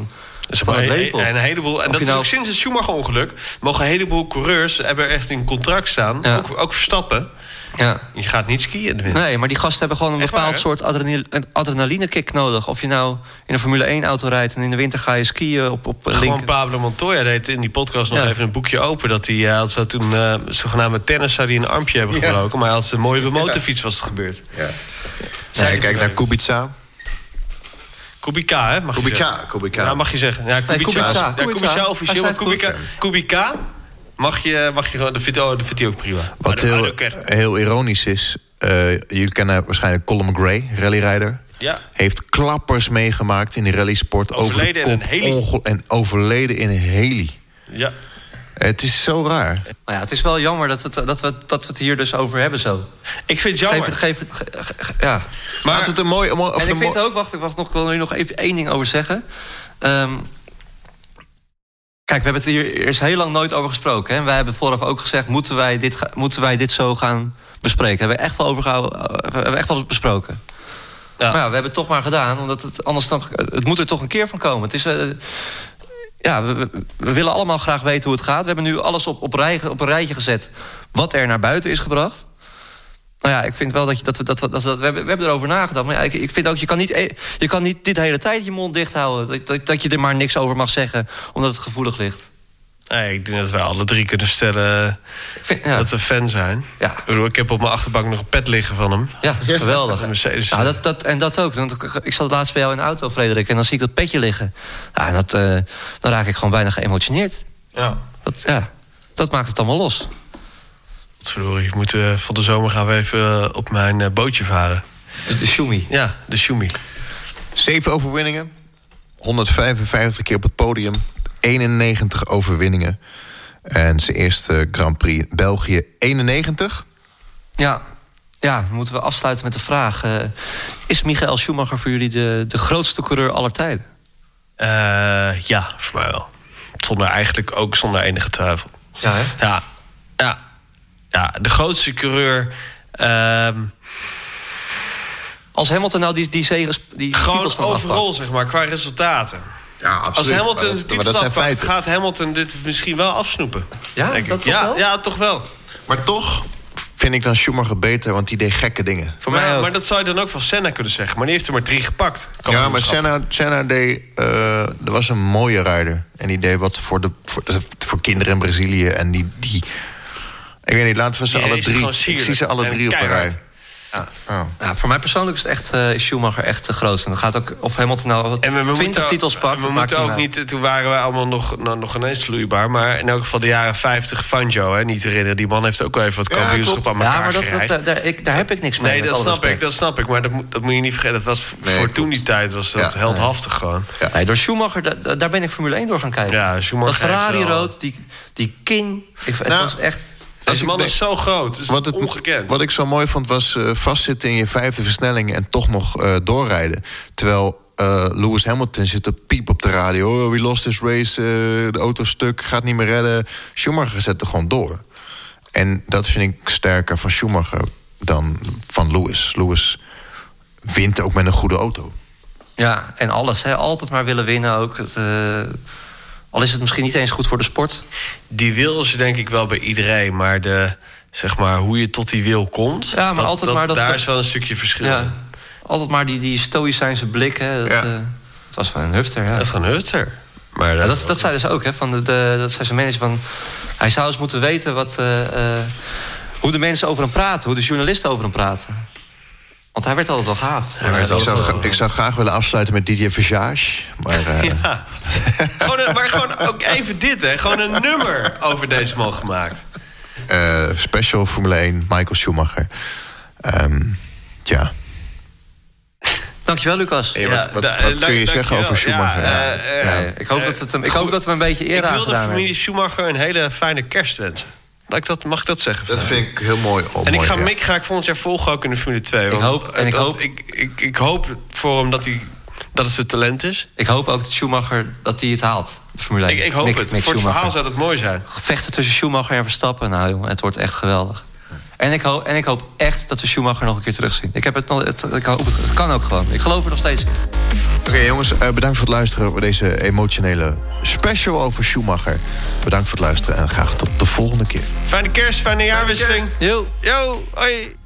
van het
Maar
leven. op.
En een heleboel, en
Of
dat
je
is
nou-
ook sinds het Schumacher-ongeluk... mogen een heleboel coureurs hebben echt in contract staan.
Ja.
Ook, ook Verstappen.
Ja.
Je gaat niet skiën in de winter.
Nee, maar die gasten hebben gewoon een
Echt
bepaald
waar, hè?
soort adrenali- een adrenalinekick nodig. Of je nou in een Formule 1-auto rijdt en in de winter ga je skiën op, op
Gewoon
linker.
Pablo Montoya deed in die podcast nog
Ja.
even een boekje open. Dat hij eh, had zo toen eh, zogenaamde tennis zou hij een armpje hebben gebroken. Maar hij had een mooie motorfiets was het gebeurd.
Ja.
Zei
Nee,
ik
kijk
het
naar Kubica.
Kubica, hè? Mag Je
Kubica,
zeggen.
Kubica.
Ja, mag je zeggen. Ja, Kubica,
Kubica.
is- Ja,
Kubica.
Kubica
Hij
officieel.
zei
Maar
het
Kubica,
goed.
Kubica mag je, mag je gewoon... Dat vindt, oh, dat vindt hij ook prima. Maar
Wat
dat-
heel,
maar dat kan.
heel ironisch is... eh, jullie kennen waarschijnlijk Colin McRae, rallyrijder.
Ja.
Heeft klappers meegemaakt in de rallysport.
Overleden in
over de
een
kop,
heli.
ongel- en overleden in een heli.
Ja.
Het is zo raar.
Maar ja, het is wel jammer dat, het, dat, we, dat we het hier dus over hebben zo.
Ik vind het
Geef
jammer.
het, geef het, ge- ge- ge- ja.
Maar het een mooi... Of
en
een
ik vind
mooi-
ook, wacht, ik wacht nog, ik wil er nog even één ding over zeggen. Ehm, kijk, we hebben het hier eerst heel lang nooit over gesproken. Hè? En wij hebben vooraf ook gezegd, moeten wij dit, ga- moeten wij dit zo gaan bespreken? Hebben we echt wel, over gehouden- eh, we hebben echt wel besproken.
Ja.
Maar Nou ja, we hebben het toch maar gedaan, omdat het anders dan... Het moet er toch een keer van komen. Het is... eh, ja, we, we- we willen allemaal graag weten hoe het gaat. We hebben nu alles op, op, rij, op een rijtje gezet wat er naar buiten is gebracht. Nou ja, ik vind wel dat, je, dat, we, dat, we, dat, we, dat we, hebben, we hebben erover nagedacht. Maar ja, ik, ik vind ook, je kan, niet, e- je kan niet dit hele tijd je mond dicht houden. Dat, dat, dat je er maar niks over mag zeggen, omdat het gevoelig ligt.
Nee, ik denk dat wij alle drie kunnen stellen
Ik vind, ja,
dat we fan zijn.
Ja.
Ik, bedoel, ik heb op mijn achterbank nog een pet liggen van hem.
ja, geweldig.
Een Mercedes.
Nou, dat, dat, en dat ook. Want ik- Ik zat laatst bij jou in de auto, Frederik, en dan zie ik dat petje liggen. Ja, en dat, eh, dan raak ik gewoon bijna geëmotioneerd.
Ja.
Dat, ja, dat maakt het allemaal los.
Sorry, ik moet, eh, voor de zomer gaan we even eh, op mijn eh, bootje varen.
De Shumi.
Ja, de Shumi.
Zeven overwinningen. 155 keer op het podium. 91 overwinningen. En zijn eerste Grand Prix in België 91.
Ja. Ja, dan moeten we afsluiten met de vraag. eh, is Michael Schumacher voor jullie de, de grootste coureur aller tijden?
Eh, ja, voor mij wel. Zonder eigenlijk ook zonder enige twijfel.
Ja, hè?
Ja, ja, ja de grootste coureur. ehm,
Als Hamilton nou die, die zegens... Die
gewoon
titels van afpakt.
overal, zeg maar, qua resultaten.
Ja, absoluut.
Als
Maar
Hamilton
dat-
de
maar dat
titel
zijn
afpakt,
feiten.
gaat Hamilton dit misschien wel afsnoepen.
Ja,
denk
dat
ik.
toch
ja,
wel?
ja, toch wel.
Maar toch vind ik dan Schumacher beter, want die deed gekke dingen.
Voor mij
Maar,
ook.
maar dat zou je dan ook van Senna kunnen zeggen. Maar die heeft er maar drie gepakt.
Ja, maar
Kampioenschap.
Senna, Senna deed, eh, er was een mooie rijder. En die deed wat voor, de, voor, de- voor kinderen in Brazilië. En die, die... Ik weet niet, laten we ze
Die
alle
is
drie...
gewoon
Ik
sierlijk
zie ze alle
en
drie op een
keihard.
rij.
Ja.
Oh.
Ja, voor mij persoonlijk is, het echt, eh, is Schumacher echt de grootste. En dat gaat ook, of Hamilton nou
En we, we
20
moeten, ook-
titels pakt,
We
dat
moeten
maakt
ook
uit.
niet. Toen waren we allemaal nog, nou, nog ineens vloeibaar. Maar in elk geval de jaren 50 Fangio, hè, niet te herinneren. Die man heeft ook wel even wat
Ja,
kampioenschap
klopt.
aan elkaar
Ja, maar dat, dat,
gereid.
daar, daar- ik, daar heb ik niks mee.
Nee,
met
dat
alle
snap ik,
respect.
dat snap ik. Maar dat, moet- dat moet je niet vergeten. Dat was
Nee,
voor
klopt.
toen die tijd was dat
Ja.
heldhaftig gewoon.
Nee, door Schumacher, da- da- daar ben ik Formule 1 door gaan kijken.
Ja, Schumacher
dat Ferrari
heeft wel-
rood, die, die King. Ik, het
Nou,
was echt...
Dus
Die
ik
man
denk-
is zo groot. Het is
Wat, het,
ongekend.
wat ik zo mooi vond was eh, vastzitten in je vijfde versnelling... en toch nog eh, doorrijden. Terwijl eh, Lewis Hamilton zit op piep op de radio. Oh, we lost this race, eh, de auto stuk, gaat niet meer redden. Schumacher zet er gewoon door. En dat vind ik sterker van Schumacher dan van Lewis. Lewis wint ook met een goede auto.
Ja, en alles. Hè, altijd maar willen winnen ook. Het, eh, al is het misschien niet eens goed voor de sport.
Die wil is er denk ik wel bij iedereen. Maar, de, zeg maar hoe je tot die wil komt...
Ja, maar altijd maar dat-
daar
dat-
is wel een stukje verschil
Ja.
in.
Altijd maar die, die stoïcijnse blik. Hè, dat,
Ja.
eh, het was wel een hufter, ja.
Dat is gewoon Hutser. Maar eh,
Ja, dat, dat zei dus ook, hè, van de, de- dat zei zijn manager. Van, hij zou eens moeten weten wat, eh, eh, hoe de mensen over hem praten. Hoe de journalisten over hem praten. Want hij werd altijd wel gehaat.
Hij werd
Ik
altijd
zou,
wel-
gra- ik zou graag willen afsluiten met Didier Visage. Maar eh,
Ja. gewoon een- maar gewoon ook even dit, hè. Gewoon een nummer over deze man gemaakt.
eh, special Formule 1, Michael Schumacher. Ehm ja.
Dankjewel, Lucas.
wat- wat-
da-
wat kun je
dank-
zeggen over Schumacher?
Ja,
eh, Ja.
eh, eh,
Nee, ik, hoop dat we het hem, ik
goed.
hoop dat we hem een beetje
Ik
eerder
wil de
aangedaan
familie
hebben.
Schumacher een hele fijne kerst wensen. Laat ik dat, mag ik dat zeggen?
Dat
vandaag?
vind ik heel mooi. oh,
en ik
mooi,
ga
ja.
Mick ga ik volgend jaar volgen ook in de Formule 2. want eh,
hoop- en ik
dat-
hoop-
Ik, ik, ik hoop voor hem dat, hij, dat het zijn talent is.
Ik hoop ook dat Schumacher dat hij het haalt. de Formule
Ik,
1.
ik hoop
Mick-
het.
Mick
voor het verhaal
Schumacher.
zou dat mooi zijn.
Gevechten tussen Schumacher en Verstappen. Nou jongen, het wordt echt geweldig. En ik, hoop, en ik hoop echt dat we Schumacher nog een keer terugzien. Ik heb het, nog- het, ik hoop het, het kan ook gewoon. Ik geloof er nog steeds in.
Oké jongens, eh, bedankt voor het luisteren voor deze emotionele special over Schumacher. Bedankt voor het luisteren en graag tot de volgende keer.
Fijne kerst, fijne jaarwisseling.
Yo.
Yo, hoi.